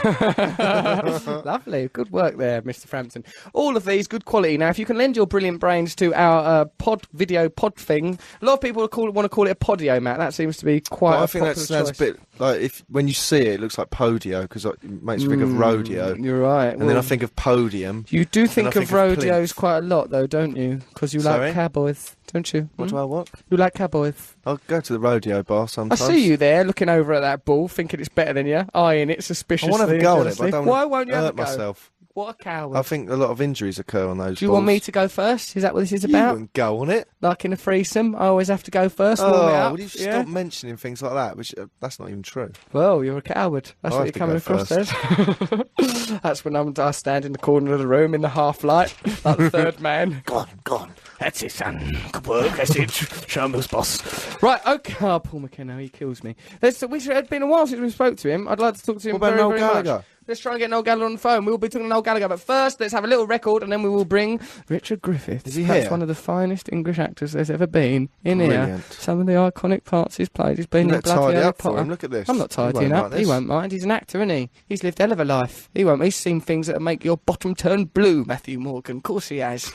S2: Lovely. Good work there, Mr. Frampton. All of these, good quality. Now, if you can lend your brilliant brains to our uh, pod video pod thing, a lot of people call, want to call it a podio, Matt. That seems to be quite
S3: But
S2: a
S3: I think that
S2: popular
S3: sounds
S2: choice.
S3: a bit like if when you see it, it looks like podio because it makes me think of
S2: Mm,
S3: rodeo.
S2: You're right.
S3: And then I
S2: well-
S3: think of podium.
S2: You do
S3: and I
S2: think of
S3: plinth.
S2: rodeos quite a lot, though, don't you? Because you
S3: Sorry?
S2: like cowboys, don't you? Hmm?
S3: What do I want?
S2: You like cowboys.
S3: I'll go to the rodeo bar
S2: I
S3: sometimes.
S2: see you there looking over at that ball, thinking it's better than you, eyeing it
S3: I
S2: suspiciously.
S3: want to have a
S2: and
S3: go on it, but I
S2: jealously.
S3: don't
S2: Why
S3: wanna
S2: won't you
S3: hurt
S2: have a go?
S3: myself.
S2: What a coward.
S3: I think a lot of injuries occur on those.
S2: Do you want me to go first? Is that what this is about?
S3: wouldn't go on it.
S2: Like in a threesome, I always have to go first. warm it
S3: oh,
S2: up,
S3: would you
S2: yeah?
S3: stop mentioning things like that? Which uh, that's not even true.
S2: Well, you're a coward. That's
S3: I
S2: what
S3: have
S2: you're
S3: to
S2: coming
S3: go
S2: across
S3: first.
S2: as. (laughs) That's when I'm, I stand in the corner of the room in the half light, like the third
S3: (laughs)
S2: man. Go on, go on. That's it, son. Good work. That's it. Show 'em who's boss. Right, okay. Oh, Paul McKenna, he kills me. There's, we should, it's been a while since we spoke to him. I'd like to talk to him
S3: What about
S2: very,
S3: Noel
S2: very
S3: Gallagher?
S2: much. Let's try and get Noel Gallagher on the phone. We'll be talking to Noel Gallagher, but first, let's have a little record, and then we will bring Richard Griffith.
S3: Is he
S2: Perhaps
S3: here?
S2: one of the finest English actors there's ever been in here.
S3: Brilliant.
S2: Some of the iconic parts he's played. He's been
S3: Look,
S2: in bloody
S3: tidy
S2: Harry
S3: up for
S2: Potter.
S3: him. Look at this.
S2: I'm not
S3: He
S2: tidying
S3: won't
S2: up.
S3: like
S2: He
S3: this.
S2: won't mind. He's an actor, isn't he? He's lived hell of a life. He won't. He's seen things that make your bottom turn blue, Matthew Morgan. Of course he
S3: (laughs)
S2: has.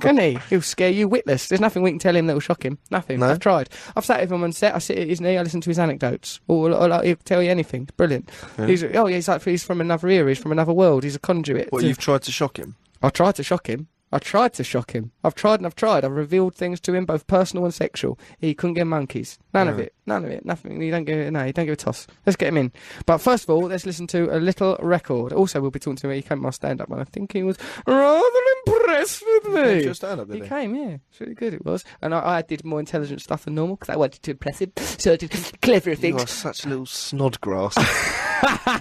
S2: Can he? He'll scare you witless. There's nothing we can tell him that will shock him. Nothing.
S3: No?
S2: I've tried. I've sat with him on set. I sit at his knee. I listen to his anecdotes. Or, or, like, he'll tell you anything. It's brilliant.
S3: Yeah.
S2: He's oh yeah. He's like he's from another era. He's from another world. He's a conduit.
S3: What
S2: to-
S3: you've tried to shock him?
S2: I tried to shock him. I tried to shock him. I've tried and I've tried. I've revealed things to him, both personal and sexual. He couldn't get monkeys. None of
S3: Right.
S2: it. None of it. Nothing. He don't give it. No, he don't give a toss. Let's get him in. But first of all, let's listen to a little record. Also, we'll be talking to him. He came to my stand-up, and I think he was rather impressed with
S3: He came
S2: me.
S3: to your stand-up, did
S2: He
S3: he?
S2: came, yeah. It's really good. It was. And I, I did more intelligent stuff than normal because I wanted to impress him. So I did cleverer
S3: You
S2: things.
S3: are such a
S2: (laughs)
S3: little snodgrass.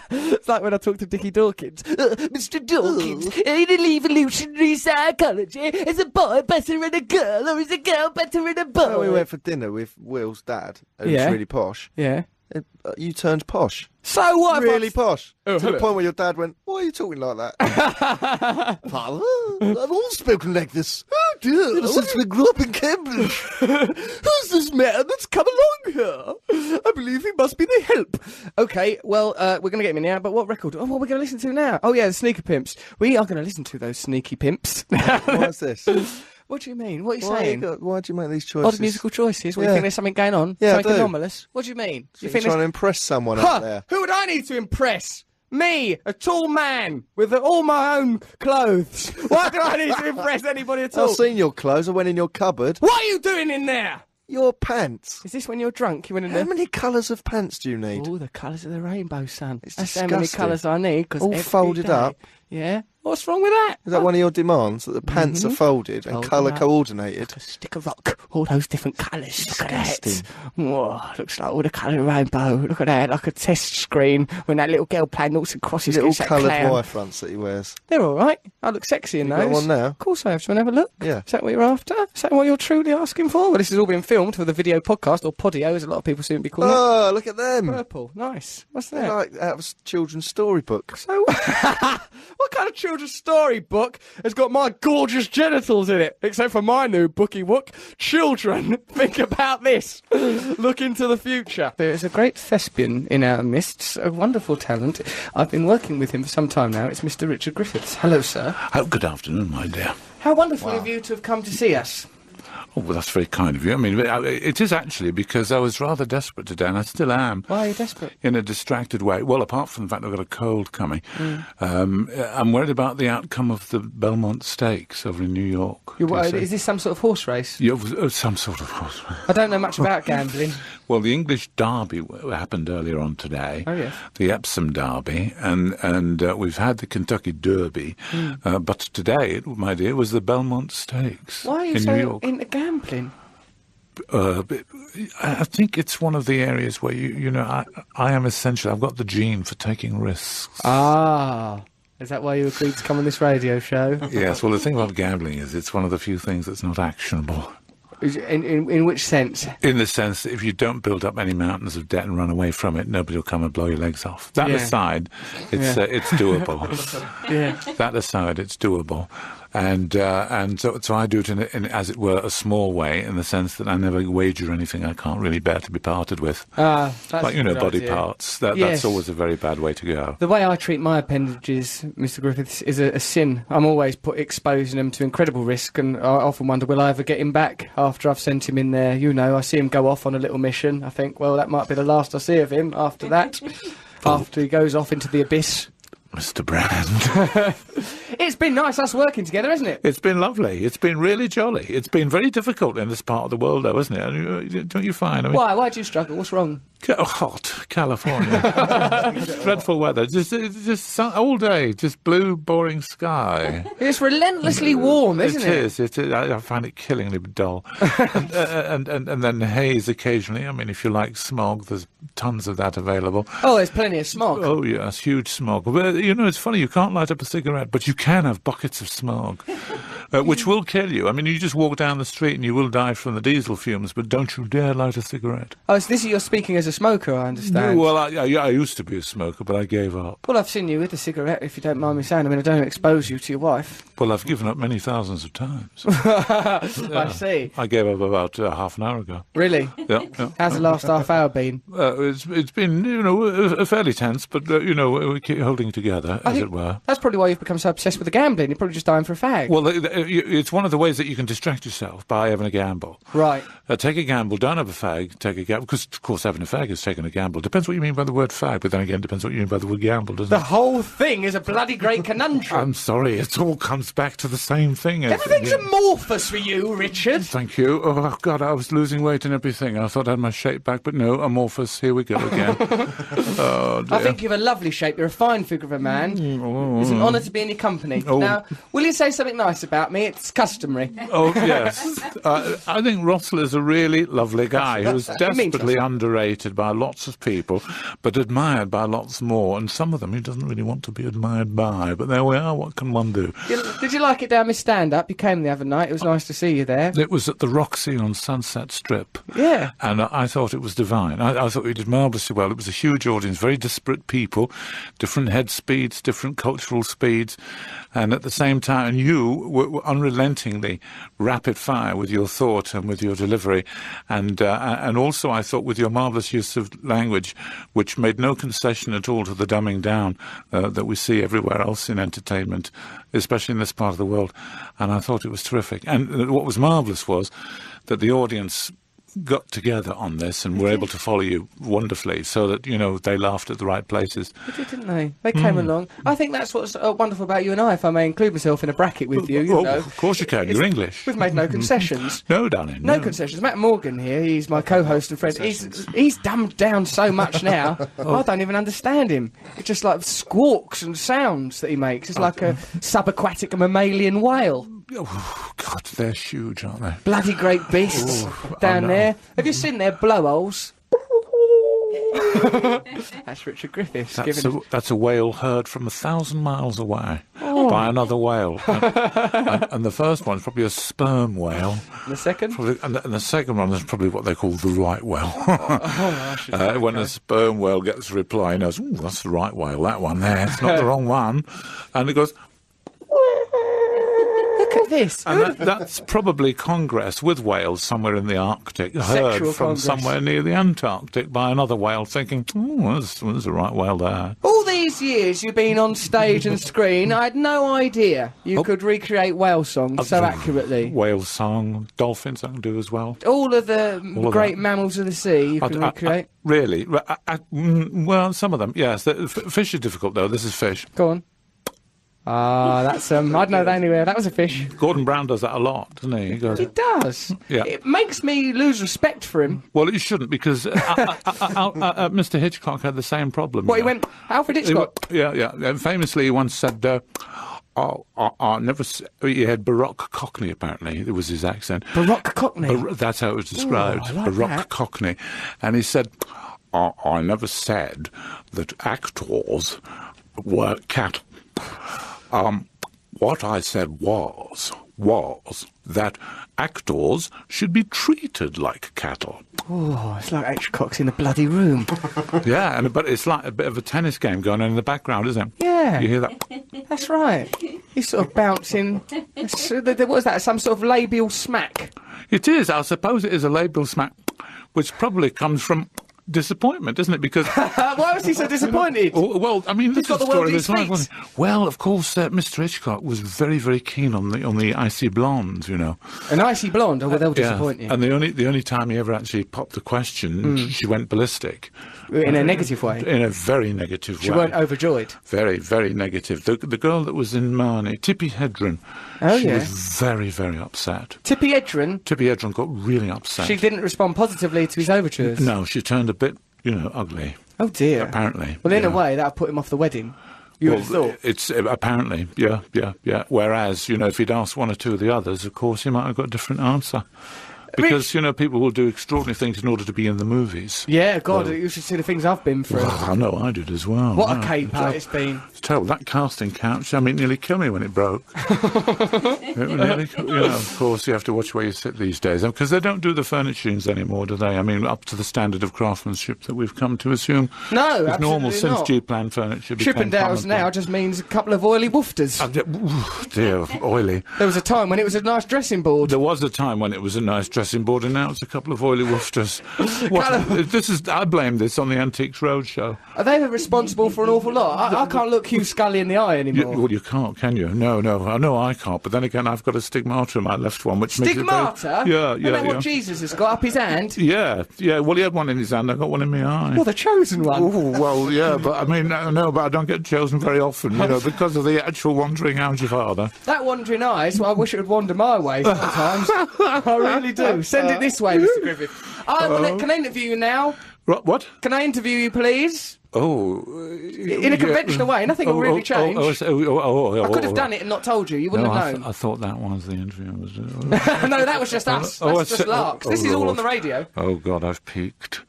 S2: it's like when I talked to Dickie Dawkins. Uh, Mr. Dawkins, in evolutionary psychology, is a boy better than a girl or is a girl better than a
S3: When we
S2: boy?
S3: went for dinner with Will's dad, who's
S2: Yeah.
S3: really posh.
S2: Yeah.
S3: uh, uh, You turned posh.
S2: So what? if I-
S3: Really posh.
S2: Oh,
S3: to
S2: hello.
S3: the point where your dad went, "Why are you talking like that?" (laughs) Father, I've always spoken like this.
S9: Oh dear,
S3: Ever since we grew up in (laughs) Cambridge.
S9: Who's this man that's come along here?
S2: I believe he must be the help. Okay, well, uh, we're going to get him in now, but what record? Oh, what are we going to listen to now? Oh, yeah, the Sneaker Pimps. We are going to listen to those Sneaky Pimps. (laughs)
S3: What's this?
S2: what do you mean? What are you
S3: Why,
S2: saying?
S3: you got- why do you make these choices?
S2: Odd musical choices. What, do
S3: Yeah.
S2: you think there's something going on?
S3: Yeah, I
S2: something
S3: do.
S2: anomalous? What do you mean? you
S3: You're
S2: think
S3: trying
S2: there's-
S3: to impress someone
S2: Huh,
S3: out there.
S2: Who would I need to impress? Me, a tall man with all my own clothes. (laughs) Why do I need to impress anybody at all?
S3: I've seen your clothes. I went in your cupboard.
S2: What are you doing in there?
S3: Your pants.
S2: Is this when you're drunk? You went in
S3: How
S2: there.
S3: many colours of pants do you need?
S2: All the colours of the rainbow, son. It's That's how many
S3: disgusting.
S2: colours I need. 'cause
S3: All
S2: every
S3: folded
S2: day-
S3: up?
S2: Yeah. What's wrong with that?
S3: Is that one of your demands that the pants are
S2: Mhm.
S3: folded and
S2: Fold them
S3: colour
S2: up.
S3: coordinated?
S2: Stick a rock. All those different colours. Look at that. Whoa, looks like all the colour of rainbow. Look at that. Like a test screen when that little girl playing noughts and crosses
S3: Little
S2: against that
S3: coloured
S2: clown.
S3: wire fronts that he wears.
S2: They're all right. I look sexy in
S3: You
S2: those.
S3: got one now?
S2: Of course I have. Do you want to have a look?
S3: Yeah.
S2: Is that what you're after? Is that what you're truly asking for? Well, this has all been filmed for the video podcast or podio, as a lot of people seem to be calling
S3: Oh,
S2: it.
S3: look at them.
S2: Purple. Nice. What's
S3: They're
S2: that?
S3: Like out of a children's storybook.
S2: So, (laughs) what kind of children's storybook has got my gorgeous genitals in it? Except for my new bookie book, Children. (laughs) Think about this. (laughs) Look into the future. There is a great thespian in our midst, a wonderful talent. I've been working with him for some time now. It's Mr. Richard Griffiths. Hello, sir.
S13: Oh, good afternoon, my dear.
S2: How wonderful of you to have come to see us.
S13: Oh, well, that's very kind of you. I mean, I- it is actually because I was rather desperate today, and I still am.
S2: Why are you desperate?
S13: In a distracted way. Well, apart from the fact I've got a cold coming,
S2: Mm.
S13: um, I'm worried about the outcome of the Belmont Stakes over in New York.
S2: You're,
S13: Do you
S2: worried-
S13: see?
S2: uh, is this some sort of horse race?
S13: Yeah, it was- it was some sort of horse.
S2: I don't know much about gambling.
S13: (laughs) Well, the English Derby w- happened earlier on today.
S2: Oh, yes.
S13: The Epsom Derby, and and uh, we've had the Kentucky Derby,
S2: Mm.
S13: uh, but today, it, my dear, was the Belmont Stakes
S2: Why are you
S13: in
S2: so
S13: New York.
S2: into gambling?
S13: Uh, but I I think it's one of the areas where you you know I I am essential. I've got the gene for taking risks.
S2: Ah. Is that why you agreed to come on this radio show?
S13: yes. Well, the thing about gambling is it's one of the few things that's not actionable.
S2: Is- In, in, in which sense?
S13: In the sense that if you don't build up any mountains of debt and run away from it, nobody will come and blow your legs off. That
S2: Yeah.
S13: aside, it's
S2: Yeah.
S13: uh, it's doable.
S2: (laughs) Yeah.
S13: that aside, it's doable. And uh, and so, so I do it in, a- in, as it were, a small way, in the sense that I never wager anything I can't really bear to be parted with.
S2: Ah, that's
S13: like you
S2: a
S13: know,
S2: good
S13: body
S2: idea.
S13: parts. That,
S2: Yes.
S13: That's always a very bad way to go.
S2: The way I treat my appendages, Mr. Griffiths, is a, a sin. I'm always put exposing them to incredible risk, and I often wonder, will I ever get him back after I've sent him in there? You know, I see him go off on a little mission. I think, well, that might be the last I see of him after
S13: (laughs)
S2: that, after he goes off into the abyss.
S13: Mr.
S2: (laughs)
S13: Brand.
S2: It's been nice us working together, hasn't it?
S13: It's been lovely. It's been really jolly. It's been very difficult in this part of the world, though, isn't it? I mean, uh, Don't you find? I mean,
S2: Why? Why do you struggle? What's wrong?
S13: ca- oh, hot California, dreadful weather. Just, uh, just sun, all day, just blue, boring sky.
S2: It's relentlessly warm, isn't it?
S13: It is. It is. I, I find it killingly dull. and, uh, and, and and then haze occasionally. I mean, if you like smog, there's tons of that available.
S2: Oh, there's plenty of smog.
S13: Oh yes, huge smog. Well, you know, it's funny. You can't light up a cigarette, but you can have buckets of smog, uh, which will kill you. I mean, you just walk down the street and you will die from the diesel fumes. But don't you dare light a cigarette.
S2: Oh, so this is you're speaking as a smoker, I understand.
S13: No, well, I, I, I used to be a smoker, but I gave up.
S2: Well, I've seen you with a cigarette, if you don't mind me saying. I mean, I don't expose you to your wife.
S13: Well, I've given up many thousands of times.
S2: I see.
S13: I gave up about uh, half an hour ago.
S2: Really?
S13: Yeah, yeah.
S2: How's the last half hour been?
S13: Uh, it's it's been you know uh, fairly tense, but uh, you know we're keep holding together
S2: I
S13: as
S2: think
S13: it were.
S2: That's probably why you've become so obsessed with the gambling. You're probably just dying for a fag.
S13: Well, the- the- you- it's one of the ways that you can distract yourself by having a gamble.
S2: Right.
S13: Uh, take a gamble, don't have a fag, take a gamble. Because, of course, having a fag is taking a gamble. Depends what you mean by the word fag, but then again, depends what you mean by the word gamble, doesn't
S2: The
S13: it?
S2: whole thing is a bloody great conundrum. (laughs)
S13: Ah, I'm sorry, it all comes back to the same thing. I
S2: Everything's
S13: think.
S2: amorphous for you, Richard.
S13: Thank you. Oh, God, I was losing weight and everything. I thought I had my shape back, but no, amorphous. Here we go
S2: (laughs)
S13: again. oh, dear.
S2: I think you've a lovely shape. You're a fine figure of a man. It's an honour to be in your company.
S13: Oh.
S2: Now, will you say something nice about me? It's customary.
S13: Oh
S2: (laughs)
S13: yes, uh, I think Rossler's a really lovely guy who's
S2: It means
S13: desperately underrated by lots of people, but admired by lots more, and some of them he doesn't really want to be admired by. But there we are. What can one do?
S2: You- Did you like it down my stand up? You came the other night. It was nice to see you there.
S13: It was at the Roxy on Sunset Strip.
S2: Yeah.
S13: And I- I thought it was divine. I, I thought we did marvellously well. It was a huge audience, very disparate people, different head speeds, different cultural speeds. And at the same time, and you were, were unrelentingly rapid fire with your thought and with your delivery. And, uh, and also, I thought, with your marvellous use of language, which made no concession at all to the dumbing down uh, that we see everywhere else in entertainment, especially in this part of the world. And I thought it was terrific. And uh, what was marvellous was that the audience got together on this and
S2: Mm-hmm.
S13: were able to follow you wonderfully so that, you know, they laughed at the right places.
S2: They did, didn't they? They came
S13: Mm.
S2: along. I think that's what's uh, wonderful about you and I, if I may include myself in a bracket with you. You
S13: Oh,
S2: know,
S13: of course you can. You're English.
S2: we've made no
S13: (laughs)
S2: concessions.
S13: No, darling.
S2: No concessions. Matt Morgan here. He's my co-host and friend. He's he's dumbed down so much
S13: (laughs)
S2: now. I don't even understand him. It's just like squawks and sounds that he makes. It's like a subaquatic mammalian whale.
S13: Oh, God, they're huge, aren't they?
S2: Bloody great beasts
S13: Ooh, I
S2: down
S13: know.
S2: there. Have you seen their
S13: (laughs)
S2: blowholes? That's Richard Griffiths.
S13: That's
S2: giving
S13: a,
S2: us-
S13: that's a whale heard from a thousand miles away
S2: Oh.
S13: by
S2: (laughs)
S13: another whale. And, and- and the first one's probably a sperm whale.
S2: The second?
S13: Probably, and, the, and the second one is probably what they call the
S2: (laughs)
S13: right whale.
S2: Oh, I
S13: (laughs)
S2: should
S13: Uh, when a sperm whale gets a reply, he knows, ooh, that's the right whale, that one there.
S2: (laughs)
S13: It's not the wrong one. And it goes,
S2: Look at this.
S13: and that, that's probably Congress with whales somewhere in the Arctic, heard
S2: Sexual
S13: from
S2: congress.
S13: somewhere near the Antarctic by another whale thinking, ooh, there's, there's the right whale there.
S2: All these years you've been on stage and screen, I had no idea
S13: Oh.
S2: you could recreate whale songs so accurately.
S13: Whale song, dolphins I can do as well.
S2: All of the
S13: All of
S2: great
S13: that.
S2: mammals of the sea you
S13: I-
S2: can
S13: I- I-
S2: recreate.
S13: really? Re- I- I- mm, well, some of them, yes. The- f- fish is difficult, though. This is fish.
S2: Go on. Ah, that's um. I'd know that anywhere. That was a fish.
S13: Gordon Brown does that a lot, doesn't he? He goes,
S2: He does.
S13: Yeah.
S2: It makes me lose respect for him.
S13: well, it shouldn't because uh, uh, uh, uh, uh, uh, Mr. Hitchcock had the same problem.
S2: What he
S13: you know.
S2: went, Alfred
S13: He wa-
S2: Hitchcock.
S13: yeah, yeah. And famously, he once said, uh, "Oh, I, I never." s- He had baroque Cockney. Apparently, it was his accent.
S2: Baroque Cockney.
S13: Bar- that's how it was described.
S2: I like
S13: baroque
S2: that.
S13: Cockney, and he said, I, "I never said that actors were cattle." Um, what I said was was that actors should be treated like cattle.
S2: Oh, it's like Hitchcock's in the bloody room.
S13: yeah, and but it's like a bit of a tennis game going on in the background, isn't it?
S2: Yeah.
S13: you hear that.
S2: (laughs) That's right. He's sort of bouncing. It's- uh, th- th- What is that? Some sort of labial smack.
S13: It is. I suppose it is a label smack, which probably comes from disappointment, doesn't
S2: (laughs)
S13: it? Because.
S2: Uh, Why was he so
S13: (laughs)
S2: disappointed?
S13: Well, well, I mean,
S2: He's
S13: this
S2: got
S13: is the
S2: the world at
S13: story of
S2: his
S13: his life.
S2: feet.
S13: wasn't it? Well, of course, uh, Mr. Hitchcock was very, very keen on the on the icy blondes, you know.
S2: An icy blonde. Oh, well, they'll disappoint you.
S13: And the only the only time he ever actually popped the question,
S2: Mm.
S13: she went ballistic.
S2: In a negative way.
S13: In a very negative
S2: She
S13: way.
S2: weren't overjoyed.
S13: Very, very negative. The, the girl that was in Marnie, Tippi Hedren,
S2: Oh,
S13: she
S2: yeah.
S13: was very, very upset.
S2: Tippi Edrin.
S13: Tippi Hedren got really upset.
S2: She didn't respond positively to his overtures.
S13: No, she turned a bit, you know, ugly.
S2: Oh dear.
S13: Apparently.
S2: Well, in
S13: yeah.
S2: a way, that put him off the wedding. You would have
S13: Well,
S2: thought.
S13: It's uh, apparently, yeah, yeah, yeah. Whereas, you know, if he'd asked one or two of the others, of course, he might have got a different answer. Because, you know, people will do extraordinary things in order to be in the movies.
S2: Yeah, God,
S13: Well,
S2: you should see the things I've been through.
S13: well, I know I did as well.
S2: What a
S13: Yeah.
S2: caper it's been.
S13: It's terrible. That casting couch, I mean, it nearly killed me when
S2: (laughs)
S13: it broke. it nearly, you know, of course, you have to watch where you sit these days. Because they don't do the furnishings anymore, do they? I mean, up to the standard of craftsmanship that we've come to assume
S2: No,
S13: is normal
S2: absolutely
S13: since
S2: not.
S13: G-plan furniture became
S2: Chippendales
S13: commonplace. Uh,
S2: now just means a couple of oily woofters.
S13: Oh. Dear, oily.
S2: There was a time when it was a nice dressing board.
S13: There was a time when it was a nice dressing board, and now it's a couple of
S2: (laughs)
S13: oily (laughs) woofters. What, this is, I blame this on the Antiques Roadshow.
S2: Are they responsible for an awful lot? I, I can't look Hugh Scully in the eye
S13: You,
S2: anymore.
S13: well, you can't, can you? No, no, I know I can't. But then again, I've got a stigmata in my left one, which makes it
S2: Stigmata?
S13: very, yeah,
S2: Isn't that
S13: yeah,
S2: what
S13: yeah.
S2: Jesus has got up his hand?
S13: Yeah, yeah. Well, he had one in his hand. I got one in my eye.
S2: You're the chosen one.
S13: Ooh, well, yeah, but I mean, no, no, but I don't get chosen very often,
S2: (laughs)
S13: you know, because of the actual wandering out of father.
S2: That wandering eye is why I wish it would wander my way sometimes. I really do. Send it this way, Mr. Griffith. I
S13: Oh.
S2: will, can I interview you now?
S13: Ro- What?
S2: Can I interview you, please?
S13: Oh,
S2: In a conventional way, nothing will really change.
S13: Oh, oh, oh, oh, oh,
S2: I could
S13: oh,
S2: have done it and not told you. You wouldn't
S13: no, I,
S2: have
S13: th-
S2: known.
S13: I thought that was the interview. Was it? (laughs)
S2: no, that was just us. That's
S13: Oh, I
S2: just
S13: said-
S2: larks.
S13: oh,
S2: this is all on
S13: Lord.
S2: the radio.
S13: Oh God, I've
S2: (laughs)
S13: peaked.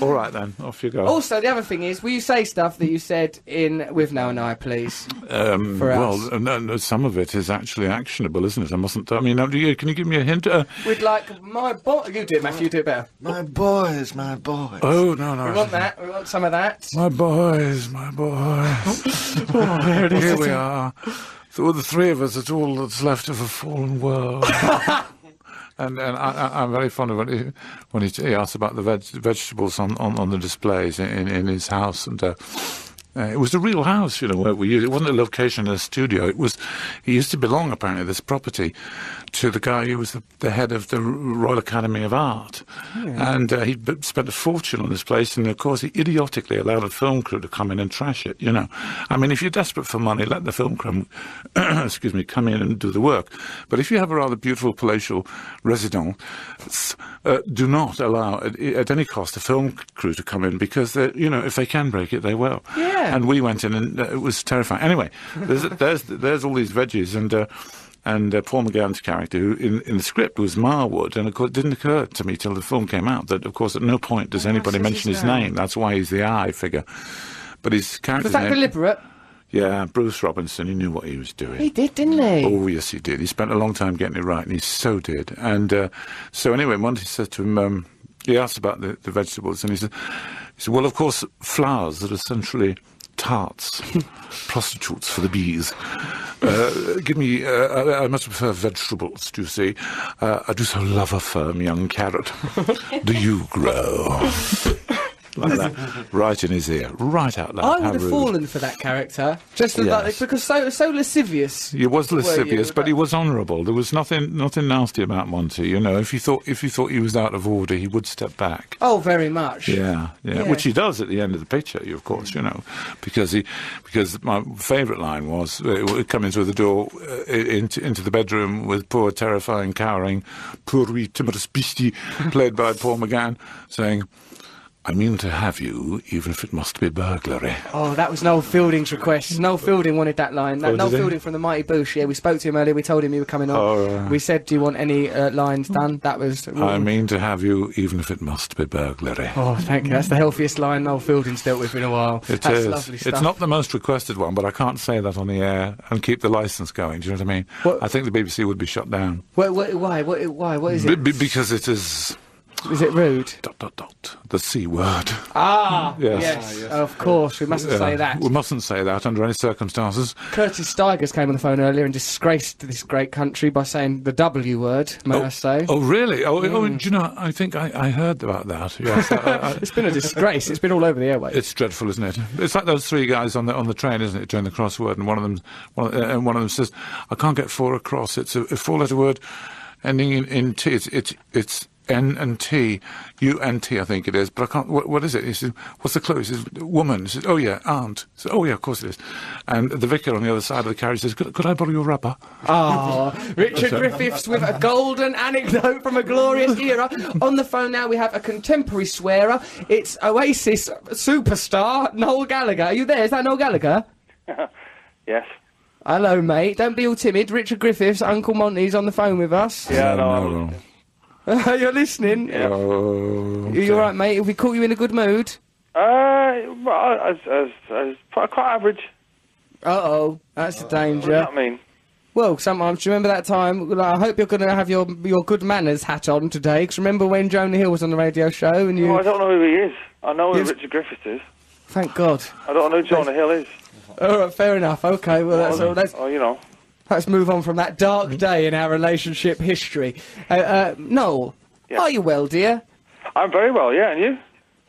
S13: all right then, off you go.
S2: Also, the other thing is, will you say stuff that you said in With Now and I, please?
S13: Um,
S2: for
S13: well,
S2: us.
S13: uh, no, no, some of it is actually actionable, isn't it? I mustn't. I mean, uh, do you- can you give me a hint? Uh,
S2: We'd like my boy. You do it, Matthew. You do it better.
S3: My boys, my boys.
S13: oh no, no.
S2: We want that. We want some of that.
S13: My boys,
S2: (laughs)
S13: my boys. oh,
S2: there it is.
S13: Here we are. So the three of us, it's all that's left of a
S2: (laughs)
S13: fallen world. and and I, I, I'm very fond of when he, when he, he asks about the veg, vegetables on, on, on the displays in, in his house. And uh, Uh, it was the real house, you know, where we used. It wasn't a location in a studio. It was. It used to belong, apparently, this property, to the guy who was the, the head of the Royal Academy of Art, and uh, he spent a fortune on this place. And of course, he idiotically allowed a film crew to come in and trash it. You know, I mean, if you're desperate for money, let the film crew, (clears throat) excuse me, come in and do the work. But if you have a rather beautiful palatial residence, uh, do not allow at, at any cost a film crew to come in because, they- you know, if they can break it, they will.
S2: Yeah.
S13: And we went in, and uh, it was terrifying. Anyway,
S2: (laughs)
S13: there's there's, there's all these veggies and. Uh, and uh, Paul McGann's character, who in, in the script was Marwood, and of course it didn't occur to me till the film came out that, of course, at no point does anybody
S2: says
S13: mention
S2: his
S13: his,
S2: name.
S13: name. That's why he's the I figure. But his character
S2: Was that deliberate?
S13: Yeah, Bruce Robinson. He knew what he was doing.
S2: He did, didn't he?
S13: Oh yes, he did. He spent a long time getting it right, and he so did. And uh, so anyway, one day he said to him, um, he asked about the, the vegetables, and he said, he said, well, of course, flowers that are essentially
S2: (laughs)
S13: tarts, prostitutes for the bees. Uh, give me, uh, I, I must prefer vegetables, do you see? Uh, I do so love a firm young carrot.
S2: (laughs)
S13: do you grow? like that, right in his ear, right out loud.
S2: I
S13: How
S2: would have
S13: rude.
S2: fallen for that character, just like,
S13: Yes.
S2: because so so lascivious.
S13: He was
S2: were you
S13: lascivious,
S2: with
S13: but he was honourable. There was nothing, nothing nasty about Monty. You know, if he thought if he thought he was out of order, he would step back.
S2: Oh, very much.
S13: Yeah, yeah,
S2: Yeah.
S13: which he does at the end of the picture, you- of course, you know, because he, because my favourite line was uh, coming through the door uh, into, into the bedroom with poor, terrifying, cowering, poor wee timorous beastie,
S2: (laughs)
S13: played by Paul McGann, saying, "I mean to have you, even if it must be burglary."
S2: Oh, that was Noel Fielding's request. Noel Fielding wanted that line. That
S13: Oh,
S2: Noel
S13: did he?
S2: Fielding from the Mighty Boosh. Yeah, we spoke to him earlier. We told him you were coming on.
S13: Oh, right. Um,
S2: We said, "Do you want any uh, lines done?" That was.
S13: I mean to have you, even if it must be burglary.
S2: Oh, thank you. That's the healthiest line Noel Fielding's dealt with in a while.
S13: It
S2: That's
S13: is.
S2: lovely stuff.
S13: It's not the most requested one, but I can't say that on the air and keep the license going. Do you know what I mean? I think the BBC would be shut down
S2: Wha- wha- why? What, why? What is
S13: B-
S2: it?
S13: b- because it is
S2: Is it rude?
S13: Dot dot dot. the c word.
S2: Ah, yes.
S13: Yes.
S2: Of course, we mustn't
S13: Yeah.
S2: say that.
S13: Uh, We mustn't say that under any circumstances.
S2: Curtis Stigers came on the phone earlier and disgraced this great country by saying the W word, may I say. Hmm.
S13: Oh really? Oh, oh, do you know? I think I, I heard about that. Yes, I- I- I-
S2: (laughs) it's been a disgrace. It's been all over the airwaves.
S13: It's dreadful, isn't it? It's like those three guys on the on the train, isn't it? Doing the crossword, and one of them, one, uh, and one of them says, "I can't get four across. It's a, a four-letter word ending in, in t. It's, it's it's N and T, U and T, I think it is. But I can't. What, what is it? He says, "What's the clue?" He says, "Woman." He says, "Oh yeah, aunt." He says, "Oh yeah, of course it is." And the vicar on the other side of the carriage says, "Could, could I borrow your rubber?"
S2: Ah, Richard
S13: Okay.
S2: Griffiths with a golden anecdote from a glorious era. On the phone now, we have a contemporary swearer. It's Oasis superstar Noel Gallagher. Are you there? Is that Noel Gallagher?
S14: (laughs) Yes.
S2: Hello, mate. Don't be all timid. Richard Griffiths, Uncle Monty's on the phone with us.
S14: Yeah, no,
S2: (laughs) You're listening.
S13: Oh,
S2: Are you all right, mate? Have we caught you in a good mood?
S14: Uh, well, as as as quite quite average.
S2: Uh oh, that's a
S14: What does
S2: danger.
S14: that mean?
S2: Well, sometimes do you remember that time. Well, I hope you're going to have your your good manners hat on today. 'cause remember when Jonah Hill was on the radio show and you?
S14: Well, I don't know who he is. I know who
S2: Yes.
S14: Richard Griffiths is.
S2: Thank God.
S14: I don't know who Jonah Hill is.
S2: All right, fair enough. Okay, well that's all. Let's
S14: Oh, you know.
S2: let's move on from that
S13: Mm-hmm.
S2: dark day in our relationship history. Uh, uh, Noel, are you well, dear?
S14: I'm very well. Yeah, and you?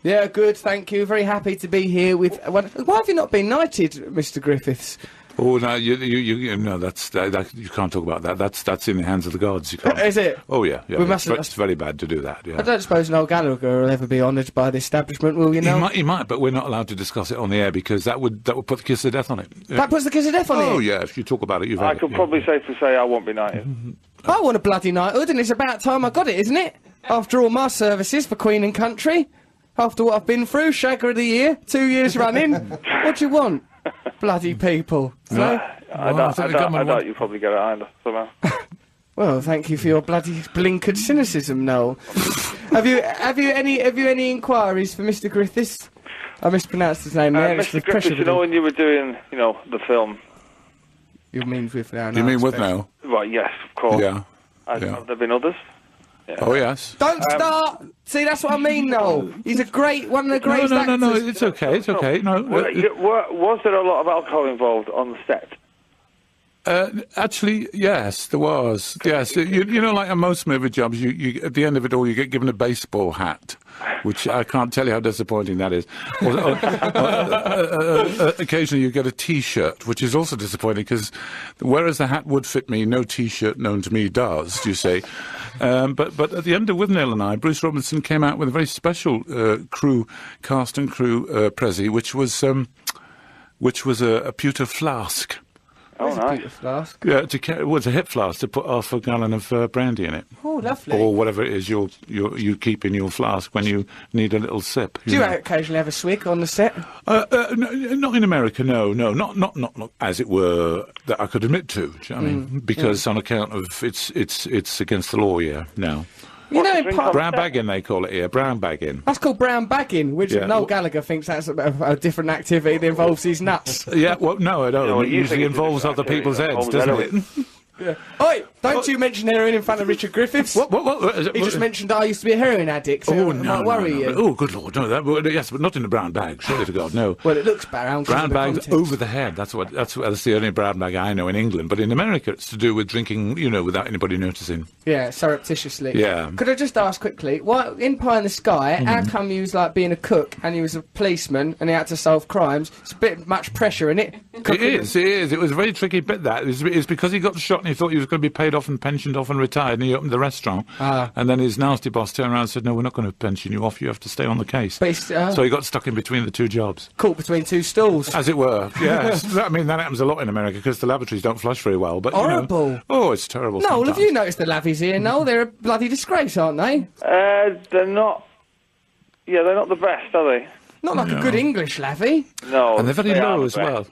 S2: Yeah, good. Thank you. Very happy to be here with. One. Why have you not been knighted, Mr. Griffiths?
S13: Oh no, you you, you, you no, that's that, that, you can't talk about that. That's that's in the hands of the gods. You can't.
S2: (laughs) Is it?
S13: Oh yeah, yeah.
S2: We
S13: it's
S2: mustn't-
S13: ve- It's very bad to do that. Yeah.
S2: I don't suppose Noel Gallagher will ever be honoured by the establishment, will you?
S13: He
S2: Noel?
S13: might, he might, but we're not allowed to discuss it on the air because that would that would put the kiss of death on it.
S2: That puts the kiss of death on
S13: Oh
S2: it.
S13: yeah, if you talk about it, you've.
S14: I
S13: had it,
S14: could
S13: yeah.
S14: probably safely say I won't be knighted.
S2: I want a bloody knighthood, and it's about time I got it, isn't it? After all my services for Queen and Country, after what I've been through, Shagger of the Year, two years running. what do you want? Bloody people.
S14: No,
S2: No?
S14: I
S13: Well, I
S14: doubt.
S13: think
S14: I
S13: the
S14: doubt,
S13: government
S14: I doubt
S13: want-
S14: you probably get it either somehow.
S2: Well, thank you for your bloody blinkered cynicism, Noel. have you have you any have you any inquiries for Mr. Griffiths? I mispronounced his name
S14: Uh,
S2: there. it's the
S14: Mr.
S2: pressure
S14: Griffiths, you know
S2: with
S14: when you were doing, you know, the film.
S2: the- you mean with now?
S13: You
S2: no,
S13: mean
S2: I
S13: with
S2: expect.
S13: now?
S14: Well, yes, of course.
S13: Yeah.
S14: Has,
S13: Yeah.
S14: Have there been others?
S13: Oh yes.
S2: Don't start. See, that's what I mean, Noel. He's a great one of the
S13: No,
S2: greatest
S13: no, no, no.
S2: actors.
S13: It's okay. It's okay. No.
S14: Were,
S13: uh,
S14: you- were, was there a lot of alcohol involved on the set?
S13: Uh, actually, yes, there was. Yes, you, you know, like in most movie jobs, you, you at the end of it all, you get given a baseball hat, which I can't tell you how disappointing that is. Or, or, or, uh, uh, occasionally, you get a T-shirt, which is also disappointing because whereas the hat would fit me, no T-shirt known to me does. You see, um, but but at the end of With Neil and I, Bruce Robinson came out with a very special uh, crew, cast and crew uh, prezi, which was um, which was a, a pewter flask.
S14: Oh, nice.
S13: Yeah, to carry, well, it's a hip flask to put half a gallon of uh, brandy in it.
S2: Oh, lovely.
S13: Or whatever it is you're, you're, you keep in your flask when you need a little sip.
S2: Do you
S13: know.
S2: occasionally have a swig on the set?
S13: Uh, uh, no, not in America, no, no, not, not, not, not as it were that I could admit to. Do you know what I mean?
S2: Mm,
S13: Because on account of it's, it's, it's against the law, yeah, now.
S2: You know, in part-
S13: brown bagging they call it here, brown bagging.
S2: That's called brown bagging, which
S13: Yeah.
S2: Noel Gallagher thinks that's a, a different activity that involves his
S13: (laughs)
S2: nuts.
S13: Yeah, well, no, I don't.
S2: No,
S13: it
S2: you
S13: usually
S2: think it's Oh,
S13: involves other people's heads,
S2: involves
S13: doesn't it?
S2: elephants. Yeah. Oi, don't you mention heroin in front of Richard Griffiths. What,
S13: what, what,
S2: he just mentioned I used to be a heroin addict, so
S13: Oh,
S2: it
S13: no,
S2: might worry
S13: no, no,
S2: you.
S13: no. Oh, good lord, no, that, well, yes, but not in a brown bag, surely to God, no.
S2: Well, it looks brown. 'cause
S13: Brown
S2: of the
S13: bags
S2: content.
S13: over the head. That's what. That's, that's the only brown bag I know in England. But in America, it's to do with drinking, you know, without anybody noticing.
S2: Yeah, surreptitiously.
S13: Yeah.
S2: Could I just ask quickly, why in Pie in the Sky, how
S13: Mhm.
S2: come you was like being a cook and you was a policeman and he had to solve crimes? It's a bit much pressure in it.
S13: It is. It is. It was a very tricky bit. That it's, it's because he got shot and he thought he was going to be paid off and pensioned off and retired, and he opened the restaurant.
S2: Ah.
S13: And then his nasty boss turned around and said, "No, we're not going to pension you off. You have to stay on the case."
S2: uh,
S13: so he got stuck in between the two jobs.
S2: Caught between two stools.
S13: As it were, (laughs)
S2: (laughs)
S13: yes. I mean, that happens a lot in America because the laboratories don't flush very well. But You
S2: Horrible.
S13: know, oh, it's terrible.
S2: Noel,
S13: sometimes.
S2: have you noticed the lavvies here, Noel? They're a bloody disgrace, aren't they?
S14: Uh, they're not. Yeah, they're not the best, are they?
S2: Not like a good English lavvy.
S14: No.
S13: and they're very
S14: Oh, they are
S13: low
S14: the
S13: as
S14: best.
S13: well.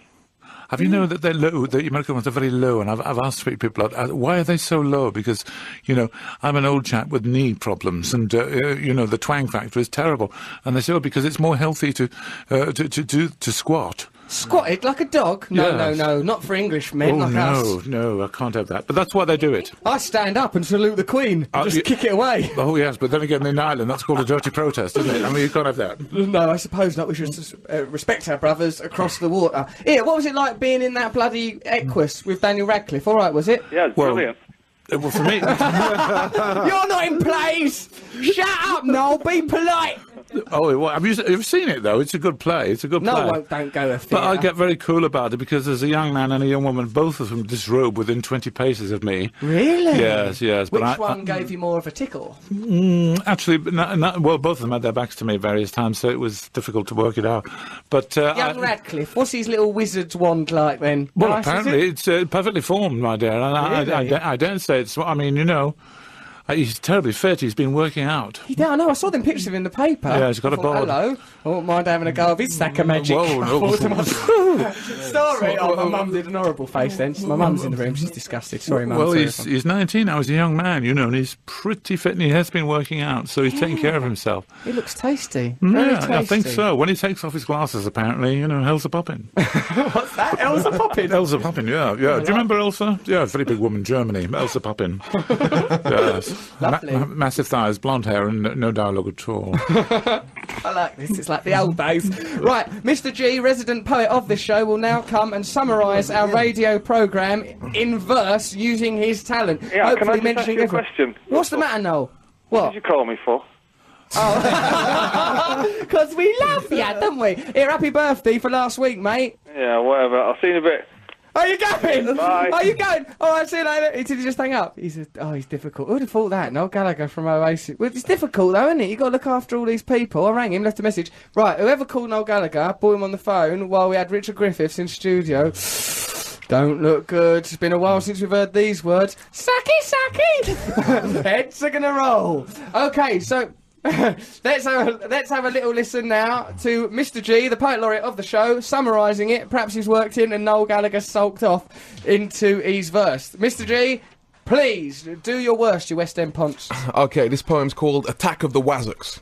S13: Have you known that they're low? The American ones are very low, and I've, I've asked three people, uh, why are they so low? Because, you know, I'm an old chap with knee problems, and uh, uh, you know the twang factor is terrible. And they say, oh, because it's more healthy to uh, to to do to squat.
S2: Squatted like a dog? No,
S13: Yes.
S2: no, no. Not for Englishmen
S13: oh
S2: like
S13: no,
S2: us.
S13: no, I can't have that. But that's why they do it.
S2: I stand up and salute the Queen. and
S13: Uh,
S2: just
S13: you-
S2: kick it away.
S13: Oh yes, but then again, in Ireland, that's called a dirty protest, isn't it? I mean, you can't have that.
S2: No, I suppose not. We should s- uh, respect our brothers across the water. Yeah, what was it like being in that bloody Equus with Daniel Radcliffe? All right, was it?
S14: Yeah, it's
S13: Well,
S14: brilliant.
S13: Uh, Well, for me.
S2: You're not in plays. Shut up, Noel. Be polite.
S13: (laughs) Oh, well, have you have you seen it though? It's a good play. It's a good
S2: No,
S13: play.
S2: I won't- don't go to
S13: But I
S2: theatre.
S13: get very cool about it because there's a young man and a young woman, both of them disrobe within 20 paces of me.
S2: Really?
S13: Yes, yes.
S2: Which
S13: but I,
S2: one
S13: I-
S2: gave you more of a tickle?
S13: Mm, actually, but no no- well, both of them had their backs to me various times, so it was difficult to work it out. But uh, I-
S2: Young Radcliffe. What's his little wizard's wand like then?
S13: well,
S2: Nice, is
S13: apparently
S2: it?
S13: it's uh, perfectly formed, my dear. And I, I- I,
S2: Really?
S13: don't- I don't say it's. I mean, you know, uh, he's terribly fit. He's been working out.
S2: He don't know. I saw them pictures of him in the paper.
S13: Yeah, he's got
S2: I
S13: a
S2: thought,
S13: bod.
S2: Hello. I wouldn't mind having a go of his sack of magic.
S13: Whoa, no.
S2: (laughs) I thought to myself- (laughs) Sorry. Oh, my mum did an horrible face then. My mum's in the room. She's disgusted. Sorry, mum.
S13: Well,
S2: Sorry,
S13: he's, he's 19 now. He's a young man, you know, and he's pretty fit and he has been working out, so he's taking care of himself.
S2: It looks tasty. Very
S13: Yeah,
S2: tasty.
S13: I think so. When he takes off his glasses, apparently, you know, hell's a poppin'.
S2: (laughs) What's (laughs) that? Elsa Poppin.
S13: Elsa Poppin, yeah, yeah. Do you remember Elsa? Yeah, very big woman, Germany.
S2: (laughs)
S13: Elsa Poppin. yes. Ma-
S2: Lovely.
S13: ma- massive thighs, blonde hair, and no- no dialogue
S2: (laughs)
S13: at all.
S2: I like this. It's like the old days. Right, Mr. G, resident poet of this show, will now come and summarise our radio programme in verse using his talent.
S14: Yeah, can I just
S2: hopefully
S14: ask
S2: mentioning
S14: you a
S2: every-
S14: question?
S2: What's the matter, Noel? What?
S14: did you call me for?
S2: (laughs) Because we love you, don't we? Here, happy birthday for last week, mate.
S14: Yeah, whatever. I'll see you in a bit.
S2: Are you going?
S14: Bye.
S2: Are you going? All right, see you later. He- Did he just hang up? He's a, oh, he's difficult. Who'd have thought that? Noel Gallagher from Oasis. Well, it's difficult though, isn't it? You got to look after all these people. I rang him, left a message. Right, whoever called Noel Gallagher, bought him on the phone while we had Richard Griffiths in studio. Don't look good. It's been a while since we've heard these words. Sucky, sucky. (laughs) Heads are gonna roll. Okay, so. (laughs) let's have a, let's have a little listen now to Mr. G, the poet laureate of the show, summarising it. Perhaps he's worked in and Noel Gallagher sulked off into his verse. Mr. G, please do your worst, you West End ponce.
S5: Okay, this poem's called Attack of the Wazzocks.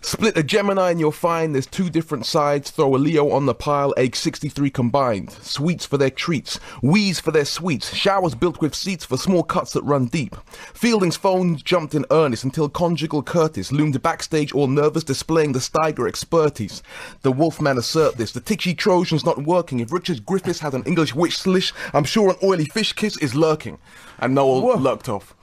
S5: Split a Gemini and you'll find there's two different sides. Throw a Leo on the pile, egg 63 combined. Sweets for their treats, wheeze for their sweets. Showers built with seats for small cuts that run deep. Fielding's phone jumped in earnest until conjugal Curtis loomed backstage all nervous, displaying the Steiger expertise. The Wolfman assert this. The Tichy Trojan's not working. If Richard Griffiths has an English witch slish, I'm sure an oily fish kiss is lurking. And Noel lurked off.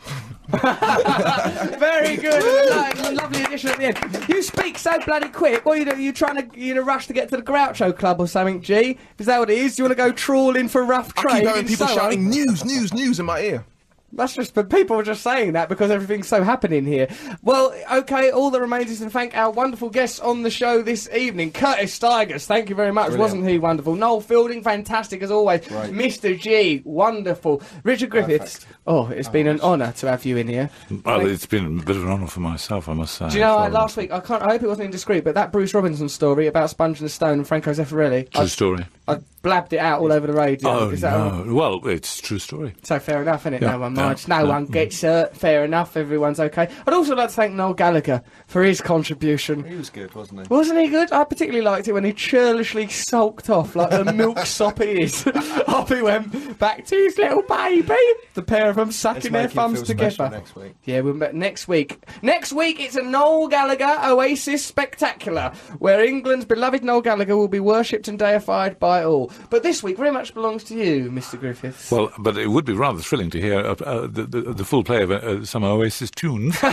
S2: Very good. and a lo- lovely addition at the end. You speak so bloody quick. What are you doing? You trying to you in a rush to get to the Groucho Club or something? G? Is that what it is? You want to go trawling for rough
S5: I
S2: trade?
S5: keep
S2: in
S5: hearing people
S2: Soho?
S5: shouting news, news, news in my ear.
S2: That's just, but people are just saying that because everything's so happening here. Well, okay, all that remains is to thank our wonderful guests on the show this evening. Curtis Stigers, thank you very much.
S5: Brilliant.
S2: Wasn't he wonderful? Noel Fielding, fantastic as always.
S5: Right.
S2: Mr. G, wonderful. Richard Griffiths, oh, it's been an honour to have you in here.
S13: Well, it's been a bit of an honour for myself, I must say.
S2: Do you know, I,
S13: for-
S2: last week, I can't, I hope it wasn't indiscreet, but that Bruce Robinson story about Sponge and the Stone and Franco Zeffirelli,
S13: True
S2: I,
S13: story.
S2: I blabbed it out all over the radio.
S13: oh,
S2: Is that all?
S13: no. Well, it's a true story.
S2: So fair enough, innit?
S13: Yeah,
S2: no one
S13: yeah,
S2: marches, no
S13: yeah.
S2: one gets hurt. Fair enough, everyone's okay. I'd also like to thank Noel Gallagher for his contribution.
S3: He was good, wasn't he?
S2: Wasn't he good? I particularly liked it when he churlishly sulked off like the
S13: (laughs)
S2: milk sop he is. (laughs) off he went back to his little baby. The pair of them sucking their thumbs together.
S3: next week.
S2: Yeah, we're back next week. Next week, it's a Noel Gallagher Oasis Spectacular, where England's beloved Noel Gallagher will be worshipped and deified by all. But this week very much belongs to you, Mr. Griffiths.
S13: Well, but it would be rather thrilling to hear uh, uh, the, the, the full play of uh, some Oasis
S2: (laughs)
S13: tunes.
S2: (laughs)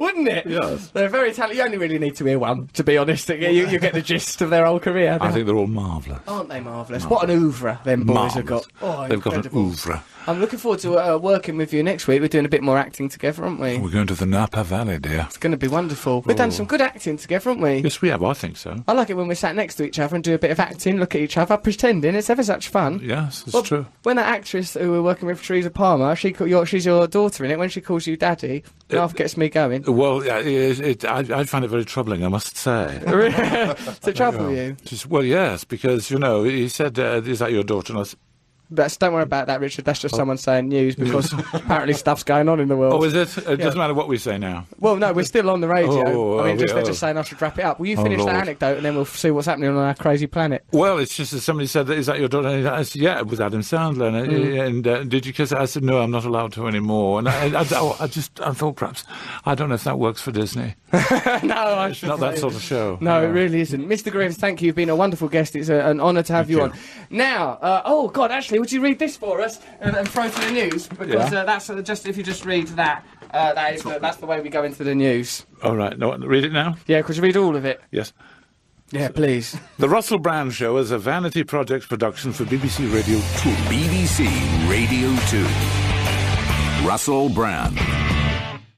S2: wouldn't it? Yes. They're very talented. You only really need to hear one, to be honest. You, you get the gist of their whole career.
S13: I think they're all marvellous.
S2: Aren't they marvellous? What an oeuvre them boys have got. Oh,
S13: They've got an
S2: incredible.
S13: oeuvre.
S2: I'm looking forward to uh, working with you next week. We're doing a bit more acting together, aren't we?
S13: We're going to the Napa Valley, dear.
S2: It's going to be wonderful. We've done some good acting together, haven't we?
S13: Yes, we have. I think so.
S2: I like it when we're sat next to each other and do a bit of acting, look at each other, pretending. It's ever such fun.
S13: Yes, it's
S2: Well,
S13: true.
S2: When that actress who we're working with, Teresa Palmer, she call, your, she's your daughter in it. When she calls you daddy,
S13: Uh,
S2: it half gets me
S13: (laughs)
S2: going. (laughs)
S13: Well, yeah, it, it, I, I find it very troubling, I must say.
S2: to trouble you.
S13: Just- well, yes, because, you know, he said, uh, is that your daughter? And I said,
S2: That's, don't worry about that, Richard. That's just
S13: Oh.
S2: someone saying news because apparently stuff's going on in the world.
S13: oh, is it? It
S2: Yeah.
S13: doesn't matter what we say now.
S2: Well, no, we're still on the radio.
S13: Oh,
S2: I mean,
S13: are
S2: just,
S13: we?
S2: they're
S13: Oh.
S2: just saying I should wrap it up. Will you
S13: Oh,
S2: finish that
S13: Lord.
S2: anecdote and then we'll see what's happening on our crazy planet? (laughs)
S13: Well, it's just that somebody said, that, is that your daughter? And I said, yeah, with Adam Sandler. And, I-
S2: Mm.
S13: and uh, did you kiss her? I said, no, I'm not allowed to anymore. And I, I, I- oh, I just, I thought perhaps, I don't know if that works for Disney.
S2: no, I should
S13: Not that sort of (laughs) show.
S2: No, it really isn't. Mr. Griffiths, thank you. You've been a wonderful guest. It's a, an honour to have you, on. Now, uh, oh, God, actually, would you read this for us and, and throw to the news? Because
S13: Yeah.
S2: uh, that's uh, just, if you just read that, uh, that is, the that's the way we go into the news.
S13: All right, no, read it now.
S2: Yeah, could you read all of it?
S13: Yes.
S2: Yeah, please.
S13: The Russell Brand Show is a vanity project production for BBC Radio 2.
S1: BBC Radio 2. Russell Brand.